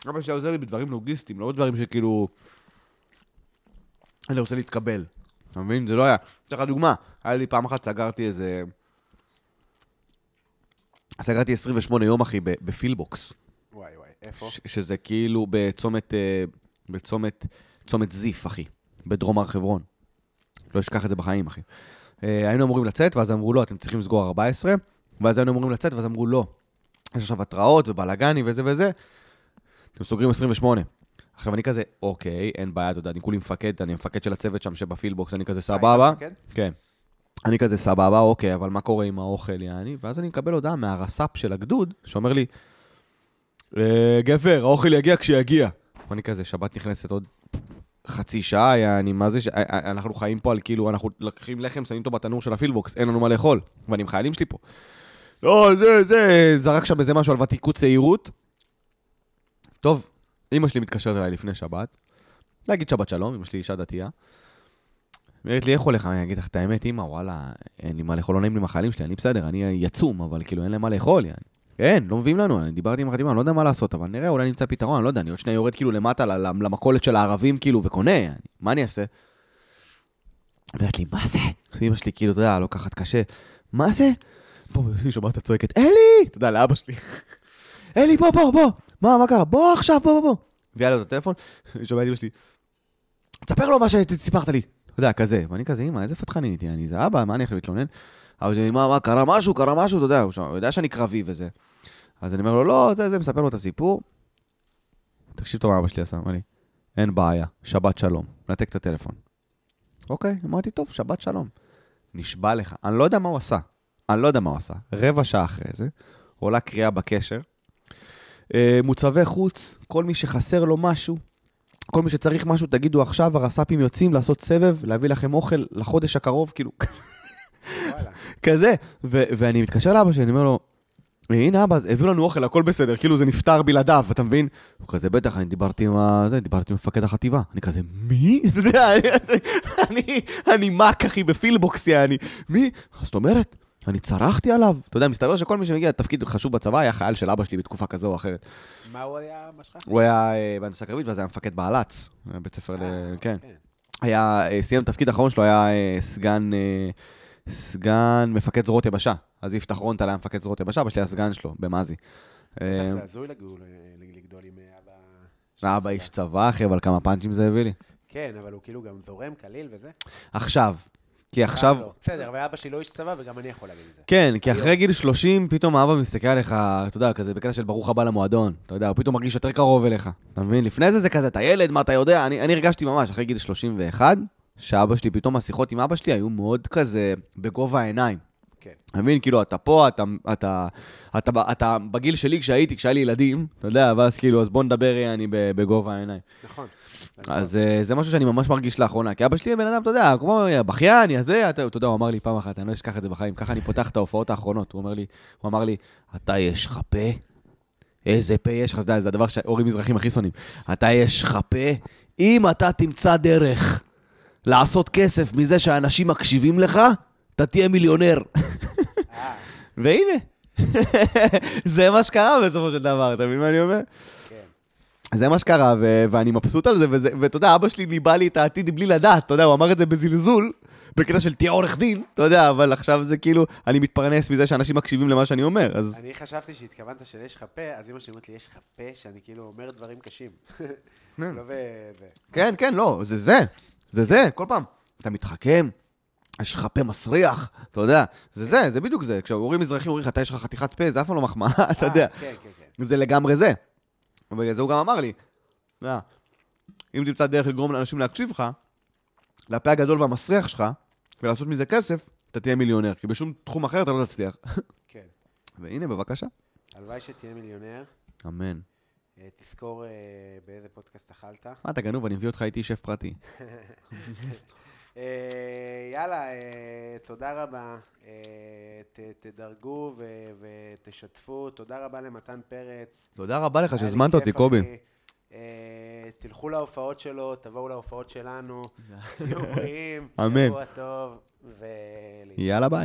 Speaker 3: אבא שלי היה עוזר לי בדברים לוגיסטיים, לא בדברים שכאילו... אני רוצה להתקבל. אתה מבין? זה לא היה. אתן לך דוגמה, היה לי פעם אחת סגרתי איזה... סגרתי 28 יום, אחי, ב- בפילבוקס.
Speaker 2: וואי וואי, איפה?
Speaker 3: ש- שזה כאילו בצומת... אה, בצומת... צומת זיף, אחי. בדרום הר חברון. לא אשכח את זה בחיים, אחי. אה, היינו אמורים לצאת, ואז אמרו, לא, אתם צריכים לסגור 14, ואז היינו אמורים לצאת, ואז אמרו, לא. יש עכשיו התראות ובלאגנים וזה וזה, אתם סוגרים 28. עכשיו, אני כזה, אוקיי, אין בעיה, אתה יודע, אני כולי מפקד, אני המפקד של הצוות שם שבפילבוקס, אני כזה סבבה.
Speaker 2: מפקד?
Speaker 3: כן. אני כזה סבבה, אוקיי, אבל מה קורה עם האוכל, יעני? ואז אני מקבל הודעה מהרס"פ של הגדוד, שאומר לי, "אה, גבר, האוכל יגיע כשיגיע. ואני כזה, שבת נכנסת עוד חצי שעה, יעני, מה זה ש... אה, אה, אנחנו חיים פה על כאילו, אנחנו לוקחים לחם, שמים אותו בתנור של הפילבוקס, אין לנו מה לאכול. ואני עם חיילים שלי פה. לא, זה, זה, זרק שם איזה משהו על ותיקות צעירות. טוב, אמא שלי מתקשרת אליי לפני שבת, להגיד שבת שלום, אמא שלי אישה דתייה. היא אומרת לי, איך הולך? אני אגיד לך את האמת, אמא, וואלה, אין לי מה לאכול, לא נעים לי מהחיילים שלי, אני בסדר, אני יצום, אבל כאילו אין להם מה לאכול, יעני. אין, לא מביאים לנו, אני דיברתי עם החטיבה, אני לא יודע מה לעשות, אבל נראה, אולי נמצא פתרון, אני לא יודע, אני עוד שנייה יורד כאילו למטה ל- למכולת של הערבים, כאילו, וקונה, יעני. מה אני אעשה? היא אומרת לי, מה זה? אמא שלי, כאילו, אתה יודע, לוקחת קשה, מה זה? פה, היא שומעת צועקת, אלי! אתה יודע, לאבא שלי. אלי, בוא, בוא, בוא! מה, מה קרה? בוא עכשיו, בוא, בוא, בוא! מביאה לו את הטלפון, היא שומעת אמא שלי, תספר לו מה שסיפרת לי. אתה יודע, כזה. ואני כזה, אמא, איזה פתחנית, אני זה אבא, מה אני הולך להתלונן? אבל שלי, מה, מה, קרה משהו, קרה משהו, אתה יודע, הוא שם- הוא יודע שאני קרבי וזה. אז אני אומר לו, לא, זה, זה, מספר לו את הסיפור. תקשיב טוב מה אבא שלי עשה, אמר לי, אין בעיה, שבת שלום, נתק את הטלפון. אוקיי, אמרתי, טוב, שבת שלום. נשבע לך, אני לא יודע מה הוא עשה, אני לא יודע מה הוא עשה. רבע שעה אחרי זה, עולה קריאה בקשר, אה, מוצבי חוץ, כל מי שחסר לו משהו, כל מי שצריך משהו, תגידו עכשיו, הרס"פים יוצאים לעשות סבב, להביא לכם אוכל לחודש הקרוב, כאילו,
Speaker 2: וואלה.
Speaker 3: כזה. ו- ואני מתקשר לאבא שלי, אני אומר לו, הנה אבא, אז הביאו לנו אוכל, הכל בסדר, כאילו זה נפתר בלעדיו, אתה מבין? הוא כזה, בטח, אני דיברתי עם ה... זה, דיברתי עם מפקד החטיבה. אני כזה, מי? אתה יודע, אני- אני, אני מאק, אחי, בפילבוקס, יעני. מי? אז זאת אומרת, אני צרחתי עליו. אתה יודע, מסתבר שכל מי שמגיע לתפקיד חשוב בצבא היה חייל של אבא שלי בתקופה כזו או אחרת.
Speaker 2: מה הוא היה, מה שלך?
Speaker 3: הוא היה אה, בהנדסה קרבית, ואז היה מפקד בעל"צ, היה בית ספר, ל-
Speaker 2: אה,
Speaker 3: כן. היה, אה, סיים תפקיד האחרון שלו, היה אה, סגן, אה, סגן מפקד זרועות יבשה. אז יפתח רונטל היה מפקד זרועות יבשה, אבא שלי היה סגן שלו, במאזי. אה,
Speaker 2: זה הזוי לגדול, אה, לגדול עם אה, אבא...
Speaker 3: אבא איש צבא, אחי, אבל כמה פאנצ'ים זה הביא לי.
Speaker 2: כן, אבל הוא כאילו גם זורם, קליל וזה.
Speaker 3: עכשיו, כי עכשיו...
Speaker 2: לא. בסדר, אבל אבא שלי לא איש צבא, וגם אני יכול להגיד את זה.
Speaker 3: כן, כי אחרי גיל 30, פתאום האבא מסתכל עליך, אתה יודע, כזה בקטע של ברוך הבא למועדון. אתה יודע, הוא פתאום מרגיש יותר קרוב אליך. אתה מבין? לפני זה זה כזה, אתה ילד, מה אתה יודע? אני, אני הרגשתי ממש, אחרי גיל 31, שאבא שלי, פתאום השיחות עם אבא שלי היו מאוד כזה בגובה העיניים.
Speaker 2: כן.
Speaker 3: אתה מבין? כאילו, אתה פה, אתה, אתה, אתה, אתה, אתה בגיל שלי כשהייתי, כשהיה לי ילדים, אתה יודע, ואז כאילו, אז בוא נדבר, אה, אני ב- בגובה העיניים.
Speaker 2: נכון.
Speaker 3: אז אה, זה משהו שאני ממש מרגיש לאחרונה, כי אבא שלי בן אדם, אתה יודע, כמו בכיין, יא זה, אתה אתה יודע, הוא אמר לי פעם אחת, אני לא אשכח את זה בחיים, ככה אני פותח את ההופעות האחרונות, הוא אומר לי, הוא אמר לי, אתה יש לך פה? איזה פה יש לך, אתה יודע, זה הדבר שהורים מזרחים הכי שונאים. אתה יש לך פה? אם אתה תמצא דרך לעשות כסף מזה שאנשים מקשיבים לך, אתה תהיה מיליונר.
Speaker 2: אה,
Speaker 3: והנה, זה מה שקרה בסופו של דבר, אתה מבין מה אני אומר?
Speaker 2: כן.
Speaker 3: זה מה שקרה, ו- ואני מבסוט על זה, וזה- ואתה יודע, אבא שלי ניבא לי את העתיד בלי לדעת, אתה יודע, הוא אמר את זה בזלזול, בקטע של תהיה עורך דין, אתה יודע, אבל עכשיו זה כאילו, אני מתפרנס מזה שאנשים מקשיבים למה שאני אומר, אז...
Speaker 2: אני חשבתי שהתכוונת של יש לך פה, אז אמא שלי אומרת לי, יש לך פה שאני כאילו אומר דברים קשים. לא בזה.
Speaker 3: כן, כן, לא, זה זה, זה זה, כל פעם. אתה מתחכם, יש לך פה מסריח, אתה יודע, זה זה, זה בדיוק זה. כשהורים מזרחים אומרים לך, אתה יש לך חתיכת פה, זה אף פעם לא מחמאה, אתה
Speaker 2: אה,
Speaker 3: יודע.
Speaker 2: כן, כן, כן.
Speaker 3: זה לגמרי זה. ובגלל זה הוא גם אמר לי, אתה יודע, אם תמצא דרך לגרום לאנשים להקשיב לך, לפה הגדול והמסריח שלך, ולעשות מזה כסף, אתה תהיה מיליונר, כי בשום תחום אחר אתה לא תצליח.
Speaker 2: כן.
Speaker 3: והנה, בבקשה.
Speaker 2: הלוואי שתהיה מיליונר.
Speaker 3: אמן.
Speaker 2: אה, תזכור אה, באיזה פודקאסט אכלת.
Speaker 3: מה, אתה גנוב, אני מביא אותך איתי שף פרטי.
Speaker 2: אה, יאללה, אה, תודה רבה. אה, ת- תדרגו ו- ותשתפו. תודה רבה למתן פרץ.
Speaker 3: תודה רבה לך
Speaker 2: היה לי
Speaker 3: שהזמנת
Speaker 2: כיף,
Speaker 3: אותי, קובי.
Speaker 2: אחי. אה, תלכו להופעות שלו, תבואו להופעות שלנו. תהיו בריאים.
Speaker 3: אמן.
Speaker 2: שבוע טוב. ולהתראות.
Speaker 3: יאללה, ביי.